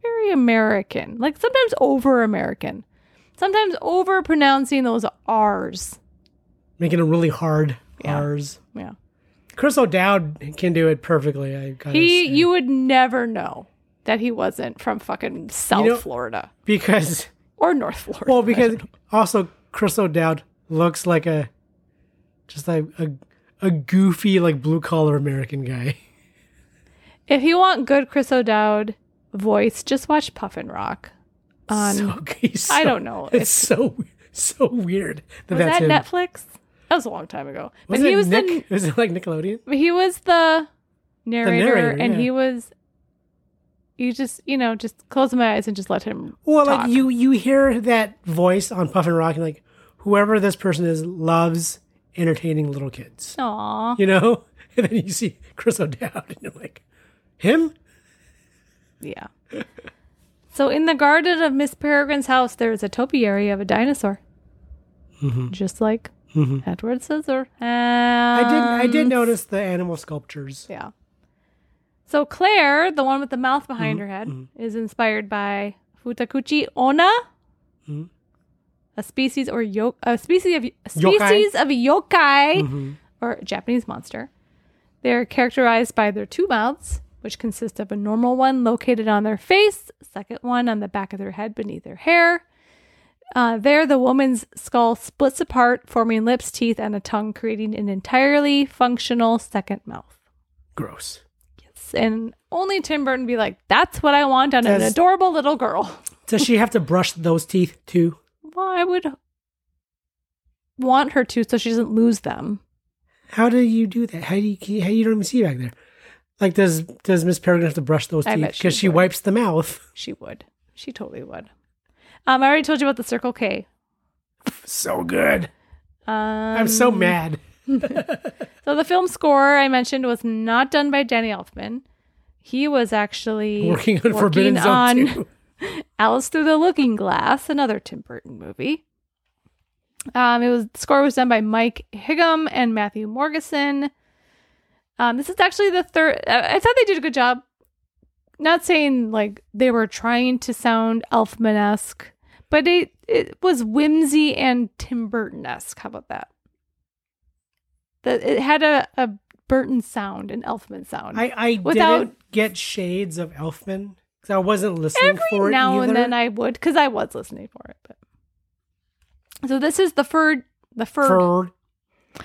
Speaker 5: very American, like sometimes over American, sometimes over pronouncing those R's.
Speaker 4: Making him really hard.
Speaker 5: Yeah.
Speaker 4: R's.
Speaker 5: Yeah.
Speaker 4: Chris O'Dowd can do it perfectly. I gotta
Speaker 5: He,
Speaker 4: say.
Speaker 5: you would never know that he wasn't from fucking South
Speaker 4: know-
Speaker 5: Florida
Speaker 4: because
Speaker 5: or North Florida.
Speaker 4: well because also Chris O'Dowd looks like a just like a a goofy like blue collar American guy. <laughs>
Speaker 5: if you want good Chris O'Dowd voice, just watch Puffin Rock. On
Speaker 4: so, <laughs> he's
Speaker 5: I
Speaker 4: so-
Speaker 5: don't know.
Speaker 4: It's so so weird that
Speaker 5: was
Speaker 4: that's
Speaker 5: that
Speaker 4: him.
Speaker 5: Netflix? That was a long time ago. But
Speaker 4: Was
Speaker 5: he
Speaker 4: it
Speaker 5: was the
Speaker 4: Nick? Was it like Nickelodeon?
Speaker 5: But he was the narrator,
Speaker 4: narrator,
Speaker 5: and
Speaker 4: yeah.
Speaker 5: he was you just you know just close my eyes and just let him
Speaker 4: Well,
Speaker 5: talk.
Speaker 4: like you you hear that voice on Puffin Rock and like whoever this person is loves entertaining little kids. <laughs>
Speaker 5: Aw.
Speaker 4: you know? And then you see Chris O'Dowd, and you're like, him?
Speaker 5: yeah so in the garden of miss peregrine's house there is a topiary of a dinosaur just like edward scissor
Speaker 4: Mm-hmm. I did. I did
Speaker 5: Um,
Speaker 4: notice the animal sculptures.
Speaker 5: yeah so claire the one with the mouth behind her head is inspired by futakuchi ona a species or yo- a species of a species of yokai or Japanese monster. They're characterized by their two mouths, which consist of a normal one located on their face, second one on the back of their head beneath their hair. Uh, there, the woman's skull splits apart, forming lips, teeth, and a tongue, creating an entirely functional second mouth.
Speaker 4: Gross.
Speaker 5: And only Tim Burton be like, "That's what I want on an
Speaker 4: Does-
Speaker 5: adorable little girl."
Speaker 4: Does she have to brush those teeth too?
Speaker 5: Well, I would want her to, so she doesn't lose them.
Speaker 4: How do you do that? How do you? How you don't even see back there? Like, does does Miss Peregrine have to brush those
Speaker 5: I
Speaker 4: teeth
Speaker 5: bet she
Speaker 4: because she
Speaker 5: would.
Speaker 4: wipes the mouth?
Speaker 5: She would. She totally would. Um, I already told you about the Circle K.
Speaker 4: So good.
Speaker 5: Um,
Speaker 4: I'm so mad.
Speaker 5: So the film score I mentioned was not done by Danny Elfman. He was actually
Speaker 4: Working on Forbidden Zone
Speaker 5: on <laughs>
Speaker 4: too.
Speaker 5: Alice Through the Looking Glass, another Tim Burton movie. Um, it was the score was done by Mike Higgum and Matthew Morgeson. Um, this is actually the third. I I thought they did a good job. Not saying like they were trying to sound Elfman esque, but it it was whimsy and Tim Burton esque. How about that? That it had a, a Burton sound, an Elfman sound.
Speaker 4: I, I
Speaker 5: Without-
Speaker 4: didn't get shades of Elfman because I wasn't listening
Speaker 5: every
Speaker 4: for it
Speaker 5: now
Speaker 4: either.
Speaker 5: and then I would because I was listening for it. But so this is the third, the third,
Speaker 4: Ferd.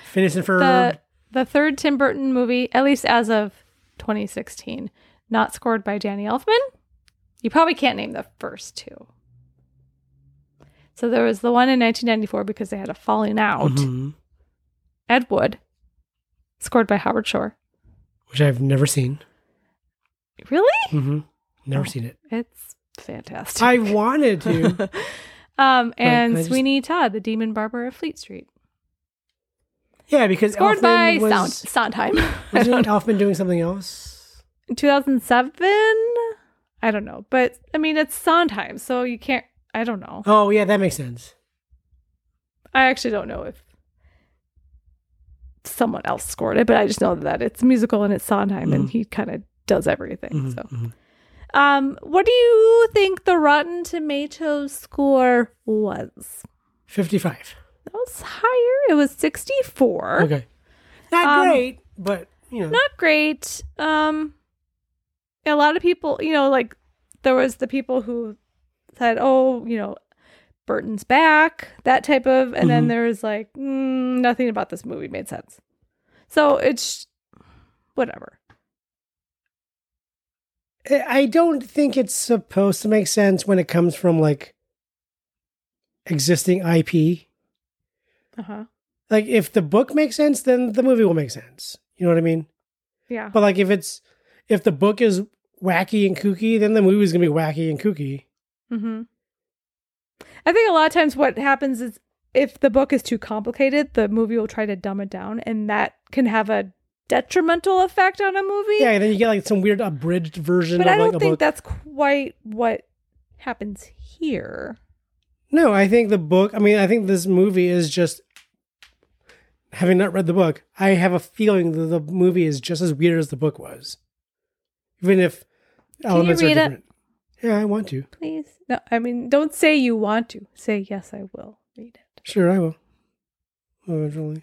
Speaker 4: Phineas and Ferb.
Speaker 5: the the third Tim Burton movie, at least as of 2016, not scored by Danny Elfman. You probably can't name the first two. So there was the one in 1994 because they had a falling out.
Speaker 4: Mhm.
Speaker 5: Ed Wood, scored by Howard Shore.
Speaker 4: Which I've never seen.
Speaker 5: Really?
Speaker 4: hmm Never
Speaker 5: Oh.
Speaker 4: seen it.
Speaker 5: It's fantastic.
Speaker 4: I
Speaker 5: <laughs>
Speaker 4: wanted to.
Speaker 5: um, and
Speaker 4: I just-
Speaker 5: Sweeney Todd, the Demon Barber of Fleet Street.
Speaker 4: Yeah, because
Speaker 5: scored
Speaker 4: Elfman
Speaker 5: by
Speaker 4: was,
Speaker 5: Sound Sondheim. <laughs> I
Speaker 4: Wasn't
Speaker 5: don't know.
Speaker 4: Elfman doing something else?
Speaker 5: In 2007? I don't know. But I mean, it's Sondheim, so you can't. I don't know.
Speaker 4: Oh yeah, that makes sense.
Speaker 5: I actually don't know if someone else scored it, but I just know that it's musical and it's Sondheim, and he kind of does everything. So, um, what do you think the Rotten Tomatoes score was?
Speaker 4: Fifty-five.
Speaker 5: That was higher. It was 64.
Speaker 4: Okay. Not
Speaker 5: Um,
Speaker 4: great, but you know.
Speaker 5: not great. Um, a lot of people, you know, like there was the people who said, "Oh, you know, Burton's back," that type of, and
Speaker 4: Mm-hmm.
Speaker 5: then there was like mm, nothing about this movie made sense. So it's whatever.
Speaker 4: I I don't think it's supposed to make sense when it comes from like existing IP.
Speaker 5: Uh
Speaker 4: Uh-huh.
Speaker 5: huh.
Speaker 4: Like if the book makes sense, then the movie will make sense. You know what I mean?
Speaker 5: Yeah.
Speaker 4: But like if it's if the book is wacky and kooky, then the movie's gonna be wacky and kooky.
Speaker 5: Mm-hmm. I think a lot of times what happens is if the book is too complicated, the movie will try to dumb it down, and that can have a detrimental effect on a movie.
Speaker 4: Yeah, and then you get like some weird abridged version
Speaker 5: But
Speaker 4: of
Speaker 5: I
Speaker 4: like
Speaker 5: don't
Speaker 4: a
Speaker 5: think
Speaker 4: book.
Speaker 5: that's quite what happens here.
Speaker 4: no, I think the book I mean, I think this movie is just having not read the book, I have a feeling that the movie is just as weird as the book was. Even if elements
Speaker 5: read
Speaker 4: are
Speaker 5: it?
Speaker 4: different. Yeah, I want to.
Speaker 5: Please. No, I mean, don't say you want to. Say, yes, I will read it.
Speaker 4: Sure I will. Eventually.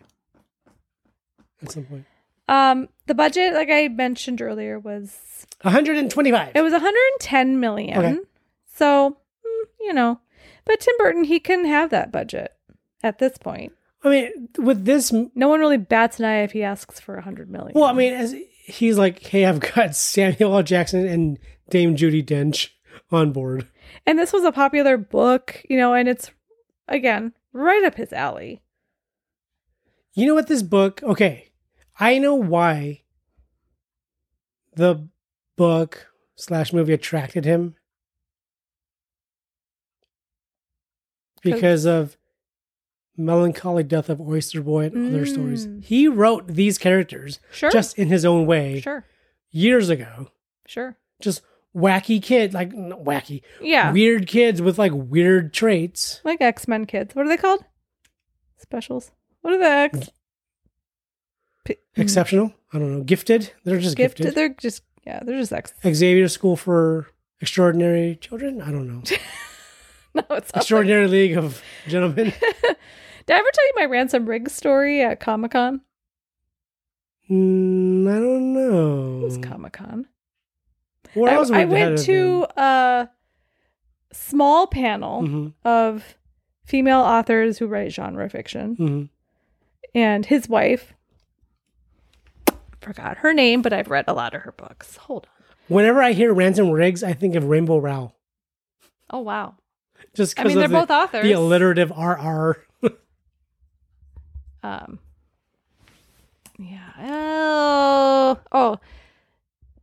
Speaker 4: At some point.
Speaker 5: Um, the budget, like I mentioned earlier, was
Speaker 4: 125.
Speaker 5: it was 110 million.
Speaker 4: Okay.
Speaker 5: So, mm, you know, but Tim Burton, he can have that budget at this point.
Speaker 4: I mean, with this m-
Speaker 5: No one really bats an eye if he asks for 100 million.
Speaker 4: Well, I mean, as he's like, hey, I've got <laughs> Samuel L. Jackson and Dame Judy Dench on board.
Speaker 5: And this was a popular book, you know, and it's again right up his alley.
Speaker 4: You know what? This book, okay, I know why the book slash movie attracted him because of melancholy death of oyster boy and other stories
Speaker 5: Mm.
Speaker 4: he wrote these characters
Speaker 5: Sure.
Speaker 4: just in his own way
Speaker 5: Sure.
Speaker 4: years ago
Speaker 5: Sure.
Speaker 4: just wacky kid like not wacky
Speaker 5: Yeah.
Speaker 4: weird kids with like weird traits.
Speaker 5: like X Men kids. What are they called? Specials. What are the X? P-
Speaker 4: Exceptional. I don't know. Gifted. They're just
Speaker 5: Hmm. gifted.
Speaker 4: gifted.
Speaker 5: They're just yeah. They're just X. <laughs>
Speaker 4: Xavier School for Extraordinary Children. I
Speaker 5: <laughs>
Speaker 4: don't know.
Speaker 5: No, it's not.
Speaker 4: Extraordinary League of Gentlemen.
Speaker 5: <laughs> Did I ever tell you my ransom rig story at Comic Con?
Speaker 4: Mm, I don't know.
Speaker 5: It was Comic Con.
Speaker 4: Where
Speaker 5: I,
Speaker 4: Mm. else would
Speaker 5: I
Speaker 4: that
Speaker 5: went
Speaker 4: have
Speaker 5: to a small panel
Speaker 4: been?
Speaker 5: of female authors who write genre fiction,
Speaker 4: Mhm, mhm.
Speaker 5: and his wife. Forgot her name, but I've read a lot of her books. Hold on.
Speaker 4: Whenever I hear Ransom Riggs, I think of Rainbow Rowell.
Speaker 5: Oh wow.
Speaker 4: Just
Speaker 5: I
Speaker 4: because
Speaker 5: mean, they're
Speaker 4: of the,
Speaker 5: both authors.
Speaker 4: The alliterative RR.
Speaker 5: Um, yeah. Oh, oh,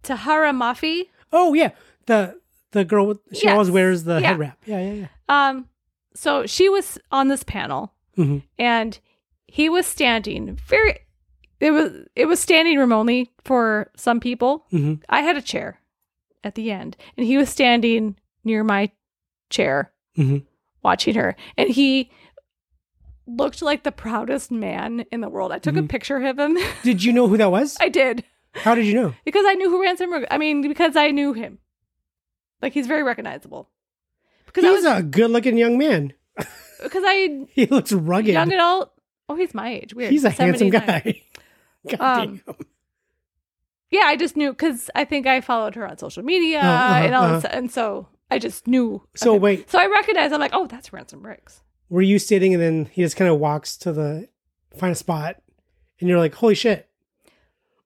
Speaker 5: Tahara Mafi.
Speaker 4: Oh yeah, the the girl with, she
Speaker 5: Yes.
Speaker 4: always wears the
Speaker 5: Yeah.
Speaker 4: head wrap. Yeah, yeah, yeah.
Speaker 5: Um, so she was on this panel,
Speaker 4: Mhm.
Speaker 5: and he was standing very. It was it was standing room only for some people.
Speaker 4: Mhm.
Speaker 5: I had a chair at the end, and he was standing near my chair
Speaker 4: Mhm.
Speaker 5: watching her. And he looked like the proudest man in the world. I took a picture of him. <laughs>
Speaker 4: Did you know who that was?
Speaker 5: I did
Speaker 4: How did you
Speaker 5: <laughs>
Speaker 4: know?
Speaker 5: because I knew who Ransom Rogue. I mean, because I knew him. Like he's very recognizable. Because I
Speaker 4: He's
Speaker 5: was
Speaker 4: a good-looking young man.
Speaker 5: because I
Speaker 4: He looks rugged.
Speaker 5: young adult. Oh, he's my age. Weird.
Speaker 4: He's a handsome
Speaker 5: 79.
Speaker 4: guy. <laughs> God
Speaker 5: Um,
Speaker 4: damn.
Speaker 5: Yeah, I just knew because I think I followed her on social media
Speaker 4: Uh, uh-huh,
Speaker 5: and all,
Speaker 4: uh-huh.
Speaker 5: this- and so I just knew. of
Speaker 4: So
Speaker 5: him.
Speaker 4: wait.
Speaker 5: so I recognized. I'm like, oh, that's Ransom Riggs.
Speaker 4: Were you sitting and then he just kind of walks to the find a spot, and you're like, "Holy shit!"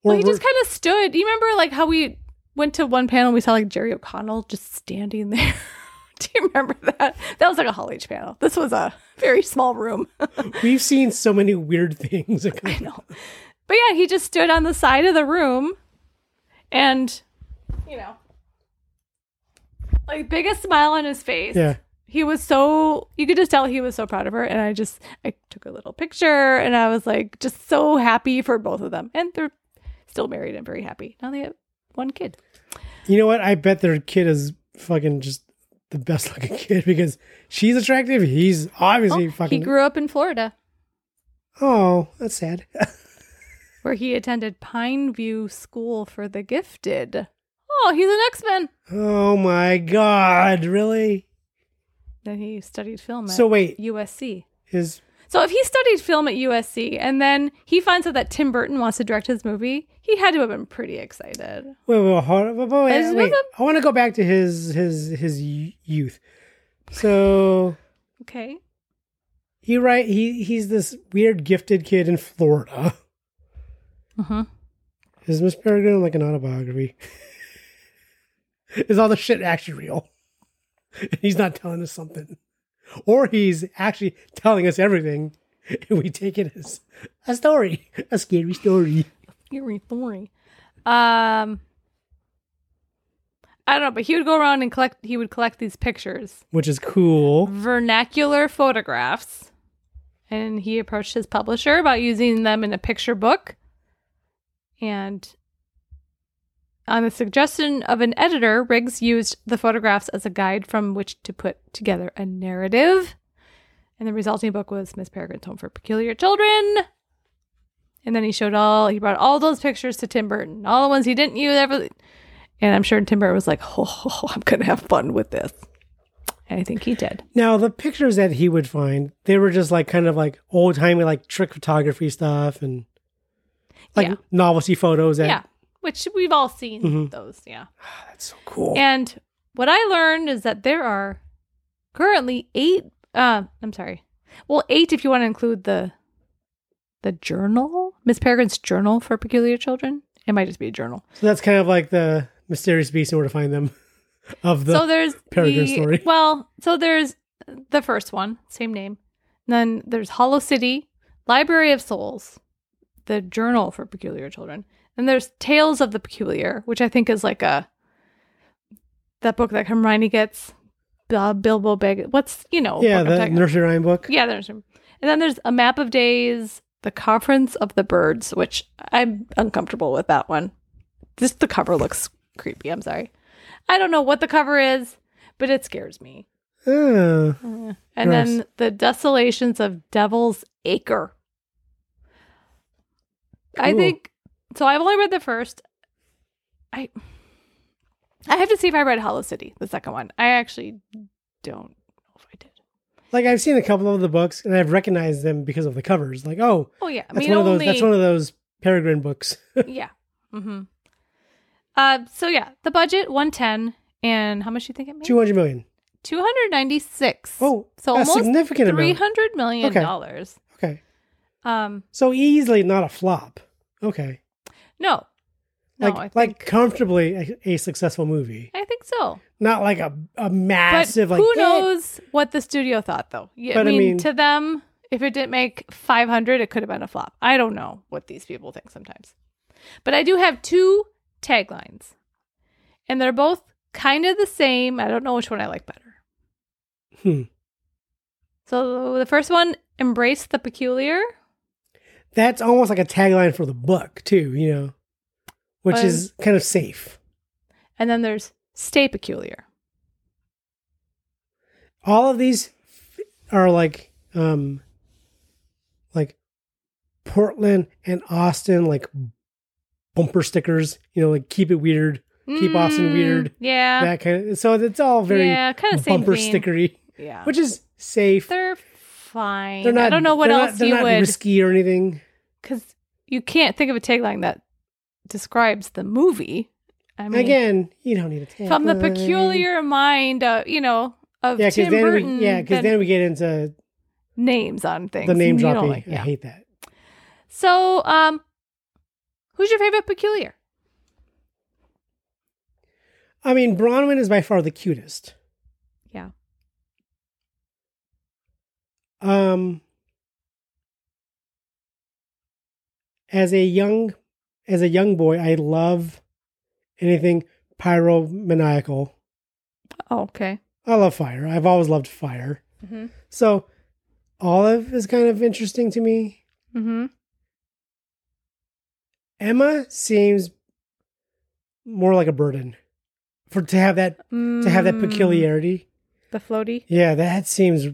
Speaker 4: Or
Speaker 5: Well, he
Speaker 4: were-
Speaker 5: just kind of stood. You remember like how we went to one panel? We saw like Jerry O'Connell just standing <laughs> there. Do you remember that? That was like a Hall H panel. This was a very small room. <laughs>
Speaker 4: we've seen so many weird <laughs> things.
Speaker 5: I know. But yeah, he just stood on the side of the room and, you know, like biggest smile on his face.
Speaker 4: yeah.
Speaker 5: He was so, you could just tell he was so proud of her. And I just, I took a little picture and I was like, just so happy for both of them. And they're still married and very happy. Now they have one kid.
Speaker 4: You know what? I bet their kid is fucking just the best looking <laughs> kid because she's attractive. He's obviously
Speaker 5: Oh, he
Speaker 4: fucking.
Speaker 5: grew up in Florida
Speaker 4: oh, that's sad. <laughs>
Speaker 5: where he attended Pineview School for the Gifted. Oh, he's an X Men.
Speaker 4: oh my god! Really?
Speaker 5: Then he studied film at
Speaker 4: So wait.
Speaker 5: USC.
Speaker 4: His
Speaker 5: So if he studied film at USC and then he finds out that Tim Burton wants to direct his movie, he had to have been pretty excited.
Speaker 4: Wait, wait, hold on. Wait,
Speaker 5: This
Speaker 4: wait,
Speaker 5: was
Speaker 4: wait.
Speaker 5: a-
Speaker 4: I want to go back to his his his y- youth. So
Speaker 5: Okay.
Speaker 4: he right he he's this weird gifted kid in Florida.
Speaker 5: Uh-huh.
Speaker 4: Is Miss Peregrine like an autobiography? Is all the shit actually real? <laughs> He's not telling us something, or he's actually telling us everything, and we take it as a story, a scary story.
Speaker 5: Eerie thorny. Um I don't know, but he would go around and collect he would collect these pictures.
Speaker 4: Which is cool.
Speaker 5: Vernacular photographs. And he approached his publisher about using them in a picture book. And on the suggestion of an editor, Riggs used the photographs as a guide from which to put together a narrative. And the resulting book was Miss Peregrine's Home for Peculiar Children. And then he showed all, he brought all those pictures to Tim Burton, all the ones he didn't use, everything. And I'm sure Tim Burton was like, <laughs> oh, I'm going to have fun with this. And I think he did.
Speaker 4: Now the pictures that he would find, they were just like kind of like old timey like trick photography stuff and like
Speaker 5: Yeah.
Speaker 4: novelty photos. That, Mm-hmm.
Speaker 5: yeah. Which we've all seen those. Yeah.
Speaker 4: that's so cool.
Speaker 5: And what I learned is that there are currently eight. Uh, I'm sorry. Well, eight if you want to include the the journal, Miss Peregrine's journal for peculiar children. It might just be a journal.
Speaker 4: so that's kind of like the mysterious beast and where to find them <laughs> of the.
Speaker 5: so there's
Speaker 4: Peregrine
Speaker 5: the-
Speaker 4: story. <laughs>
Speaker 5: Well, so there's the first one, same name. Then there's Hollow City, Library of Souls, the Journal for Peculiar Children. Then there's Tales of the Peculiar, which I think is like a that book that Hermione gets. Uh, Bilbo Baggins. What's you know?
Speaker 4: yeah,
Speaker 5: book I'm
Speaker 4: the
Speaker 5: talking-
Speaker 4: nursery rhyme book.
Speaker 5: yeah, there's and then there's a map of days, the conference of the birds, which I'm uncomfortable with that one. Just the cover looks creepy. I'm sorry. I don't know what the cover is, but it scares me.
Speaker 4: Oh,
Speaker 5: And
Speaker 4: Gross.
Speaker 5: then the desolations of Devil's Acre. I
Speaker 4: Cool.
Speaker 5: think so. I've only read the first. I I have to see if I read Hollow City, the second one. I actually don't know if I did.
Speaker 4: like I've seen a couple of the books and I've recognized them because of the covers. Like, oh,
Speaker 5: Oh yeah, I
Speaker 4: that's
Speaker 5: mean
Speaker 4: one of those.
Speaker 5: only
Speaker 4: That's one of those Peregrine books.
Speaker 5: yeah. Mm-hmm. Uh, so yeah, the budget one ten, and how much do you think it made?
Speaker 4: Two hundred million.
Speaker 5: Two hundred ninety six.
Speaker 4: Oh,
Speaker 5: so
Speaker 4: a
Speaker 5: almost
Speaker 4: significant
Speaker 5: three
Speaker 4: amount.
Speaker 5: hundred million
Speaker 4: Okay.
Speaker 5: dollars.
Speaker 4: Okay,
Speaker 5: Um,
Speaker 4: so easily not a flop. Okay,
Speaker 5: no, no,
Speaker 4: like
Speaker 5: I think
Speaker 4: like comfortably a, a successful movie.
Speaker 5: I think so.
Speaker 4: not like a, a
Speaker 5: But
Speaker 4: massive like
Speaker 5: who
Speaker 4: eh.
Speaker 5: knows what the studio thought though? Yeah, I,
Speaker 4: But I
Speaker 5: mean,
Speaker 4: mean-
Speaker 5: to them, if it didn't make five hundred, it could have been a flop. I don't know what these people think sometimes, but I do have two taglines, and they're both kind of the same. I don't know which one I like better.
Speaker 4: Hmm.
Speaker 5: So the first one, embrace the peculiar.
Speaker 4: That's almost like a tagline for the book too, you know, which
Speaker 5: Um,
Speaker 4: is kind of safe.
Speaker 5: And then there's stay peculiar.
Speaker 4: all of these are like um like Portland and Austin like bumper stickers, you know, like keep it weird, keep
Speaker 5: Mm,
Speaker 4: Austin weird,
Speaker 5: Yeah.
Speaker 4: that kind of. So it's all very
Speaker 5: Yeah, kinda same
Speaker 4: bumper
Speaker 5: vein.
Speaker 4: stickery,
Speaker 5: yeah.
Speaker 4: which is safe.
Speaker 5: they're fine.
Speaker 4: They're not.
Speaker 5: I don't know what
Speaker 4: they're not-
Speaker 5: else
Speaker 4: they're
Speaker 5: you
Speaker 4: not
Speaker 5: would
Speaker 4: risky or anything.
Speaker 5: because you can't think of a tagline that describes the movie. I mean,
Speaker 4: Again, you don't need a tagline.
Speaker 5: from the peculiar mind, uh, you know, of
Speaker 4: Yeah, because
Speaker 5: Tim
Speaker 4: then
Speaker 5: Burton.
Speaker 4: we yeah, because then we get into
Speaker 5: names on things.
Speaker 4: the name
Speaker 5: and you don't
Speaker 4: dropping.
Speaker 5: like-
Speaker 4: I
Speaker 5: yeah.
Speaker 4: hate that.
Speaker 5: So, um, who's your favorite peculiar?
Speaker 4: I mean, Bronwyn is by far the cutest.
Speaker 5: Yeah.
Speaker 4: Um, as a young, as a young boy, I love anything pyromaniacal.
Speaker 5: Oh, okay.
Speaker 4: I love fire. I've always loved fire. So, Olive is kind of interesting to me.
Speaker 5: Mm-hmm.
Speaker 4: Emma seems more like a burden for to have that to have that peculiarity.
Speaker 5: The floaty.
Speaker 4: Yeah, that seems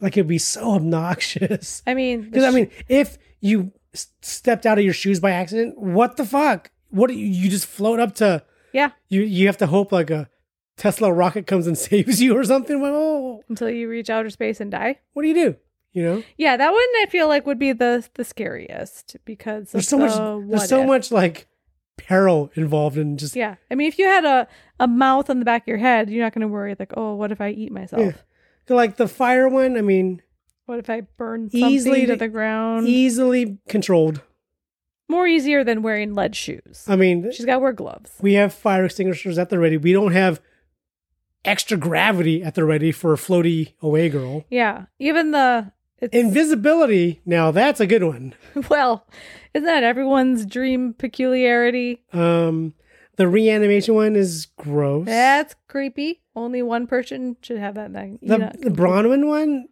Speaker 4: like it'd be so obnoxious.
Speaker 5: I mean, the
Speaker 4: Because I
Speaker 5: sh-
Speaker 4: mean, if you s- stepped out of your shoes by accident, what the fuck? What do you, you just float up to?
Speaker 5: yeah.
Speaker 4: You you have to hope like a Tesla rocket comes and <laughs> saves you or something. Well,
Speaker 5: Until you reach outer space and die.
Speaker 4: what do you do? You know,
Speaker 5: Yeah, that one I feel like would be the the scariest because
Speaker 4: there's
Speaker 5: of
Speaker 4: so much.
Speaker 5: the
Speaker 4: There's
Speaker 5: uh, what
Speaker 4: so
Speaker 5: if.
Speaker 4: much like peril involved in just
Speaker 5: Yeah, I mean, if you had a a mouth on the back of your head, you're not going to worry like, oh, what if I eat myself?
Speaker 4: Yeah. like the fire one. I mean,
Speaker 5: What if I burn something
Speaker 4: Easily
Speaker 5: to
Speaker 4: to-
Speaker 5: the ground?
Speaker 4: easily controlled.
Speaker 5: More easier than wearing lead shoes.
Speaker 4: I mean,
Speaker 5: She's got to wear gloves.
Speaker 4: we have fire extinguishers at the ready. We don't have extra gravity at the ready for a floaty away girl.
Speaker 5: Yeah, even the it's,
Speaker 4: Invisibility, now that's a good one.
Speaker 5: <laughs> well, isn't that everyone's dream peculiarity?
Speaker 4: Um, the reanimation one is gross.
Speaker 5: That's creepy. Only one person should have that thing.
Speaker 4: the,
Speaker 5: You're not
Speaker 4: the
Speaker 5: complete-
Speaker 4: Bronwyn one,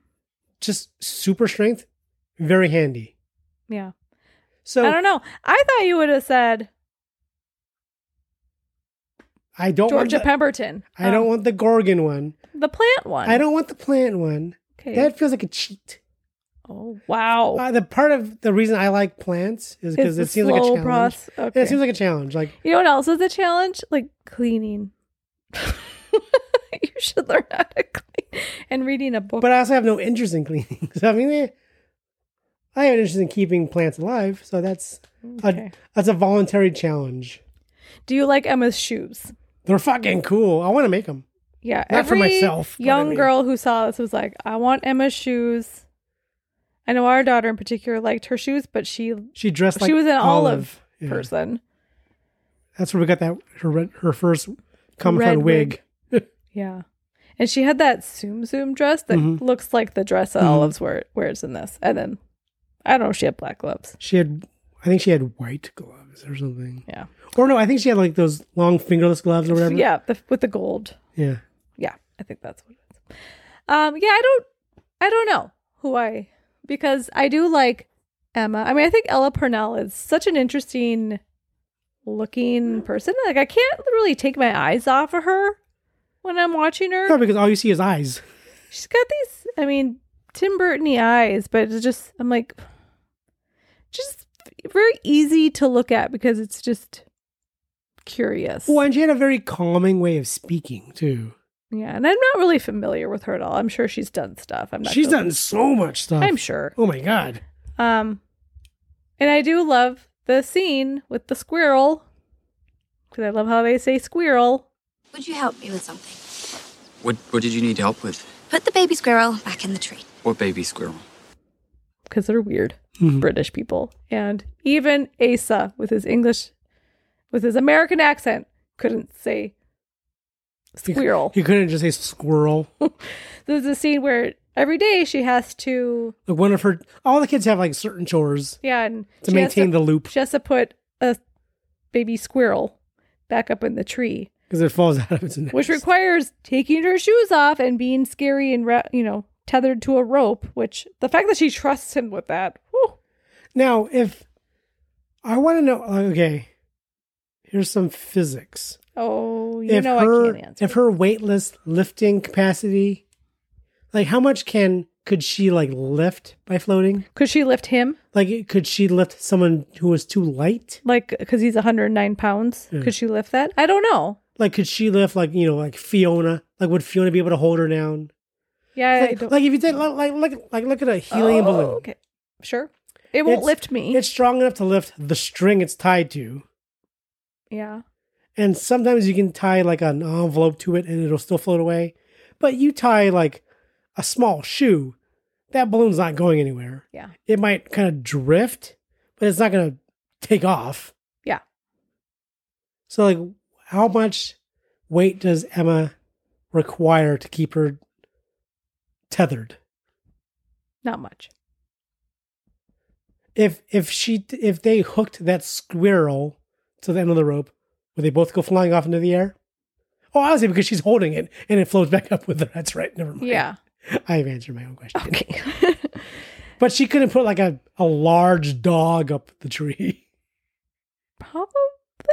Speaker 4: just super strength, very handy.
Speaker 5: Yeah,
Speaker 4: So
Speaker 5: I don't know. I thought you would have said
Speaker 4: I don't want
Speaker 5: Georgia
Speaker 4: the,
Speaker 5: Pemberton.
Speaker 4: I don't
Speaker 5: Um,
Speaker 4: want the Gorgon one.
Speaker 5: the plant one.
Speaker 4: I don't want the plant one.
Speaker 5: Okay.
Speaker 4: That feels like a cheat.
Speaker 5: oh wow.
Speaker 4: Uh, the part of the reason I like plants is because it
Speaker 5: It's the
Speaker 4: seems like a
Speaker 5: slow
Speaker 4: challenge.
Speaker 5: process.
Speaker 4: Yeah,
Speaker 5: Okay.
Speaker 4: it seems like a challenge. Like
Speaker 5: You know what else is a challenge? Like cleaning. <laughs> you should learn how to clean and reading a book.
Speaker 4: But I also have no interest in cleaning. <laughs> So I mean, eh, I have an interest in keeping plants alive. So that's
Speaker 5: Okay.
Speaker 4: a, that's a voluntary challenge.
Speaker 5: Do you like Emma's shoes?
Speaker 4: They're fucking cool. I want to make them.
Speaker 5: Yeah.
Speaker 4: Not for
Speaker 5: every
Speaker 4: myself, but I
Speaker 5: Young
Speaker 4: mean-
Speaker 5: girl who saw this was like, I want Emma's shoes. I know our daughter in particular liked her shoes, but she
Speaker 4: She dressed like
Speaker 5: she was an olive,
Speaker 4: Yeah.
Speaker 5: person.
Speaker 4: That's where we got that her red, her first Comic
Speaker 5: Red
Speaker 4: Con wig.
Speaker 5: Yeah. And she had that zoom zoom dress that looks like the dress that Olives wear, wears in this. And then I don't know if she had black gloves.
Speaker 4: She had, I think she had white gloves or something.
Speaker 5: Yeah.
Speaker 4: Or no, I think she had like those long fingerless gloves or whatever.
Speaker 5: Yeah, the, with the gold.
Speaker 4: Yeah.
Speaker 5: yeah, I think that's what it is. Um, yeah, I don't, I don't know who I because I do like Emma. I mean, I think Ella Purnell is such an interesting looking person. Like, I can't really take my eyes off of her when I'm watching
Speaker 4: No,
Speaker 5: her.
Speaker 4: because all you see is eyes.
Speaker 5: She's got these, I mean, Tim Burtony eyes, but it's just I'm like, just very easy to look at because it's just curious.
Speaker 4: Oh, and she had a very calming way of speaking too.
Speaker 5: Yeah, and I'm not really familiar with her at all. I'm sure she's done stuff. I'm not
Speaker 4: She's
Speaker 5: sure.
Speaker 4: done so much stuff.
Speaker 5: I'm sure.
Speaker 4: Oh my god.
Speaker 5: Um, and I do love the scene with the squirrel because I love how they say squirrel.
Speaker 7: Would you help me with something?
Speaker 2: What what did you need help with?
Speaker 7: Put the baby squirrel back in the tree.
Speaker 2: What baby squirrel?
Speaker 5: because they're weird
Speaker 4: Mm-hmm.
Speaker 5: British people. And even Asa with his English, with his American accent, couldn't say squirrel.
Speaker 4: You couldn't just say squirrel.
Speaker 5: There's a scene where every day she has to,
Speaker 4: Like one of her, all the kids have like certain chores
Speaker 5: yeah, and
Speaker 4: to
Speaker 5: she has
Speaker 4: maintain
Speaker 5: to-
Speaker 4: the loop
Speaker 5: she has to put a baby squirrel back up in the tree.
Speaker 4: because it falls <laughs> out of its nest.
Speaker 5: which requires taking her shoes off and being scary and ra- you know tethered to a rope which the fact that she trusts him with that whew.
Speaker 4: now, if I want to know, okay, here's some physics.
Speaker 5: oh you
Speaker 4: if
Speaker 5: know
Speaker 4: her,
Speaker 5: i can't answer
Speaker 4: if her weightless lifting capacity Like, how much can could she like lift by floating?
Speaker 5: Could she lift him?
Speaker 4: Like, could she lift someone who was too light?
Speaker 5: Like, because he's 109 pounds. Could she lift that? I don't know.
Speaker 4: Like, could she lift like you know like Fiona? Like, would Fiona be able to hold her down?
Speaker 5: Yeah, I
Speaker 4: Like,
Speaker 5: don't.
Speaker 4: like if you take like like like, like look at a helium
Speaker 5: Oh,
Speaker 4: balloon.
Speaker 5: Okay, sure. It won't
Speaker 4: It's-
Speaker 5: lift me.
Speaker 4: It's strong enough to lift the string it's tied to,
Speaker 5: yeah.
Speaker 4: and sometimes you can tie like an envelope to it and it'll still float away. But you tie like a small shoe, that balloon's not going anywhere.
Speaker 5: Yeah.
Speaker 4: It might kind of drift, but it's not going to take off.
Speaker 5: Yeah.
Speaker 4: So like, how much weight does Emma require to keep her tethered?
Speaker 5: Not much.
Speaker 4: if if she if they hooked that squirrel to the end of the rope, would they both go flying off into the air? Oh, obviously because she's holding it and it floats back up with her. That's right. Never mind. <laughs>
Speaker 5: Yeah.
Speaker 4: I have answered my own question.
Speaker 5: Okay. <laughs>
Speaker 4: But she couldn't put like a, a large dog up the tree. <laughs>
Speaker 5: Probably.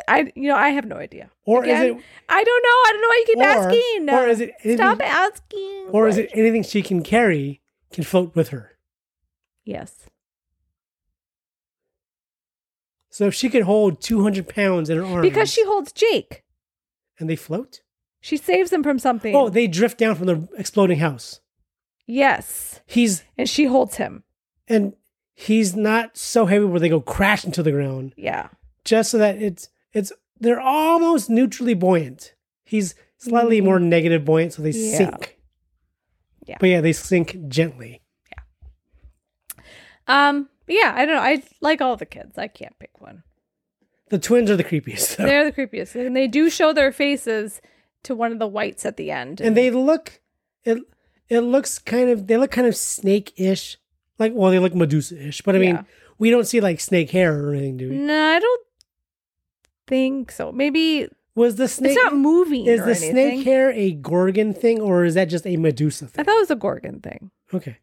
Speaker 5: I. You know, I have no idea.
Speaker 4: Or is
Speaker 5: Again,
Speaker 4: it-
Speaker 5: I don't know. I don't know. why You keep
Speaker 4: Or-
Speaker 5: asking.
Speaker 4: or is it anything-
Speaker 5: Stop asking.
Speaker 4: Or is it anything she can carry can float with her?
Speaker 5: Yes.
Speaker 4: So if she could hold two hundred pounds in her arms
Speaker 5: Because she holds Jake.
Speaker 4: and they float?
Speaker 5: She saves him from something.
Speaker 4: Oh, they drift down from the exploding house.
Speaker 5: yes.
Speaker 4: He's
Speaker 5: And she holds him.
Speaker 4: and he's not so heavy where they go crash into the ground.
Speaker 5: Yeah.
Speaker 4: just so that it's it's they're almost neutrally buoyant. He's slightly more negative buoyant, so they
Speaker 5: Mm. Yeah.
Speaker 4: sink.
Speaker 5: Yeah.
Speaker 4: But yeah, they sink gently.
Speaker 5: Um. Yeah. I don't know. I like all the kids. I can't pick one.
Speaker 4: The twins are the creepiest though.
Speaker 5: They're the creepiest, and they do show their faces to one of the whites at the end.
Speaker 4: and they look it it looks kind of they look kind of snake ish. Like well, they look Medusa ish, but I mean
Speaker 5: Yeah. Mm.
Speaker 4: we don't see like snake hair or anything, do we?
Speaker 5: No, I don't think so. Maybe
Speaker 4: Was the snake
Speaker 5: it's not moving.
Speaker 4: is
Speaker 5: or
Speaker 4: the
Speaker 5: anything.
Speaker 4: snake hair a gorgon thing or is that just a Medusa
Speaker 5: I
Speaker 4: thing?
Speaker 5: thought it was a Gorgon thing.
Speaker 4: okay.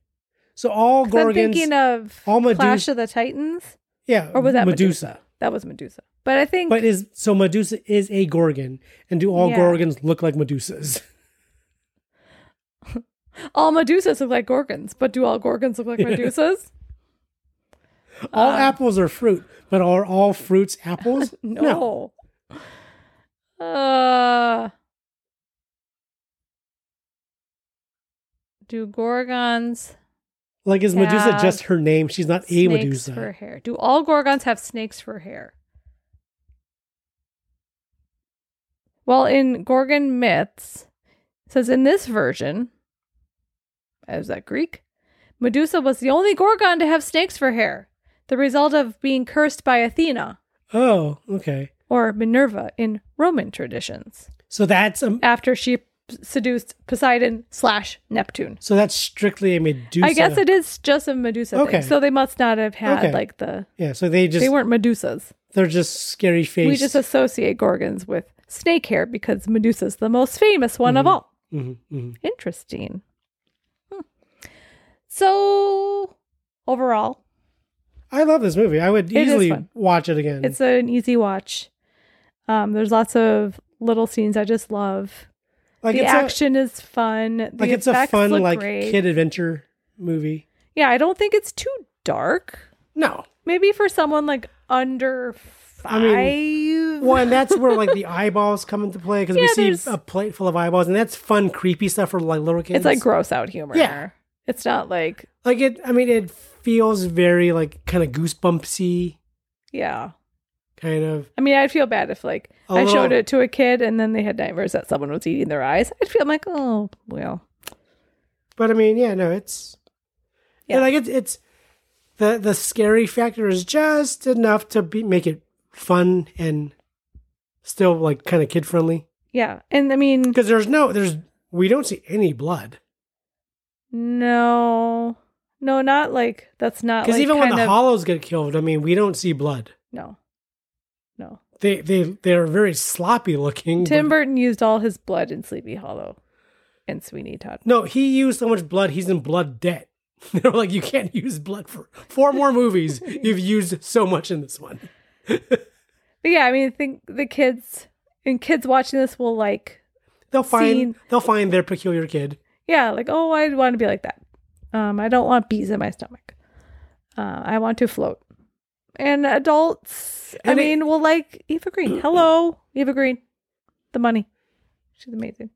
Speaker 4: So all
Speaker 5: 'Cause I'm
Speaker 4: gorgons
Speaker 5: thinking of
Speaker 4: all Medu-
Speaker 5: Clash of the Titans,
Speaker 4: Yeah.
Speaker 5: or was that Medusa?
Speaker 4: Medusa?
Speaker 5: That was Medusa. But I think
Speaker 4: But is so Medusa is a Gorgon, and do all
Speaker 5: Yeah.
Speaker 4: Gorgons look like Medusas? <laughs>
Speaker 5: all Medusas look like Gorgons. But do all Gorgons
Speaker 4: <laughs>
Speaker 5: look like Medusas?
Speaker 4: all
Speaker 5: Uh,
Speaker 4: apples are fruit, but are all fruits apples?
Speaker 5: <laughs> No. Uh, do Gorgons
Speaker 4: Like is Medusa
Speaker 5: Have
Speaker 4: just her name? She's not a
Speaker 5: snakes
Speaker 4: Medusa.
Speaker 5: for hair? Do all Gorgons have snakes for hair? Well, in Gorgon myths, it says in this version, is that Greek? Medusa was the only Gorgon to have snakes for hair, the result of being cursed by Athena
Speaker 4: Oh, okay.
Speaker 5: or Minerva in Roman traditions
Speaker 4: So that's um,
Speaker 5: after she p- seduced Poseidon slash Neptune.
Speaker 4: so that's strictly a Medusa.
Speaker 5: I guess it is just a Medusa
Speaker 4: Okay.
Speaker 5: thing. So they must not have had
Speaker 4: Okay.
Speaker 5: like the
Speaker 4: Yeah. So they just
Speaker 5: they
Speaker 4: they
Speaker 5: weren't Medusas.
Speaker 4: are just scary faced.
Speaker 5: We just associate gorgons with snake hair because Medusa's the most famous one of all.
Speaker 4: Mhm, mhm.
Speaker 5: Interesting. Hmm. So overall,
Speaker 4: I love this movie. I would
Speaker 5: is
Speaker 4: easily
Speaker 5: fun.
Speaker 4: watch it again.
Speaker 5: it's an easy watch. Um, there's lots of little scenes I just love.
Speaker 4: like
Speaker 5: the
Speaker 4: it's
Speaker 5: action is fun. The
Speaker 4: a like it's a
Speaker 5: effects
Speaker 4: fun
Speaker 5: look
Speaker 4: like
Speaker 5: great.
Speaker 4: kid adventure movie.
Speaker 5: Yeah, I don't think it's too dark.
Speaker 4: No,
Speaker 5: Maybe for someone like under
Speaker 4: I
Speaker 5: five.
Speaker 4: mean, Well, and that's where like the eyeballs come into play because
Speaker 5: Yeah,
Speaker 4: we
Speaker 5: there's-
Speaker 4: see a plate full of eyeballs, and that's fun, creepy stuff for like little
Speaker 5: <laughs>
Speaker 4: kids.
Speaker 5: it's like gross out humor.
Speaker 4: Yeah.
Speaker 5: It's not like
Speaker 4: like it. I mean, it feels very like kind of goosebumpsy,
Speaker 5: yeah.
Speaker 4: kind of.
Speaker 5: I mean, I'd feel bad if like
Speaker 4: A
Speaker 5: I showed
Speaker 4: little-
Speaker 5: it to a kid and then they had nightmares that someone was eating their eyes. I'd feel like, oh well,
Speaker 4: But I mean, yeah, no, it's yeah,
Speaker 5: Yeah.
Speaker 4: like it's it's the the scary factor is just enough to be make it fun and still like kind of kid friendly
Speaker 5: yeah. And I mean,
Speaker 4: because there's no there's we don't see any blood
Speaker 5: no, no, not like that's not
Speaker 4: because
Speaker 5: like
Speaker 4: even when
Speaker 5: kind
Speaker 4: the
Speaker 5: of-
Speaker 4: hollows get killed, I mean, we don't see blood.
Speaker 5: no, no.
Speaker 4: They they they are very sloppy looking. but-
Speaker 5: Tim Burton used all his blood in Sleepy Hollow and Sweeney Todd.
Speaker 4: No, he used so much blood, he's in blood debt. <laughs> they were like, you can't use blood for four
Speaker 5: <laughs>
Speaker 4: more movies. You've used so much in this one.
Speaker 5: But yeah, I mean, I think the kids and kids watching this will like
Speaker 4: They'll find
Speaker 5: Scene.
Speaker 4: they'll find their peculiar kid.
Speaker 5: Yeah, like, oh, I want to be like that. Um, I don't want bees in my stomach. Uh, I want to float. And adults,
Speaker 4: And
Speaker 5: I
Speaker 4: it-
Speaker 5: mean, will like Eva Green. Hello, Eva Green. The money. She's amazing.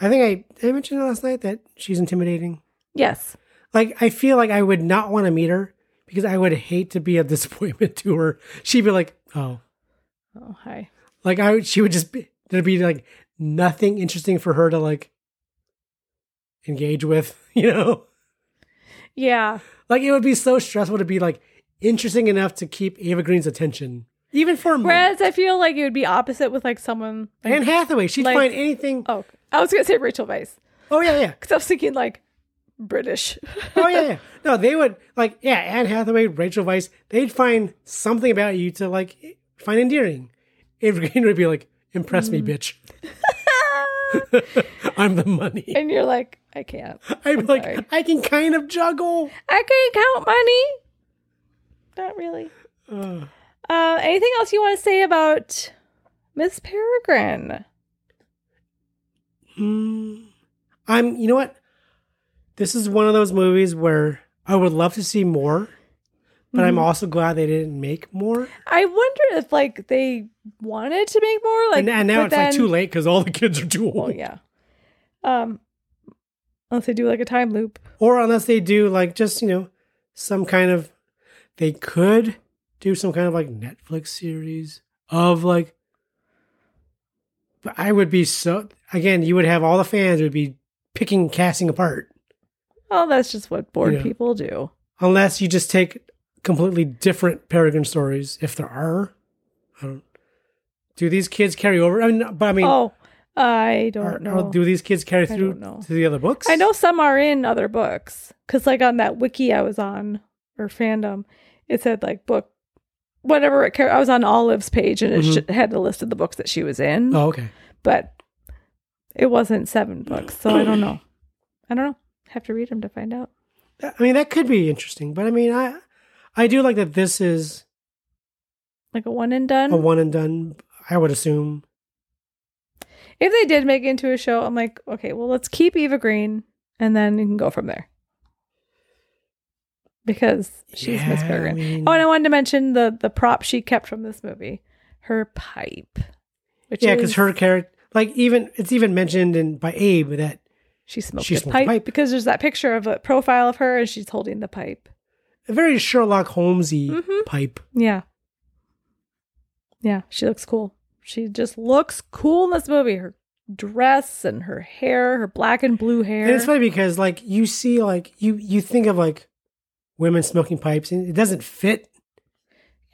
Speaker 4: I think I did I mention last night that she's intimidating.
Speaker 5: Yes.
Speaker 4: Like I feel like I would not want to meet her because I would hate to be a <laughs> disappointment to her. She'd be like, "Oh,
Speaker 5: Oh, hi.
Speaker 4: Like I, would- she would just be there'd be like nothing interesting for her to like engage with, <laughs> you know.
Speaker 5: Yeah.
Speaker 4: Like it would be so stressful to be like interesting enough to keep Ava Green's attention, even for a moment.
Speaker 5: Whereas I feel like it would be opposite with like someone. Like,
Speaker 4: Anne Hathaway, she'd
Speaker 5: like-
Speaker 4: find anything.
Speaker 5: oh, I was gonna say Rachel Weisz
Speaker 4: Oh yeah, yeah,
Speaker 5: because I was thinking like British. <laughs>
Speaker 4: oh yeah, yeah. No, they would like yeah, Anne Hathaway, Rachel Weisz, they'd find something about you to like find endearing. Ava Green would be like, "Impress me,
Speaker 5: Mm.
Speaker 4: bitch. <laughs> I'm the money.
Speaker 5: <laughs> and you're like, I can't.
Speaker 4: I'm like,
Speaker 5: sorry.
Speaker 4: I can kind of juggle."
Speaker 5: I can't count money. Not really. Uh, anything else you want to say about Miss Peregrine?
Speaker 4: Mm, I'm. You know what? This is one of those movies where I would love to see more, but I'm
Speaker 5: Mm-hmm.
Speaker 4: also glad they didn't make more.
Speaker 5: I wonder if like they wanted to make more. Like
Speaker 4: and, and now
Speaker 5: but
Speaker 4: it's like too
Speaker 5: then-
Speaker 4: late because all the kids are too
Speaker 5: Oh
Speaker 4: old.
Speaker 5: yeah. Um, unless they do like a time loop.
Speaker 4: Or unless they do like just you know some kind of, they could do some kind of like Netflix series of like. But I would be so again. You would have all the fans would be picking casting apart
Speaker 5: Oh, that's just what bored
Speaker 4: Yeah.
Speaker 5: people do.
Speaker 4: unless you just take completely different peregrine stories if there are i don't do these kids carry over i mean but i mean
Speaker 5: oh, I don't
Speaker 4: are-
Speaker 5: know.
Speaker 4: or do these kids carry
Speaker 5: don't
Speaker 4: through
Speaker 5: know.
Speaker 4: to the other books
Speaker 5: I know some are in other books because, like, on that wiki I was on or fandom, it said like book whatever it. Car- I was on Olive's page and it sh- had the list of the books that she was in,
Speaker 4: Mm-hmm. oh okay
Speaker 5: but it wasn't seven books, so
Speaker 4: <clears throat>
Speaker 5: I don't know. I don't know. Have to read them to find out.
Speaker 4: That- i mean that could be interesting but i mean i i do like that this is
Speaker 5: Like a one and done.
Speaker 4: a one and done i would assume
Speaker 5: if they did make it into a show, I'm like, okay, well, let's keep Eva Green and then you can go from there. Because she's Miss
Speaker 4: Yeah, I
Speaker 5: Peregrine.
Speaker 4: mean-
Speaker 5: oh, and I wanted to mention the the prop she kept from this movie, her pipe. Which
Speaker 4: yeah because
Speaker 5: is-
Speaker 4: her character like even it's even mentioned in by abe that
Speaker 5: she smoked
Speaker 4: she
Speaker 5: a
Speaker 4: smoked a
Speaker 5: pipe,
Speaker 4: pipe.
Speaker 5: because there's that picture of a profile of her and she's holding the pipe.
Speaker 4: a very sherlock holmesy
Speaker 5: Mhm.
Speaker 4: pipe
Speaker 5: Yeah. Yeah, she looks cool. She just looks cool in this movie. Her dress and her hair, her black and blue hair.
Speaker 4: And it's funny because like you see like you you think of like women smoking pipes and it doesn't fit.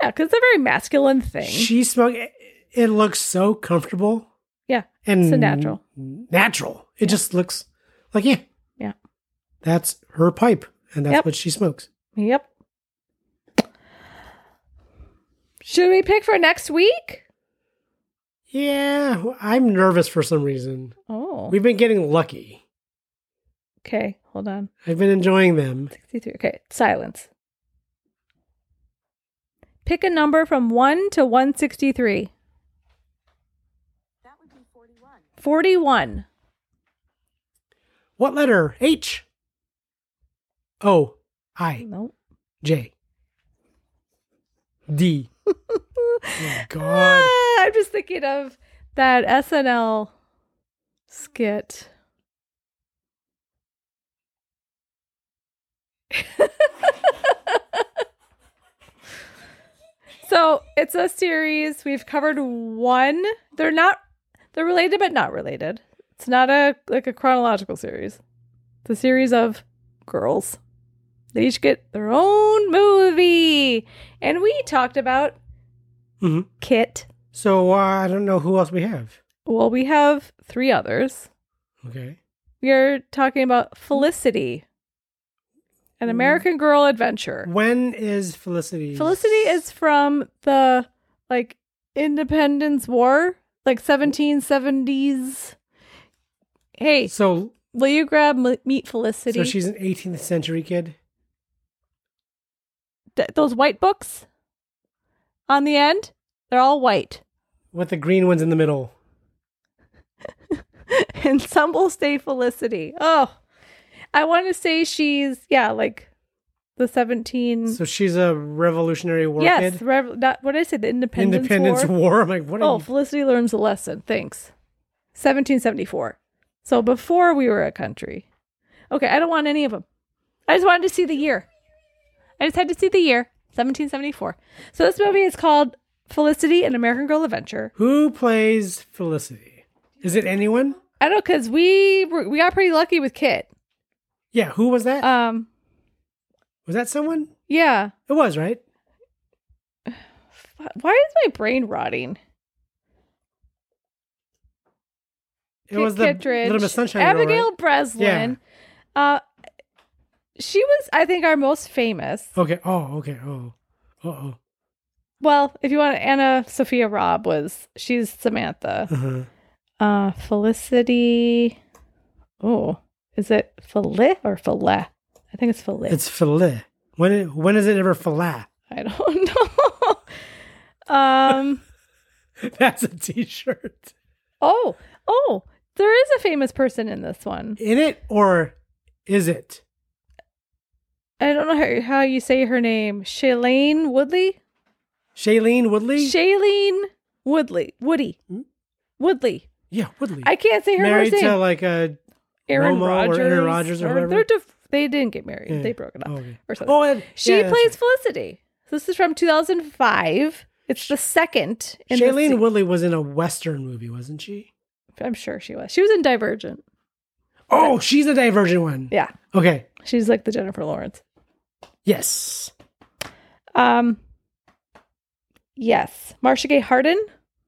Speaker 5: yeah, because it's a very masculine thing.
Speaker 4: She smoke it, it looks so comfortable
Speaker 5: yeah.
Speaker 4: and
Speaker 5: It's a natural.
Speaker 4: Natural. It just looks like yeah,
Speaker 5: Yeah.
Speaker 4: that's her pipe and that's
Speaker 5: Yep.
Speaker 4: what she smokes.
Speaker 5: Yep. Should we pick for next week?
Speaker 4: Yeah, I'm nervous for some reason.
Speaker 5: Oh.
Speaker 4: We've been getting lucky.
Speaker 5: Okay, hold on.
Speaker 4: I've been enjoying them.
Speaker 5: 63. Okay, silence. Pick a number from 1 to 163. That would be 41. 41.
Speaker 4: What letter? H O I
Speaker 5: Nope.
Speaker 4: J
Speaker 5: <laughs>
Speaker 4: D. Oh my god.
Speaker 5: Ah, I'm just thinking of that SNL skit. <laughs> so it's a series. We've covered one. They're not. They're related, but not related. It's not a like a chronological series. It's a series of girls. They each get their own movie, and we talked about
Speaker 4: Mhm.
Speaker 5: Kit.
Speaker 4: So uh, I don't know who else we have.
Speaker 5: Well, we have three others.
Speaker 4: Okay.
Speaker 5: We are talking about Felicity,
Speaker 4: Mm.
Speaker 5: an American Girl adventure.
Speaker 4: When is Felicity?
Speaker 5: Felicity is from the like Independence War, like 1770s. Hey,
Speaker 4: so
Speaker 5: will you grab m- meet Felicity?
Speaker 4: so she's an 18th century kid.
Speaker 5: Th- those white books on the end, they're all white. <laughs>
Speaker 4: With the green ones in the middle.
Speaker 5: and some will stay Felicity. Oh, I want to say she's yeah, like the seventeen.
Speaker 4: So she's a revolutionary war
Speaker 5: Mm-hmm. yes,
Speaker 4: kid.
Speaker 5: rev- not, what did I say? The Independence,
Speaker 4: Independence
Speaker 5: War.
Speaker 4: war. I'm like, what? Are
Speaker 5: Oh,
Speaker 4: you-
Speaker 5: Felicity learns a lesson. Thanks. 1774. So before we were a country. Okay, I don't want any of them. I just wanted to see the year. I just had to see the year 1774. So this movie is called Felicity: An American Girl Adventure.
Speaker 4: Who plays Felicity? Is it anyone?
Speaker 5: I don't know because we were, we got pretty lucky with Kit.
Speaker 4: Yeah. Who was that?
Speaker 5: Um,
Speaker 4: was that someone?
Speaker 5: yeah.
Speaker 4: It was right.
Speaker 5: F- Why is my brain rotting?
Speaker 4: It
Speaker 5: Kit
Speaker 4: was the
Speaker 5: Kittredge,
Speaker 4: Little Miss Sunshine. girl,
Speaker 5: Abigail
Speaker 4: right?
Speaker 5: Breslin. Uh, she was, I think, our most famous.
Speaker 4: Okay. Oh. Okay. Oh. Uh oh.
Speaker 5: Well, if you want, Anna Sophia Robb was. She's Samantha.
Speaker 4: Uh-huh.
Speaker 5: Uh, Felicity. Oh, is it Fili or Filet? I think it's Filet.
Speaker 4: It's fillet. When it, when is it ever fillet?
Speaker 5: I don't <laughs> know. um.
Speaker 4: <laughs> That's a T-shirt.
Speaker 5: Oh. Oh. There is a famous person in this one.
Speaker 4: In it or is it?
Speaker 5: I don't know how, how you say her name. Shailene Woodley.
Speaker 4: Shailene Woodley.
Speaker 5: Shailene Woodley. Woody. Woodley.
Speaker 4: yeah, Woodley.
Speaker 5: I can't say her
Speaker 4: Hmm? Married
Speaker 5: last
Speaker 4: to
Speaker 5: name.
Speaker 4: like a
Speaker 5: Aaron
Speaker 4: Romo or
Speaker 5: Rodgers.
Speaker 4: Aaron Rodgers or whoever.
Speaker 5: they're div- they didn't get married.
Speaker 4: Yeah.
Speaker 5: They broke it up.
Speaker 4: Oh, okay.
Speaker 5: or something.
Speaker 4: Oh, and-
Speaker 5: She
Speaker 4: yeah, that's
Speaker 5: plays Felicity. This is from 2005. It's the second.
Speaker 4: right.
Speaker 5: the se-
Speaker 4: Shailene Woodley was in a Western movie, wasn't she?
Speaker 5: I'm sure she was. She was in Divergent.
Speaker 4: Oh, she's the Divergent one.
Speaker 5: Yeah,
Speaker 4: Okay.
Speaker 5: she's like the Jennifer Lawrence.
Speaker 4: Yes.
Speaker 5: Um, yes, Marcia Gay Harden.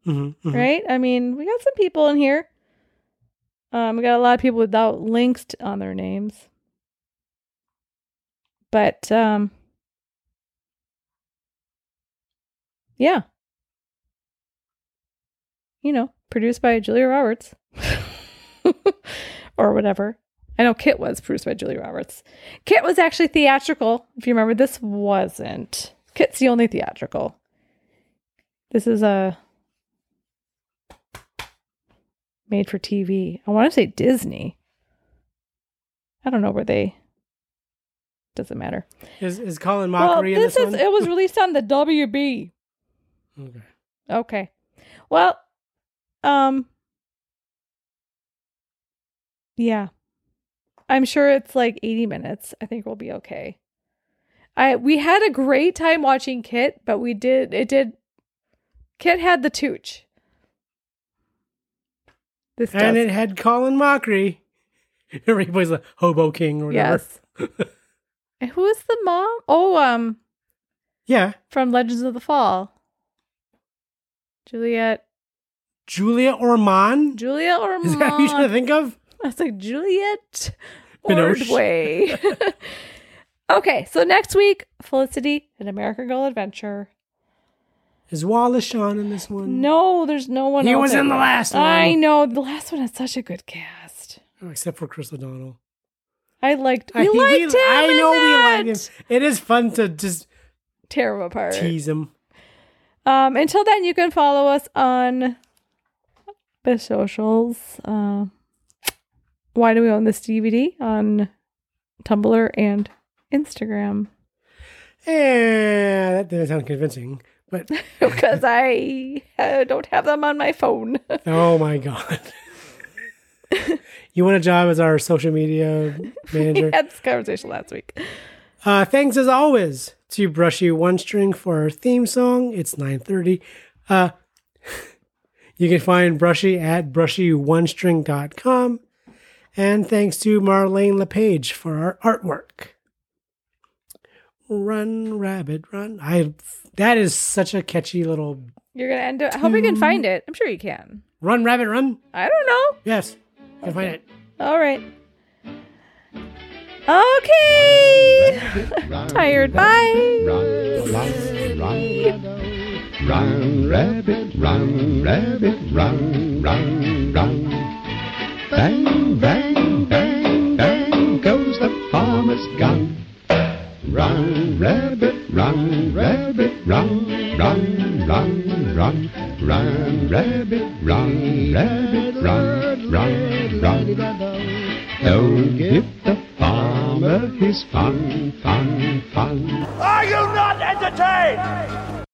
Speaker 4: Mhm, mhm.
Speaker 5: Right. I mean, we got some people in here. Um, we got a lot of people without links t- on their names. But um, yeah, you know, produced by Julia Roberts <laughs> or whatever. I know Kit was produced by Julia Roberts. Kit was actually theatrical. If you remember, this wasn't. Kit's the only theatrical. This is a made for TV. I want to say Disney. I don't know where they. Doesn't matter.
Speaker 4: Is is Colin Mockery
Speaker 5: well, this,
Speaker 4: in
Speaker 5: is
Speaker 4: this
Speaker 5: it was released on the WB.
Speaker 4: one? Okay.
Speaker 5: Okay. Well, um Yeah. I'm sure it's like 80 minutes. I think we'll be okay. I we had a great time watching Kit, but we did it did Kit had the tooch. This
Speaker 4: And
Speaker 5: does-
Speaker 4: it had Colin Mockery. <laughs> Everybody's like Hobo King or whatever.
Speaker 5: Yes. And Who is the mom? Oh, um
Speaker 4: Yeah.
Speaker 5: from Legends of the Fall. Juliet
Speaker 4: Julia Ormond.
Speaker 5: Julia or
Speaker 4: <laughs> Is that who you
Speaker 5: Maude?
Speaker 4: should think of?
Speaker 5: I was like, Juliet
Speaker 4: Binoche.
Speaker 5: Ordway. <laughs> okay, so next week, Felicity, an American Girl Adventure.
Speaker 4: Is Wallace Shawn in this one?
Speaker 5: No, there's no one
Speaker 4: He
Speaker 5: else
Speaker 4: was in the last one.
Speaker 5: I know. The last one had such a good cast.
Speaker 4: Oh, Except for Chris O'Donnell.
Speaker 5: I liked we
Speaker 4: I-
Speaker 5: liked him.
Speaker 4: I
Speaker 5: in
Speaker 4: know
Speaker 5: that.
Speaker 4: we like him. It is fun to just
Speaker 5: Tear him apart.
Speaker 4: tease him.
Speaker 5: Um, until then, you can follow us on the socials. Uh, why do we own this DVD on Tumblr and Instagram? <laughs>
Speaker 4: Yeah, that doesn't sound convincing. But
Speaker 5: <laughs> because I uh, don't have them on my phone. <laughs>
Speaker 4: oh my god, <laughs> you want a job as our social media
Speaker 5: we
Speaker 4: manager?
Speaker 5: had this conversation last week.
Speaker 4: Uh, thanks as always to Brushy One String for our theme song. It's nine thirty. Uh, <laughs> you can find Brushy at brushyonestring.com. And thanks to Marlene LePage for our artwork. Run, rabbit, run! I that is such a catchy little
Speaker 5: You're gonna end up. I hope you can find it. I'm sure you can.
Speaker 4: run, rabbit, run.
Speaker 5: I don't know.
Speaker 4: Yes. You can find it.
Speaker 5: All right. Okay. <laughs> Tired. Bye.
Speaker 8: Run, rabbit, run, rabbit, run, run, run. Bang, bang, bang, bang goes the farmer's gun. Run, rabbit, run, rabbit, run, run, run, run. run, rabbit, run, rabbit, run, run, run. Don't give the farmer his fun, fun, fun.
Speaker 9: Are you not entertained?